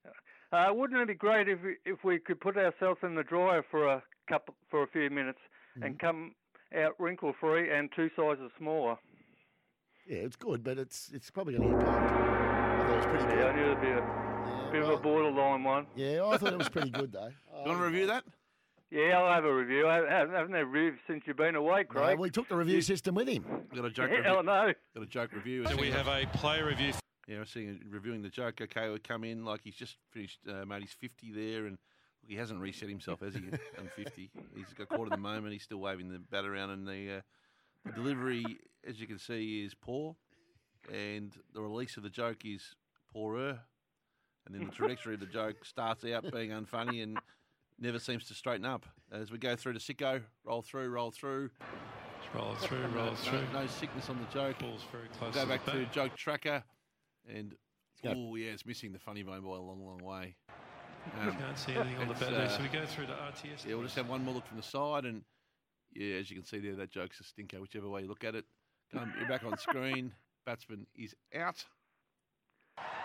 [SPEAKER 28] Eh. Uh, wouldn't it be great if we, if we could put ourselves in the dryer for a couple for a few minutes and
[SPEAKER 3] Mm-hmm.
[SPEAKER 28] come out wrinkle free and two sizes smaller?
[SPEAKER 3] Yeah, it's good, but it's it's probably going to look good. I thought it was pretty
[SPEAKER 28] Yeah, I
[SPEAKER 3] good.
[SPEAKER 28] knew it'd be a bit of a borderline one.
[SPEAKER 3] Yeah, I thought it was pretty good though.
[SPEAKER 28] You want to review that? Yeah, I'll have a review. I haven't, haven't had a review since you've been away,
[SPEAKER 3] No,
[SPEAKER 28] Craig.
[SPEAKER 3] we took the review
[SPEAKER 28] You-
[SPEAKER 3] system with him.
[SPEAKER 2] Got a joke.
[SPEAKER 28] Hell
[SPEAKER 2] review.
[SPEAKER 28] no.
[SPEAKER 2] Got a joke review.
[SPEAKER 28] Do we have
[SPEAKER 2] a play review? Yeah, we're seeing reviewing the joke. Okay, we come in like he's just finished, uh, mate. He's fifty there, and look, he hasn't reset himself, has he? I'm fifty. He's got caught in the moment. He's still waving the bat around, and the, uh, the delivery, as you can see, is poor, and the release of the joke is poorer, and then the trajectory of the joke starts out being unfunny and never seems to straighten up as we go through to sicko. Roll through, roll through.
[SPEAKER 15] Rolls through,
[SPEAKER 2] No-
[SPEAKER 15] rolls
[SPEAKER 2] no,
[SPEAKER 15] through.
[SPEAKER 2] No sickness on the joke. Balls very
[SPEAKER 15] close
[SPEAKER 2] Go
[SPEAKER 15] to the
[SPEAKER 2] back to
[SPEAKER 15] bat.
[SPEAKER 2] joke tracker, and
[SPEAKER 15] gonna-
[SPEAKER 2] oh yeah, it's missing the funny bone by a long, long way. Um,
[SPEAKER 15] We can't see anything on the
[SPEAKER 2] it's,
[SPEAKER 15] bat there,
[SPEAKER 2] uh,
[SPEAKER 15] so we go through to RTS.
[SPEAKER 2] Yeah, we'll just have one more look from the side, and yeah, as you can see there, that joke's a stinker, whichever way you look at it. Come, you're back on screen. Batsman is out.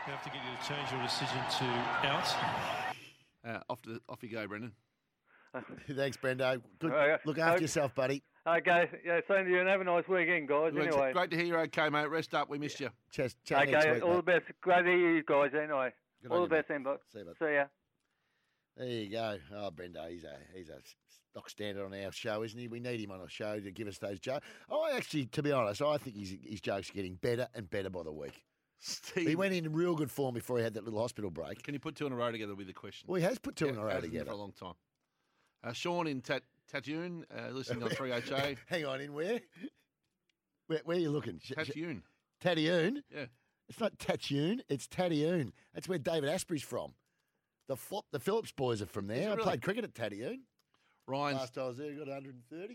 [SPEAKER 15] We have to get you to change your decision to out.
[SPEAKER 2] Uh, off to the, off you go, Brendan.
[SPEAKER 3] Thanks, Brendo. Good.
[SPEAKER 28] Okay.
[SPEAKER 3] Look after
[SPEAKER 28] Okay.
[SPEAKER 3] yourself, buddy.
[SPEAKER 28] Okay, yeah, same to you, and have a nice weekend, guys.
[SPEAKER 2] Well, it's
[SPEAKER 28] anyway,
[SPEAKER 2] Great to hear you're okay, mate. Rest up. We missed you.
[SPEAKER 3] Cheers.
[SPEAKER 28] okay, all the best. Great to hear you guys. Anyway,
[SPEAKER 3] Good
[SPEAKER 28] all
[SPEAKER 3] on
[SPEAKER 28] the
[SPEAKER 3] you,
[SPEAKER 28] best, then, bud.
[SPEAKER 3] See you, bud.
[SPEAKER 28] See ya.
[SPEAKER 3] There you go. Oh, Brendo, he's a he's a stock standard on our show, isn't he? We need him on our show to give us those jokes. I actually, to be honest, I think his his jokes are getting better and better by the week. He went in real good form before he had that little hospital break.
[SPEAKER 2] Can you put two in a row together with a question?
[SPEAKER 3] Well, he has put two in a row
[SPEAKER 2] hasn't
[SPEAKER 3] together.
[SPEAKER 2] for a long time. Uh, Sean in Tat- Tatoon, uh, listening on 3HA.
[SPEAKER 3] Hang on, in where? Where, where are you looking? Sh- sh-
[SPEAKER 2] Tatoon.
[SPEAKER 3] Tatyoon?
[SPEAKER 2] Yeah.
[SPEAKER 3] It's not Tatyoon, it's Tatyoon. That's where David Asprey's from. The Flop, the Phillips boys are from there.
[SPEAKER 2] it
[SPEAKER 3] I
[SPEAKER 2] really?
[SPEAKER 3] played cricket at Tatyoon.
[SPEAKER 2] Ryan's
[SPEAKER 3] Last I was there, got 130.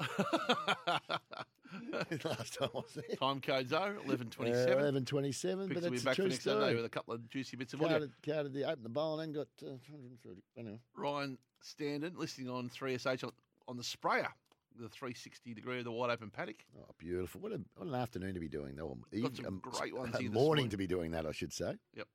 [SPEAKER 3] Last time I was there.
[SPEAKER 2] time codes though, 11.27.
[SPEAKER 3] Uh, 11:27, but
[SPEAKER 2] Picks will be
[SPEAKER 3] that's a
[SPEAKER 2] back
[SPEAKER 3] true
[SPEAKER 2] for next
[SPEAKER 3] story.
[SPEAKER 2] Saturday with a couple of juicy bits of audio.
[SPEAKER 3] Counted, counted the open the bowl and got uh, 130. Anyway.
[SPEAKER 2] Ryan Standard listening on 3SH on, on the sprayer, the 360 degree of the wide open paddock.
[SPEAKER 3] Oh, beautiful. What, a, what an afternoon to be doing that. Or even-
[SPEAKER 2] some
[SPEAKER 3] um,
[SPEAKER 2] great ones
[SPEAKER 3] a
[SPEAKER 2] here this
[SPEAKER 3] morning
[SPEAKER 2] morning.
[SPEAKER 3] to be doing that, I should say.
[SPEAKER 2] Yep.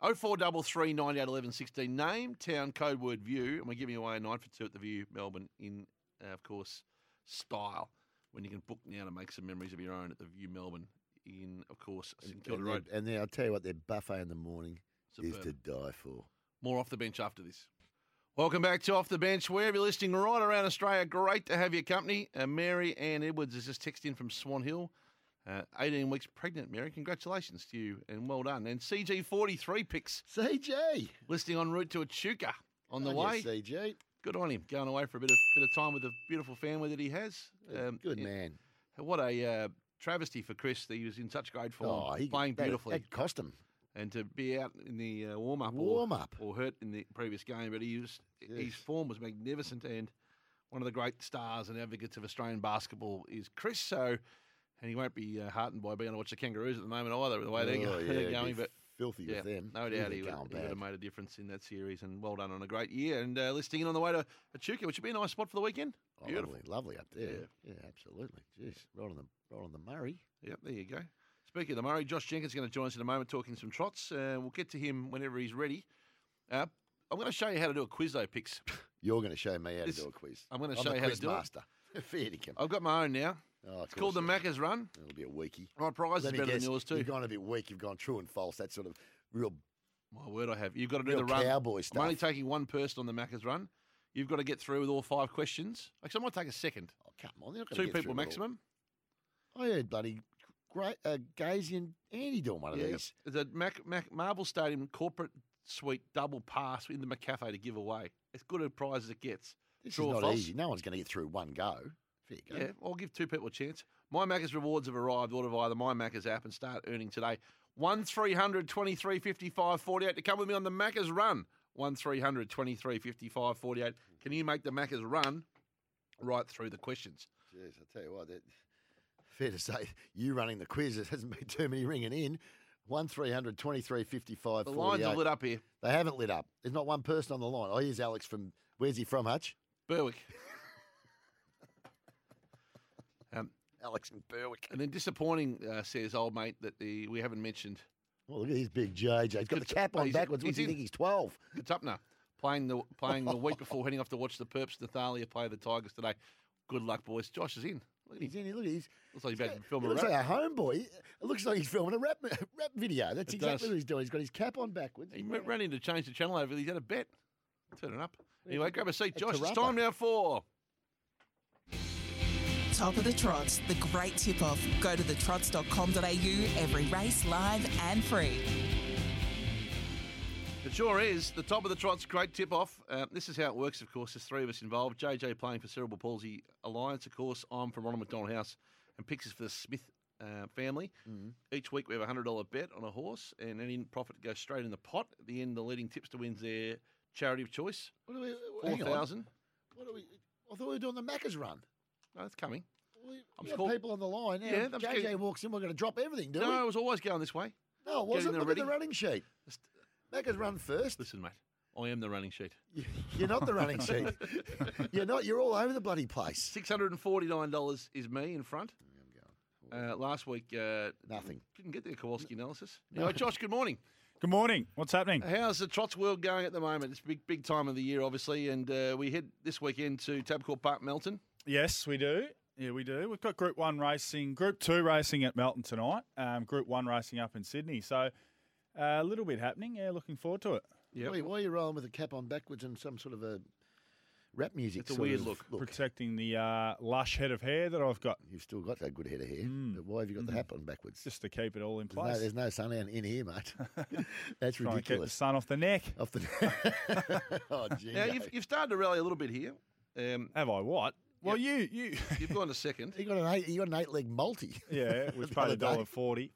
[SPEAKER 2] 0433 98 11 16. Name, town, code word, view. And we're giving away a night for two at the View Melbourne in, uh, of course, style. When you can book now to make some memories of your own at the View Melbourne in, of course, St Kilda
[SPEAKER 3] and, then-
[SPEAKER 2] Road.
[SPEAKER 3] and then I'll tell you what, their buffet in the morning is to
[SPEAKER 2] Superb.
[SPEAKER 3] die for.
[SPEAKER 2] More off the bench after this. Welcome back to Off the Bench, wherever you're listening right around Australia. Great to have your company. Uh, Mary Ann Edwards has just texted in from Swan Hill. Uh, 18 weeks pregnant, Mary. Congratulations to you and well done. And CG43 picks.
[SPEAKER 3] CG.
[SPEAKER 2] Listing en route to Echuca on the
[SPEAKER 3] Good on
[SPEAKER 2] way.
[SPEAKER 3] you, CG.
[SPEAKER 2] Good on him. Going away for a bit of bit of time with the beautiful family that he has. Um,
[SPEAKER 3] Good
[SPEAKER 2] yeah.
[SPEAKER 3] man.
[SPEAKER 2] What a uh, travesty for Chris that he was in such great form,
[SPEAKER 3] Oh, he-
[SPEAKER 2] playing
[SPEAKER 3] that-
[SPEAKER 2] beautifully.
[SPEAKER 3] that cost him.
[SPEAKER 2] And to be out in the uh, warm up,
[SPEAKER 3] Warm up.
[SPEAKER 2] or hurt in the previous game, but he was his form was magnificent and one of the great stars and advocates of Australian basketball is Chris. So, and he won't be uh, heartened by being able to watch the Kangaroos at the moment either, with the way they're, go-
[SPEAKER 3] Oh, yeah,
[SPEAKER 2] they're
[SPEAKER 3] it'd be
[SPEAKER 2] going. But
[SPEAKER 3] filthy with
[SPEAKER 2] yeah,
[SPEAKER 3] them.
[SPEAKER 2] No doubt
[SPEAKER 3] Ooh, they're
[SPEAKER 2] he would,
[SPEAKER 3] going
[SPEAKER 2] he would
[SPEAKER 3] bad.
[SPEAKER 2] have made a difference in that series, and well done on a great year. And uh, listing in on the way to Echuca, which would be a nice spot for the weekend.
[SPEAKER 3] Oh,
[SPEAKER 2] Beautiful.
[SPEAKER 3] Lovely, lovely up there.
[SPEAKER 2] Yeah.
[SPEAKER 3] Yeah, absolutely. Jeez, right on the right on the Murray.
[SPEAKER 2] Yep, there you go. Speaking of the Murray, Josh Jenkins is going to join us in a moment talking some trots. Uh, we'll get to him whenever he's ready. Uh, I'm going to show you how to do a quiz, though, Pix.
[SPEAKER 3] You're going to show me how
[SPEAKER 2] This-
[SPEAKER 3] to do a quiz.
[SPEAKER 2] I'm gonna
[SPEAKER 3] to
[SPEAKER 2] show you how to do it.
[SPEAKER 3] master. Fair dinkum.
[SPEAKER 2] I've got my own now.
[SPEAKER 3] Oh,
[SPEAKER 2] it's called the Macca's Run.
[SPEAKER 3] It'll be a weekie.
[SPEAKER 2] My prize is
[SPEAKER 3] Let me
[SPEAKER 2] better than
[SPEAKER 3] guess,
[SPEAKER 2] yours, too.
[SPEAKER 3] You've gone a bit weak. You've gone true and false. That sort of real.
[SPEAKER 2] My word, I have. You've got to do the
[SPEAKER 3] Real
[SPEAKER 2] run.
[SPEAKER 3] cowboy stuff.
[SPEAKER 2] I'm only taking one person on the Macca's Run. You've got to get through with all five questions. Actually, I might take a second.
[SPEAKER 3] Oh, come on. They're not gonna
[SPEAKER 2] Two
[SPEAKER 3] get
[SPEAKER 2] people
[SPEAKER 3] through it all.
[SPEAKER 2] maximum.
[SPEAKER 3] I heard bloody great uh, Gazy and Andy doing one of
[SPEAKER 2] Yeah,
[SPEAKER 3] these.
[SPEAKER 2] There's a Mac, Mac, Marble Stadium corporate suite double pass in the McCafe to give away. As good a prize as it gets.
[SPEAKER 3] This
[SPEAKER 2] True
[SPEAKER 3] is
[SPEAKER 2] or
[SPEAKER 3] not
[SPEAKER 2] false?
[SPEAKER 3] easy. No one's going to get through one go. Fair go.
[SPEAKER 2] Yeah, I'll give two people a chance. My Macca's rewards have arrived. Order via the My Macca's app and start earning today. 1300 23 55 48 to come with me on the Macca's run. 1300 23 55 48. Can you make the Macca's run right through the questions?
[SPEAKER 3] Jeez, I tell you what, that, fair to say, you running the quiz, there hasn't been too many ringing in. 1300 23 55
[SPEAKER 2] The lines are
[SPEAKER 3] 48.
[SPEAKER 2] lit up here.
[SPEAKER 3] They haven't lit up. There's not one person on the line. Oh, here's Alex from, where's he from, Hutch?
[SPEAKER 2] Berwick. Um,
[SPEAKER 3] Alex and Berwick.
[SPEAKER 2] And then disappointing, uh, says old mate, that the, we haven't mentioned.
[SPEAKER 3] Well, look at his big JJ. He's got the cap on
[SPEAKER 2] He's-
[SPEAKER 3] backwards. What
[SPEAKER 2] he's
[SPEAKER 3] do you
[SPEAKER 2] in.
[SPEAKER 3] think? He's 12.
[SPEAKER 2] It's up now. Playing the playing the week before heading off to watch the Perps Nathalia play the Tigers today. Good luck, boys. Josh is in. Look at
[SPEAKER 3] He's in. Look at his.
[SPEAKER 2] Looks like he's about to film
[SPEAKER 3] He
[SPEAKER 2] a
[SPEAKER 3] looks
[SPEAKER 2] rap.
[SPEAKER 3] like a homeboy. It looks like he's filming a rap, rap video. That's
[SPEAKER 2] It
[SPEAKER 3] exactly
[SPEAKER 2] does.
[SPEAKER 3] what he's doing. He's got his cap on backwards.
[SPEAKER 2] He ran in to change the channel over. He's had a bet. Turn it up. Anyway, grab a seat,
[SPEAKER 3] At
[SPEAKER 2] Josh. It's
[SPEAKER 3] Tarapa.
[SPEAKER 2] time now for.
[SPEAKER 1] Top of the Trots, the great tip off. Go to thetrots.com.au, every race live and free.
[SPEAKER 2] It sure is. The top of the trots, great tip off. Uh, this is how it works, of course. There's three of us involved. JJ playing for Cerebral Palsy Alliance, of course. I'm from Ronald McDonald House and Pixie's for the Smith uh, family.
[SPEAKER 3] Mhm.
[SPEAKER 2] Each week we have a $100 bet on a horse, and any profit goes straight in the pot. At the end, the leading tipster wins their charity of choice.
[SPEAKER 3] What are we, uh, hang on.
[SPEAKER 2] 4000
[SPEAKER 3] What are we? I thought we were doing the Macca's run.
[SPEAKER 2] No, it's coming.
[SPEAKER 3] We,
[SPEAKER 2] I'm
[SPEAKER 3] we have
[SPEAKER 2] score-
[SPEAKER 3] people on the line. Now,
[SPEAKER 2] Yeah,
[SPEAKER 3] yeah,
[SPEAKER 2] I'm
[SPEAKER 3] JJ
[SPEAKER 2] scared.
[SPEAKER 3] walks in. We're going to drop everything, do
[SPEAKER 2] no,
[SPEAKER 3] we?
[SPEAKER 2] I was always going this way.
[SPEAKER 3] no, it
[SPEAKER 2] Getting
[SPEAKER 3] wasn't.
[SPEAKER 2] there
[SPEAKER 3] Look
[SPEAKER 2] ready.
[SPEAKER 3] at the running sheet. Make us run first.
[SPEAKER 2] Listen, mate, I am the running sheet.
[SPEAKER 3] You're not the running sheet. You're not. You're all over the bloody place.
[SPEAKER 2] Six hundred and forty-nine dollars is me in front. Uh, last week, uh,
[SPEAKER 3] nothing.
[SPEAKER 2] Didn't get the Kowalski analysis.
[SPEAKER 16] No.
[SPEAKER 2] Anyway, Josh, good morning. Uh,
[SPEAKER 16] Good morning. What's happening?
[SPEAKER 2] How's the Trots world going at the moment? It's big, big time of the year, obviously, and uh, we head this weekend to Tabcorp Park, Melton.
[SPEAKER 16] Yes, we do. Yeah, we do. We've got Group One racing, Group Two racing at Melton tonight, um, Group One racing up in Sydney. So uh, a little bit happening. Yeah, looking forward to it.
[SPEAKER 3] Why, why are you rolling with a cap on backwards and some sort of a rap music?
[SPEAKER 16] It's a
[SPEAKER 3] sort
[SPEAKER 16] weird
[SPEAKER 3] of
[SPEAKER 16] look. Protecting the uh, lush head of hair that I've got. Mm. Mm-hmm.
[SPEAKER 3] You've still got that good head of hair. But why have you got the hat on backwards?
[SPEAKER 16] Just to keep it all in
[SPEAKER 3] There's
[SPEAKER 16] place.
[SPEAKER 3] no, there's no sun in, in here, mate.
[SPEAKER 16] Trying to
[SPEAKER 3] That's
[SPEAKER 16] keep the
[SPEAKER 3] ridiculous.
[SPEAKER 16] sun off the neck.
[SPEAKER 3] Off the oh, gee.
[SPEAKER 2] Now you've, you've started to rally a little bit here. Um,
[SPEAKER 16] Have I what? Well, you you
[SPEAKER 2] you've gone to second.
[SPEAKER 3] You got an eight. You got an eight-leg multi.
[SPEAKER 16] Yeah, which
[SPEAKER 3] The
[SPEAKER 16] paid
[SPEAKER 3] other
[SPEAKER 16] a dollar
[SPEAKER 3] day.
[SPEAKER 16] forty.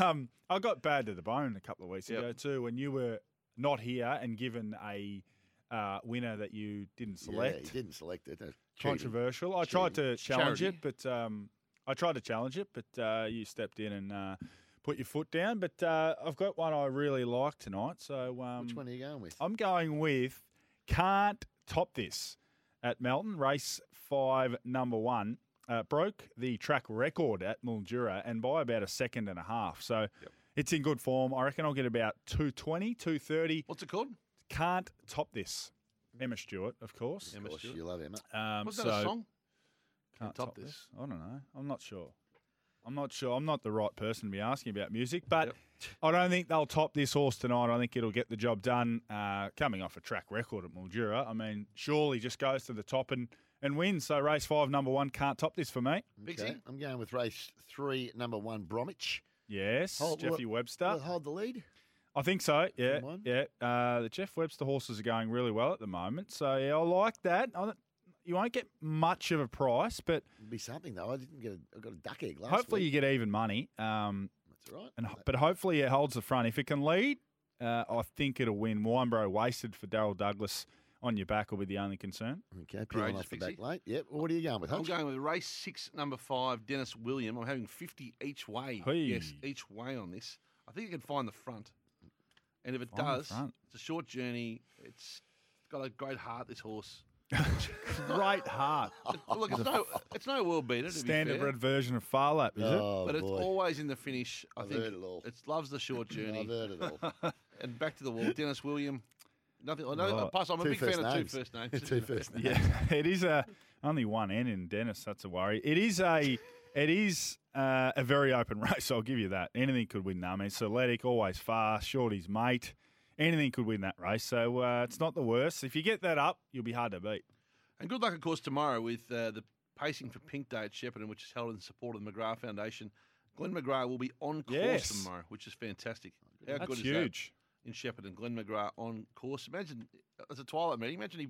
[SPEAKER 16] Um, I got bad to the bone a couple of weeks ago too, when you were not here and given a uh, winner that you didn't select.
[SPEAKER 3] Yeah, he didn't select it. That's cheating.
[SPEAKER 16] Controversial. I tried to challenge
[SPEAKER 3] Charity.
[SPEAKER 16] it, but um, I tried to challenge it, but uh, you stepped in and uh, put your foot down. But uh, I've got one I really like tonight. So um,
[SPEAKER 3] Which one are you going with?
[SPEAKER 16] I'm going with can't top this at Melton race five number one. Uh, broke the track record at Mildura and by about a second and a half. So it's in good form. I reckon I'll get about 220, 230.
[SPEAKER 2] What's it called?
[SPEAKER 16] Can't top this. Emma Stewart, of course.
[SPEAKER 3] Of course, you love Emma.
[SPEAKER 16] Um,
[SPEAKER 3] Was that a
[SPEAKER 16] so-
[SPEAKER 3] song?
[SPEAKER 16] Can't top, this. I don't know. I'm not sure. I'm not sure. I'm not the right person to be asking about music, but I don't think they'll top this horse tonight. I think it'll get the job done. Uh, coming off a track record at Mildura, I mean, surely just goes to the top and, and wins. So race five, number one, can't top this for me.
[SPEAKER 3] Okay, I'm going with race three, number one, Bromwich.
[SPEAKER 16] Yes,
[SPEAKER 3] Hold-
[SPEAKER 16] Jeffy
[SPEAKER 3] will-
[SPEAKER 16] Webster.
[SPEAKER 3] will it hold the lead.
[SPEAKER 16] I think so. Yeah, yeah. Uh, the Jeff Webster horses are going really well at the moment, so yeah, I like that. I don't- you won't get much of a price, but
[SPEAKER 3] It'd be something though. I didn't get. A, I got a duck egg last
[SPEAKER 16] hopefully
[SPEAKER 3] week.
[SPEAKER 16] you get even money. Um,
[SPEAKER 3] That's all right.
[SPEAKER 16] and ho- but hopefully it holds the front. If it can lead, uh, I think it'll win. Winebro wasted for Daryl Douglas on your back will be the only concern.
[SPEAKER 3] Okay, peeling off the back late. Yep. What are you going with?
[SPEAKER 2] I'm
[SPEAKER 3] Hutch?
[SPEAKER 2] going with race six, number five, Dennis William. I'm having 50 each way.
[SPEAKER 16] Hey.
[SPEAKER 2] Yes, each way on this. I think you can find the front. And if it
[SPEAKER 16] Find the
[SPEAKER 2] does,
[SPEAKER 16] front.
[SPEAKER 2] it's a short journey. It's got a great heart, this horse.
[SPEAKER 16] Great heart.
[SPEAKER 2] Look, it's no, it's no world beater. To be
[SPEAKER 16] Standard
[SPEAKER 2] fair.
[SPEAKER 16] red version of Farlap, is it?
[SPEAKER 2] but it's always in the finish. I
[SPEAKER 3] Oh, I've
[SPEAKER 2] think
[SPEAKER 3] heard it all.
[SPEAKER 2] loves the short journey. I've
[SPEAKER 3] heard it all.
[SPEAKER 2] and back to the wall, Dennis William. Nothing. I know.
[SPEAKER 16] Right.
[SPEAKER 2] Plus, I'm a
[SPEAKER 16] Two
[SPEAKER 2] big fan
[SPEAKER 16] first
[SPEAKER 2] of two
[SPEAKER 16] names.
[SPEAKER 2] first names.
[SPEAKER 3] Two first names.
[SPEAKER 16] Oh, Yeah, it is a only one N in Dennis. That's a worry. It is a it is uh, a very open race. I'll give you that. Anything could win that. I mean, it's athletic, always fast, shorty's mate. Anything could win that race. So uh, it's not the worst. If you get that up, you'll be hard to beat.
[SPEAKER 2] And good luck, of course, tomorrow with uh, the pacing for Pink Day at Shepparton, which is held in support of the McGrath Foundation. Glenn McGrath will be on course
[SPEAKER 16] Yes. Oh,
[SPEAKER 2] tomorrow, which is fantastic. How
[SPEAKER 16] That's
[SPEAKER 2] good is
[SPEAKER 16] huge.
[SPEAKER 2] that? In Shepparton, Glenn McGrath on course. Imagine that's a uh, twilight meeting. Imagine he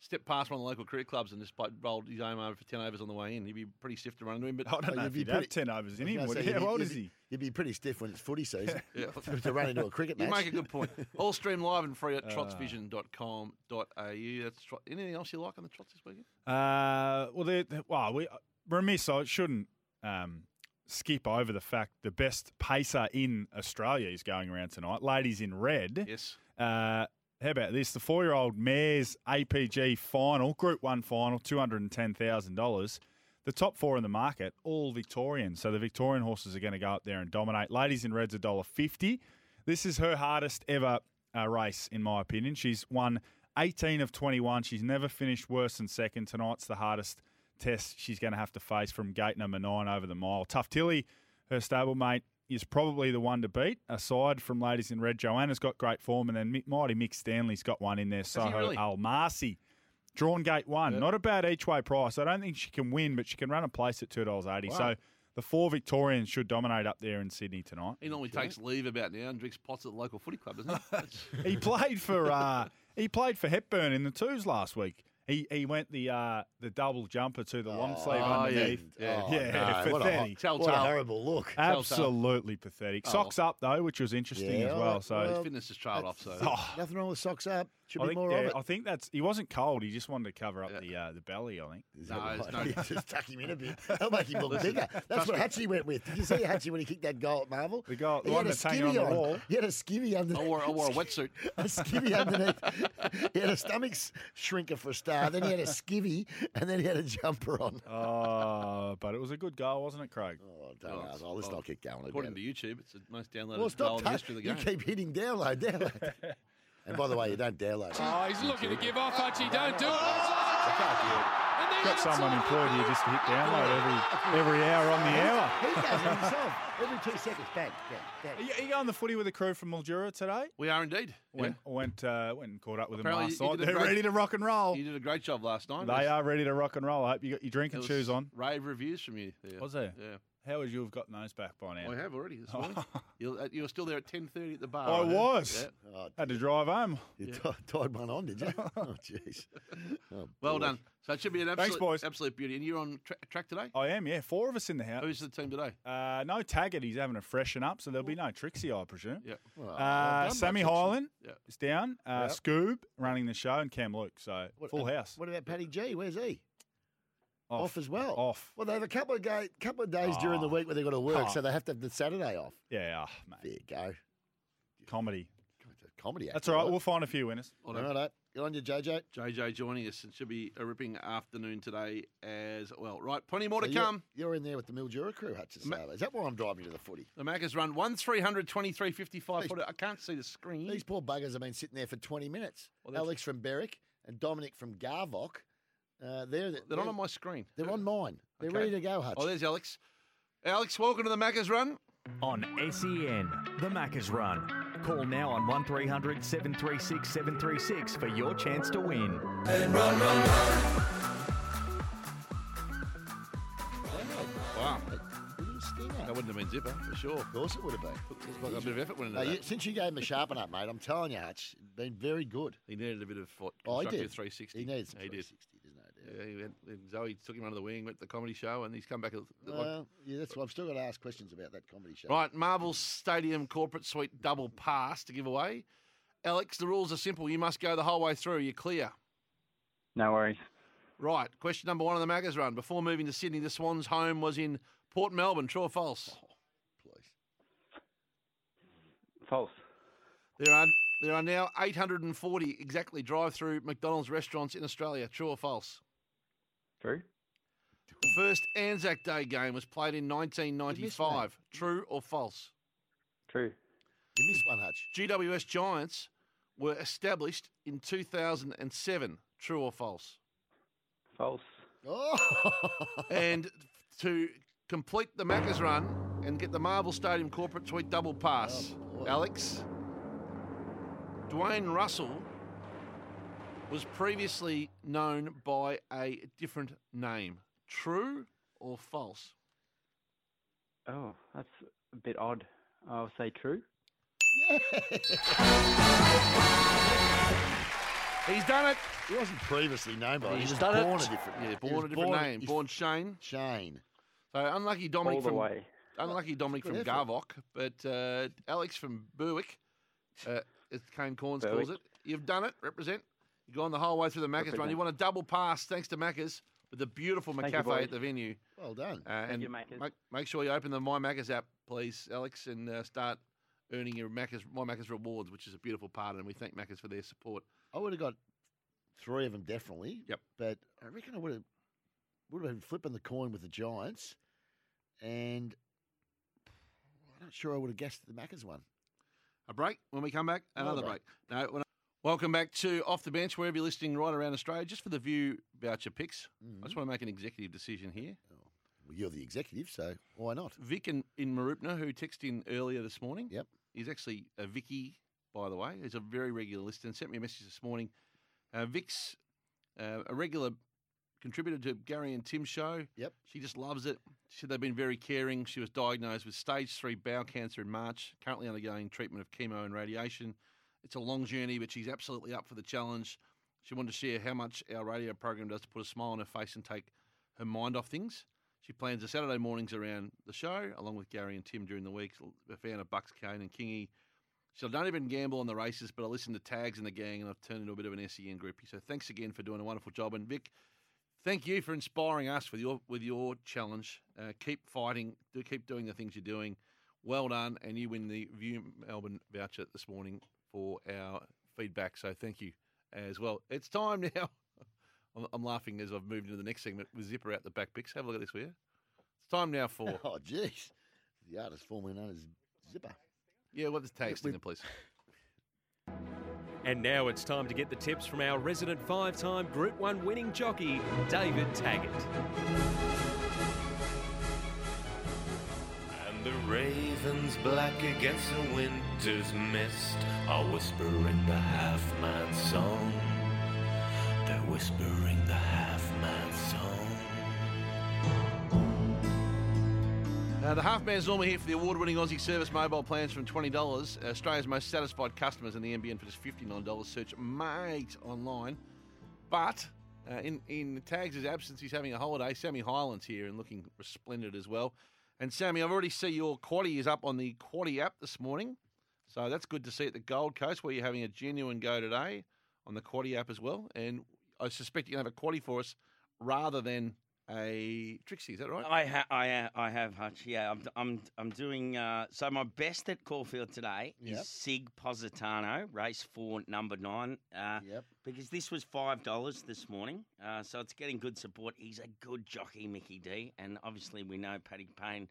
[SPEAKER 2] stepped past one of the local cricket clubs and just bowled- bowled his own over for 10 overs on the way in. He'd be pretty stiff to run into him. But
[SPEAKER 3] Oh,
[SPEAKER 16] I don't know if he'd have 10 overs in him. would he? How old is he?
[SPEAKER 3] You'd be pretty stiff when it's footy season
[SPEAKER 2] Yeah.
[SPEAKER 3] to run into a cricket match.
[SPEAKER 2] You make a good point. All stream live and free at
[SPEAKER 3] Uh.
[SPEAKER 2] trotsvision.com.au. That's trot- anything else you like on the trots this weekend?
[SPEAKER 16] Uh, well, they, they- well, we remiss. I shouldn't um, skip over the fact the best pacer in Australia is going around tonight. Ladies in red.
[SPEAKER 2] Yes.
[SPEAKER 16] Uh, how about this? The four-year-old mares APG final, Group One final, two hundred and ten thousand dollars. The top four in the market, all Victorian. So the Victorian horses are going to go up there and dominate. Ladies in red's a dollar fifty. This is her hardest ever uh, race, in my opinion. She's won 18 of 21. She's never finished worse than second. Tonight's the hardest test she's going to have to face from gate number nine over the mile. Tough Tilly, her stablemate, is probably the one to beat. Aside from Ladies in Red, Joanna's got great form, and then Mi- Mighty Mick Stanley's got one in there. Soho
[SPEAKER 2] really?
[SPEAKER 16] Almasi. Drawn gate one, not a bad each way price. I don't think she can win, but she can run a place at two dollars eighty.
[SPEAKER 2] Wow.
[SPEAKER 16] So the four Victorians should dominate up there in Sydney tonight.
[SPEAKER 2] He normally takes leave about now and drinks pots at the local footy club, doesn't he?
[SPEAKER 16] he played for uh, he played for Hepburn in the twos last week. He he went the uh, the double jumper to the long sleeve
[SPEAKER 2] yeah.
[SPEAKER 16] underneath.
[SPEAKER 2] Yeah. Oh,
[SPEAKER 16] yeah,
[SPEAKER 2] no, what
[SPEAKER 16] pathetic.
[SPEAKER 2] a hor- What a telltale. horrible
[SPEAKER 3] look.
[SPEAKER 16] Absolutely pathetic.
[SPEAKER 3] Oh.
[SPEAKER 16] Socks up though, which was interesting as well. So
[SPEAKER 2] fitness has trailed off. So
[SPEAKER 16] Oh.
[SPEAKER 3] nothing wrong with socks up. Should
[SPEAKER 16] I
[SPEAKER 3] be
[SPEAKER 16] think,
[SPEAKER 3] more of
[SPEAKER 16] yeah,
[SPEAKER 3] it.
[SPEAKER 16] I think that's he wasn't cold. He just wanted to cover up the uh, the belly. I think.
[SPEAKER 3] No, there's no- Yeah, just tuck him in a bit. That'll make him look
[SPEAKER 16] Listen,
[SPEAKER 3] bigger. That's
[SPEAKER 16] trust
[SPEAKER 3] what
[SPEAKER 16] me.
[SPEAKER 3] Hatchie went with. Did you see Hatchie when he kicked that goal at Marvel? The
[SPEAKER 16] goal,
[SPEAKER 3] he
[SPEAKER 16] the one
[SPEAKER 3] had a
[SPEAKER 16] that's hanging on
[SPEAKER 3] skivvy
[SPEAKER 16] the
[SPEAKER 3] on.
[SPEAKER 16] wall.
[SPEAKER 3] He had a skivvy underneath.
[SPEAKER 2] I wore, I wore a wetsuit.
[SPEAKER 3] a skivvy underneath. He had a stomach s- shrinker for a star. Then he had a skivvy, and then he had a jumper on.
[SPEAKER 16] Oh, but it was a good goal, wasn't it, Craig?
[SPEAKER 3] Oh, don't ask. Oh, let's not get going about
[SPEAKER 2] According
[SPEAKER 3] it.
[SPEAKER 2] to YouTube, it's the most downloaded goal
[SPEAKER 3] Well, stop.
[SPEAKER 2] in the
[SPEAKER 3] ta-
[SPEAKER 2] history of the
[SPEAKER 3] You
[SPEAKER 2] game.
[SPEAKER 3] keep hitting download, download. and by the way, you don't download.
[SPEAKER 23] Oh, he's looking to give off, Archie. Don't do it.
[SPEAKER 16] Got someone employed here just to hit download every every hour on the hour.
[SPEAKER 3] He does it himself. Every two seconds, bang, bang, bang.
[SPEAKER 16] Are you, are you going the footy with the crew from Mildura today?
[SPEAKER 2] We are indeed.
[SPEAKER 16] Went went uh, went and caught up with
[SPEAKER 2] Apparently
[SPEAKER 16] them
[SPEAKER 2] you
[SPEAKER 16] last
[SPEAKER 2] did a
[SPEAKER 16] night. They're
[SPEAKER 2] great-
[SPEAKER 16] ready to rock and roll.
[SPEAKER 2] You did a great job last night.
[SPEAKER 16] They
[SPEAKER 2] It
[SPEAKER 16] are ready to rock and roll. I hope you got your
[SPEAKER 2] was-
[SPEAKER 16] drinking
[SPEAKER 2] it
[SPEAKER 16] shoes
[SPEAKER 2] was
[SPEAKER 16] on.
[SPEAKER 2] Rave reviews from you. There.
[SPEAKER 16] Was there?
[SPEAKER 2] Yeah.
[SPEAKER 16] How would you have gotten those back by now?
[SPEAKER 2] I have already this morning. you, uh, you were still there at 10.30 at the bar.
[SPEAKER 16] I
[SPEAKER 2] heard.
[SPEAKER 16] was.
[SPEAKER 2] Oh, Yeah.
[SPEAKER 3] Oh,
[SPEAKER 16] Had to drive home.
[SPEAKER 3] You t- tied one on, did you? Oh, jeez. Oh,
[SPEAKER 2] Well
[SPEAKER 3] boy.
[SPEAKER 2] done. So it should be an absolute,
[SPEAKER 16] Thanks, boys.
[SPEAKER 2] absolute beauty. And you're on tra- track today?
[SPEAKER 16] I am, yeah. Four of us in the house.
[SPEAKER 2] Who's the team today?
[SPEAKER 16] Uh, no Taggart. He's having a freshen up, so there'll be no Trixie, I presume.
[SPEAKER 2] Yeah. Well, well
[SPEAKER 16] Uh,
[SPEAKER 2] done,
[SPEAKER 16] Sammy
[SPEAKER 2] Patrick.
[SPEAKER 16] Highland
[SPEAKER 2] Yeah.
[SPEAKER 16] is down. Uh,
[SPEAKER 3] Yep.
[SPEAKER 16] Scoob running the show, and Cam Luke. So
[SPEAKER 3] What-
[SPEAKER 16] full house.
[SPEAKER 3] What about Paddy G? Where's he? Off, as well.
[SPEAKER 16] Off.
[SPEAKER 3] Well, they have a couple of ga- couple of days during the
[SPEAKER 16] Oh.
[SPEAKER 3] week where they've got to work,
[SPEAKER 16] Oh.
[SPEAKER 3] so they have to have the Saturday off.
[SPEAKER 16] Yeah, ah, mate.
[SPEAKER 3] There you go.
[SPEAKER 16] Comedy.
[SPEAKER 3] Comedy.
[SPEAKER 16] That's
[SPEAKER 3] act,
[SPEAKER 16] all right.
[SPEAKER 3] right?
[SPEAKER 16] Wewe'll find a few winners.
[SPEAKER 2] Well done.
[SPEAKER 3] All right, good on you, JJ.
[SPEAKER 2] JJ joining us. It should be a ripping afternoon today as well. Right, plenty more to
[SPEAKER 3] So you're-
[SPEAKER 2] come.
[SPEAKER 3] You're, in there with the Mildura crew, Hutchins. are they? Is that why I'm driving you to the footy?
[SPEAKER 2] The Maccas run 1300, 2355. I can't see the screen.
[SPEAKER 3] These poor buggers have been sitting there for 20 minutes.
[SPEAKER 2] Well, that's-
[SPEAKER 3] Alex from Berwick and Dominic from Garvok. Uh, they're, they're,
[SPEAKER 2] They're not on my screen.
[SPEAKER 3] They're on mine. They're
[SPEAKER 2] Okay.
[SPEAKER 3] ready to go, Hutch.
[SPEAKER 2] Oh, there's Alex. Alex, welcome to the Maccas Run.
[SPEAKER 17] On SEN, the Maccas Run. Call now on 1300 736 736 for your chance to win.
[SPEAKER 2] Wow.
[SPEAKER 3] That
[SPEAKER 2] wouldn't have been zipper, for sure. Of
[SPEAKER 3] course it would have been.
[SPEAKER 2] It was a bit of effort went into
[SPEAKER 3] Now,
[SPEAKER 2] that.
[SPEAKER 3] you- since you gave him a sharpen up, mate, I'm telling you, Hutch, been very good.
[SPEAKER 2] He needed a bit of what,
[SPEAKER 3] Oh, he
[SPEAKER 2] constructive
[SPEAKER 3] did.
[SPEAKER 2] 360.
[SPEAKER 3] He needs
[SPEAKER 2] he did. Yeah, he went, and Zoe took him under the wing, went to the comedy show, and he's come back. a- like-
[SPEAKER 3] Well, yeah, that's why I've still got to ask questions about that comedy show.
[SPEAKER 2] right, Marvel Stadium Corporate Suite double pass to give away. Alex, the rules are simple. You must go the whole way through. You're clear.
[SPEAKER 17] No worries.
[SPEAKER 2] Right, question number one on the Maggers run. Before moving to Sydney, the Swans' home was in Port Melbourne. True or false?
[SPEAKER 17] Oh, False.
[SPEAKER 2] There are there are now 840 exactly drive-through McDonald's restaurants in Australia. True or false?
[SPEAKER 17] True.
[SPEAKER 2] The first Anzac Day game was played in 1995. True or false?
[SPEAKER 17] True.
[SPEAKER 3] You missed one, Hutch.
[SPEAKER 2] GWS Giants were established in 2007. True or false?
[SPEAKER 17] False.
[SPEAKER 3] Oh!
[SPEAKER 2] and to complete the Maccas run and get the Marvel Stadium corporate suite double pass, Alex, Dwayne Russell was previously known by a different name. True or false?
[SPEAKER 17] Oh, that's a bit odd. I'll say true.
[SPEAKER 2] He's done it.
[SPEAKER 3] He wasn't previously known by.
[SPEAKER 2] He's
[SPEAKER 3] He was
[SPEAKER 2] done
[SPEAKER 3] born
[SPEAKER 2] it.
[SPEAKER 3] a different.
[SPEAKER 2] Yeah,
[SPEAKER 3] he
[SPEAKER 2] born
[SPEAKER 3] was
[SPEAKER 2] a different name. Born Shane.
[SPEAKER 3] Shane.
[SPEAKER 2] So unlucky Dominic
[SPEAKER 3] All the
[SPEAKER 2] from
[SPEAKER 3] way.
[SPEAKER 2] unlucky Dominic
[SPEAKER 3] Good
[SPEAKER 2] from
[SPEAKER 3] effort.
[SPEAKER 2] Garvok, but uh, Alex from Berwick, uh, as Kane Corns calls it.
[SPEAKER 3] Berwick.
[SPEAKER 2] You've done it. Represent. You've gone the whole way through the Macca's run.
[SPEAKER 3] Represent.
[SPEAKER 2] You won a double pass thanks to Macca's with the beautiful
[SPEAKER 3] Thank you,
[SPEAKER 2] McCafe
[SPEAKER 3] boys.
[SPEAKER 2] at the venue.
[SPEAKER 3] Well done.
[SPEAKER 2] Uh, and Make, make sure you open the My Macca's app, please, Alex, and uh, start earning your Macca's My Macca's rewards, which is a beautiful part. And we thank Macca's for their support.
[SPEAKER 3] I would have got three of them definitely.
[SPEAKER 2] Yep.
[SPEAKER 3] But I reckon I would have would have been flipping the coin with the Giants, and I'm not sure I would have guessed the Maccas one.
[SPEAKER 2] A break when we come back. Another
[SPEAKER 3] Another
[SPEAKER 2] break. No, when I- welcome back to Off the Bench, wherever you're listening right around Australia, just for the view voucher picks. I just want to make an executive decision here.
[SPEAKER 3] Well, you're the executive, so why not?
[SPEAKER 2] Vic in, in Marupna, who texted in earlier this morning.
[SPEAKER 3] Yep.
[SPEAKER 2] He's actually a Vicky, by the way. He's a very regular listener and sent me a message this morning. Uh, Vic's uh, a regular contributor to Gary and Tim's show.
[SPEAKER 3] Yep.
[SPEAKER 2] She just loves it. She said they've been very caring. She was diagnosed with stage three bowel cancer in March, currently undergoing treatment of chemo and radiation. It's a long journey, but she's absolutely up for the challenge. She wanted to share how much our radio program does to put a smile on her face and take her mind off things. She plans the Saturday mornings around the show, along with Gary and Tim during the week. A fan of Bucks, Kane, and Kingy. So I don't even gamble on the races, but I listen to tags in the gang and I've turned into a bit of an SEN groupie. So thanks again for doing a wonderful job. And Vic, thank you for inspiring us with your with your challenge. Uh, keep fighting, do keep doing the things you're doing. Well done, and you win the View Melbourne voucher this morning for our feedback. So thank you as well. It's time now. I'm, I'm laughing as I've moved into the next segment with Zipper out the back picks. Have a look at this, will you? It's time now for.
[SPEAKER 3] oh, jeez. The artist formerly known as Zipper.
[SPEAKER 2] Yeah, what the tags
[SPEAKER 3] We-
[SPEAKER 2] in there, please?
[SPEAKER 18] And now it's time to get the tips from our resident five time Group 1 winning jockey, David Taggart.
[SPEAKER 19] And the ravens black against the winter's mist are whispering the half man song. They're whispering the half man song.
[SPEAKER 2] Uh, the half man's normally here for the award-winning Aussie Service mobile plans from twenty dollars. Australia's most satisfied customers in the NBN for just fifty-nine dollars. Search mate online. But uh, in in Tags' absence, he's having a holiday. Sammy Highland's here and looking resplendent as well. And Sammy, I've already see your quaddy is up on the quaddy app this morning, so that's good to see at the Gold Coast where you're having a genuine go today on the quaddy app as well. And I suspect you're gonna have a quaddy for us rather than a Trixie. Is that right?
[SPEAKER 5] I ha- I, ha- I have Hutch. Yeah, I'm I'm I'm doing uh, so. My best at Caulfield today
[SPEAKER 3] Yep.
[SPEAKER 5] is Sig Positano, race four, number nine. Uh,
[SPEAKER 3] yep.
[SPEAKER 5] Because this was five dollars this morning, uh, so it's getting good support. He's a good jockey, Mickey D, and obviously we know Paddy Payne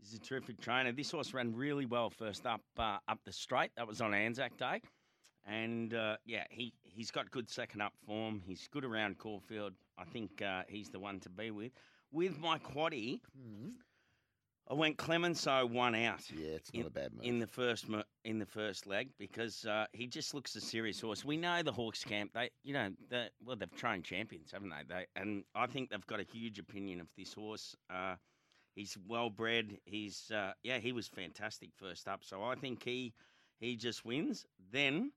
[SPEAKER 5] is a terrific trainer. This horse ran really well first up uh, up the straight. That was on Anzac Day. And uh, yeah, he, he's got good second up form. He's good around Caulfield. I think uh, he's the one to be with. With my quaddy,
[SPEAKER 3] Hmm.
[SPEAKER 5] I went Clemenceau one out.
[SPEAKER 3] Yeah, it's
[SPEAKER 5] not
[SPEAKER 3] a bad move
[SPEAKER 5] in the first mo- in the first leg because uh, he just looks a serious horse. We know the Hawks camp. They, you know, they, well they've trained champions, haven't they? They and I think they've got a huge opinion of this horse. Uh, he's well bred. He's uh, yeah, he was fantastic first up. So I think he he just wins. Then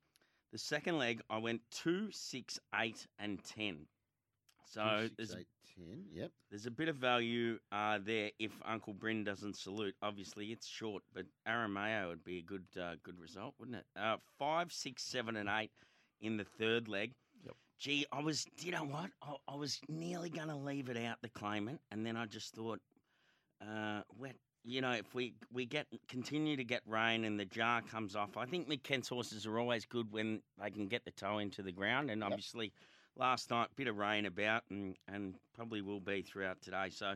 [SPEAKER 5] the second leg, I went two, six, eight, and ten. So
[SPEAKER 3] Two,
[SPEAKER 5] there's
[SPEAKER 3] six, eight, ten. Yep.
[SPEAKER 5] there's a bit of value uh, there if Uncle Bryn doesn't salute. Obviously, it's short, but Arameo would be a good uh, good result, wouldn't it? Uh, five, six, seven, and eight in the third leg.
[SPEAKER 2] Yep.
[SPEAKER 5] Gee, I was. Do you know what? I, I was nearly going to leave it out the claimant, and then I just thought, uh, wet. You know, if we we get continue to get rain and the jar comes off, I think McKent's horses are always good when they can get the toe into the ground, and obviously last night, bit of rain about, and, and probably will be throughout today. So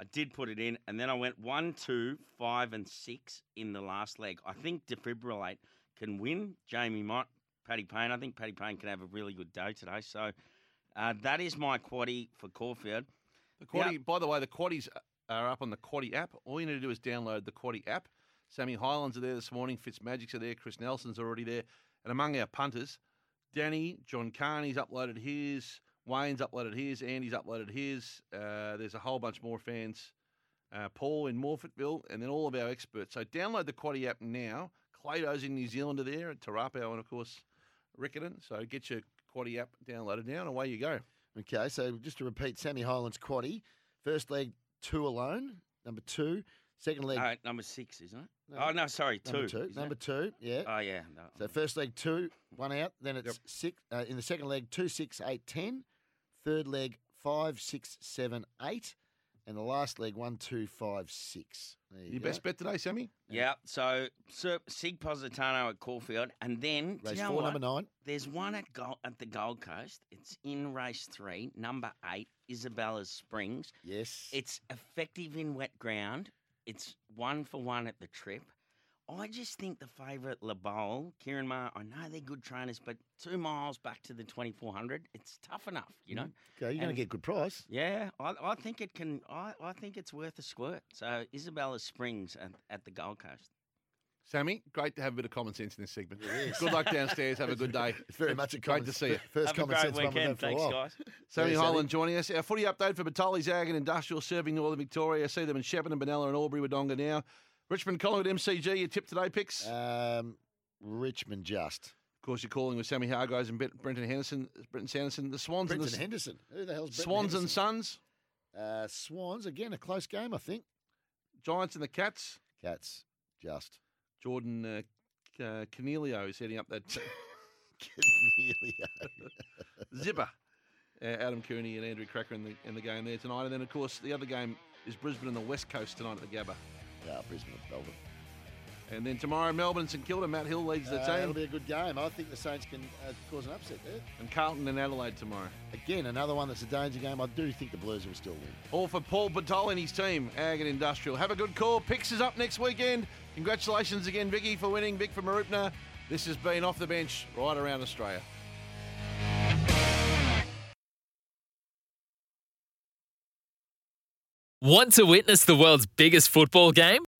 [SPEAKER 5] I did put it in, and then I went one, two, five, and six in the last leg. I think defibrillate can win. Jamie Mott, Paddy Payne. I think Paddy Payne can have a really good day today. So uh, that is my quaddy for Caulfield.
[SPEAKER 2] The Quaddy, by the way, the Quaddies uh, are up on the Quaddy app. All you need to do is download the Quaddy app. Sammy Highlands are there this morning. Fitzmagic's are there. Chris Nelson's already there. And among our punters, Danny, John Carney's uploaded his. Wayne's uploaded his. Andy's uploaded his. Uh, there's a whole bunch more fans. Uh, Paul in Morfettville, and then all of our experts. So download the Quaddy app now. Clado's in New Zealand are there, and Tarapau, and of course, Rickerton. So get your quaddy app downloaded now and away you go.
[SPEAKER 3] Okay, so just to repeat, Sandy Highlands quaddy, first leg two alone, number two, second leg.
[SPEAKER 5] Uh, number six, isn't it? oh no, sorry, two.
[SPEAKER 3] Number two,
[SPEAKER 5] isn't
[SPEAKER 3] number
[SPEAKER 5] it?
[SPEAKER 3] two yeah.
[SPEAKER 5] Oh yeah. No.
[SPEAKER 3] So first leg two, one out. Then it's six uh, in the second leg two, six, eight, ten. Third leg five, six, seven, eight, and the last leg one, two, five, six. There you
[SPEAKER 2] Your
[SPEAKER 3] go.
[SPEAKER 2] best bet today, Sammy?
[SPEAKER 5] Yeah, so Sir Sig Positano at Caulfield, and then do
[SPEAKER 3] Race
[SPEAKER 5] you know
[SPEAKER 3] four,
[SPEAKER 5] what?
[SPEAKER 3] number nine.
[SPEAKER 5] There's one at Gold, at the Gold Coast. It's in race three, number eight, Isabella's Springs.
[SPEAKER 3] Yes,
[SPEAKER 5] it's effective in wet ground. It's one for one at the trip. I just think the favourite Le Bowl, Kieran Ma. I know they're good trainers, but two miles back to the 2400, it's tough enough, you
[SPEAKER 3] Mm-hmm. Mm.
[SPEAKER 5] know.
[SPEAKER 3] Okay, you're going to
[SPEAKER 5] And-
[SPEAKER 3] get good price.
[SPEAKER 5] yeah, I, I think it can. I, I think it's worth a squirt. So Isabella Springs at, at the Gold Coast.
[SPEAKER 2] Sammy, great to have a bit of common sense in this segment. Good luck downstairs. Have a good day.
[SPEAKER 3] It's very much a
[SPEAKER 2] great
[SPEAKER 3] common-
[SPEAKER 2] to see you.
[SPEAKER 3] first Have a common great sense one we've weekend. had for a Thanks, while. guys.
[SPEAKER 2] Sammy
[SPEAKER 3] Yeah, Sammy.
[SPEAKER 2] Highland joining us. Our footy update for Batali's Ag and Industrial serving Northern Victoria. See them in Shepparton, Benalla, and Albury Wodonga now. Richmond Collingwood MCG. Your tip today, picks.
[SPEAKER 3] Um, Richmond just.
[SPEAKER 2] Of course, you're calling with Sammy Hargreaves and Brent- Brenton Henderson. Brenton Sanderson. The Swans and
[SPEAKER 3] Brenton
[SPEAKER 2] the
[SPEAKER 3] Henderson. Who the hell's Brenton
[SPEAKER 2] Swans and
[SPEAKER 3] Henderson?
[SPEAKER 2] Sons.
[SPEAKER 3] Uh, Swans again, a close game, I think.
[SPEAKER 2] Giants and the Cats.
[SPEAKER 3] Cats, just.
[SPEAKER 2] Jordan uh, C- uh, Canelio is heading up that.
[SPEAKER 3] Canelio.
[SPEAKER 2] Zipper. Uh, Adam Cooney and Andrew Cracker in the, in the game there tonight. And then, of course, the other game is Brisbane and the West Coast tonight at the Gabba.
[SPEAKER 3] Yeah, Brisbane at Melbourne.
[SPEAKER 2] And then tomorrow, Melbourne and St Kilda. Matt Hill leads the
[SPEAKER 3] Uh, It'll
[SPEAKER 2] team.
[SPEAKER 3] be a good game. I think the Saints can uh, cause an upset there.
[SPEAKER 2] And Carlton and Adelaide tomorrow.
[SPEAKER 3] Again, another one that's a danger game. I do think the Blues will still win.
[SPEAKER 2] All for Paul Batol and his team, Ag and Industrial. Have a good call. Picks is up next weekend. Congratulations again, Vicky, for winning. Vic from Marupna. This has been Off the Bench right around Australia.
[SPEAKER 24] Want to witness the world's biggest football game?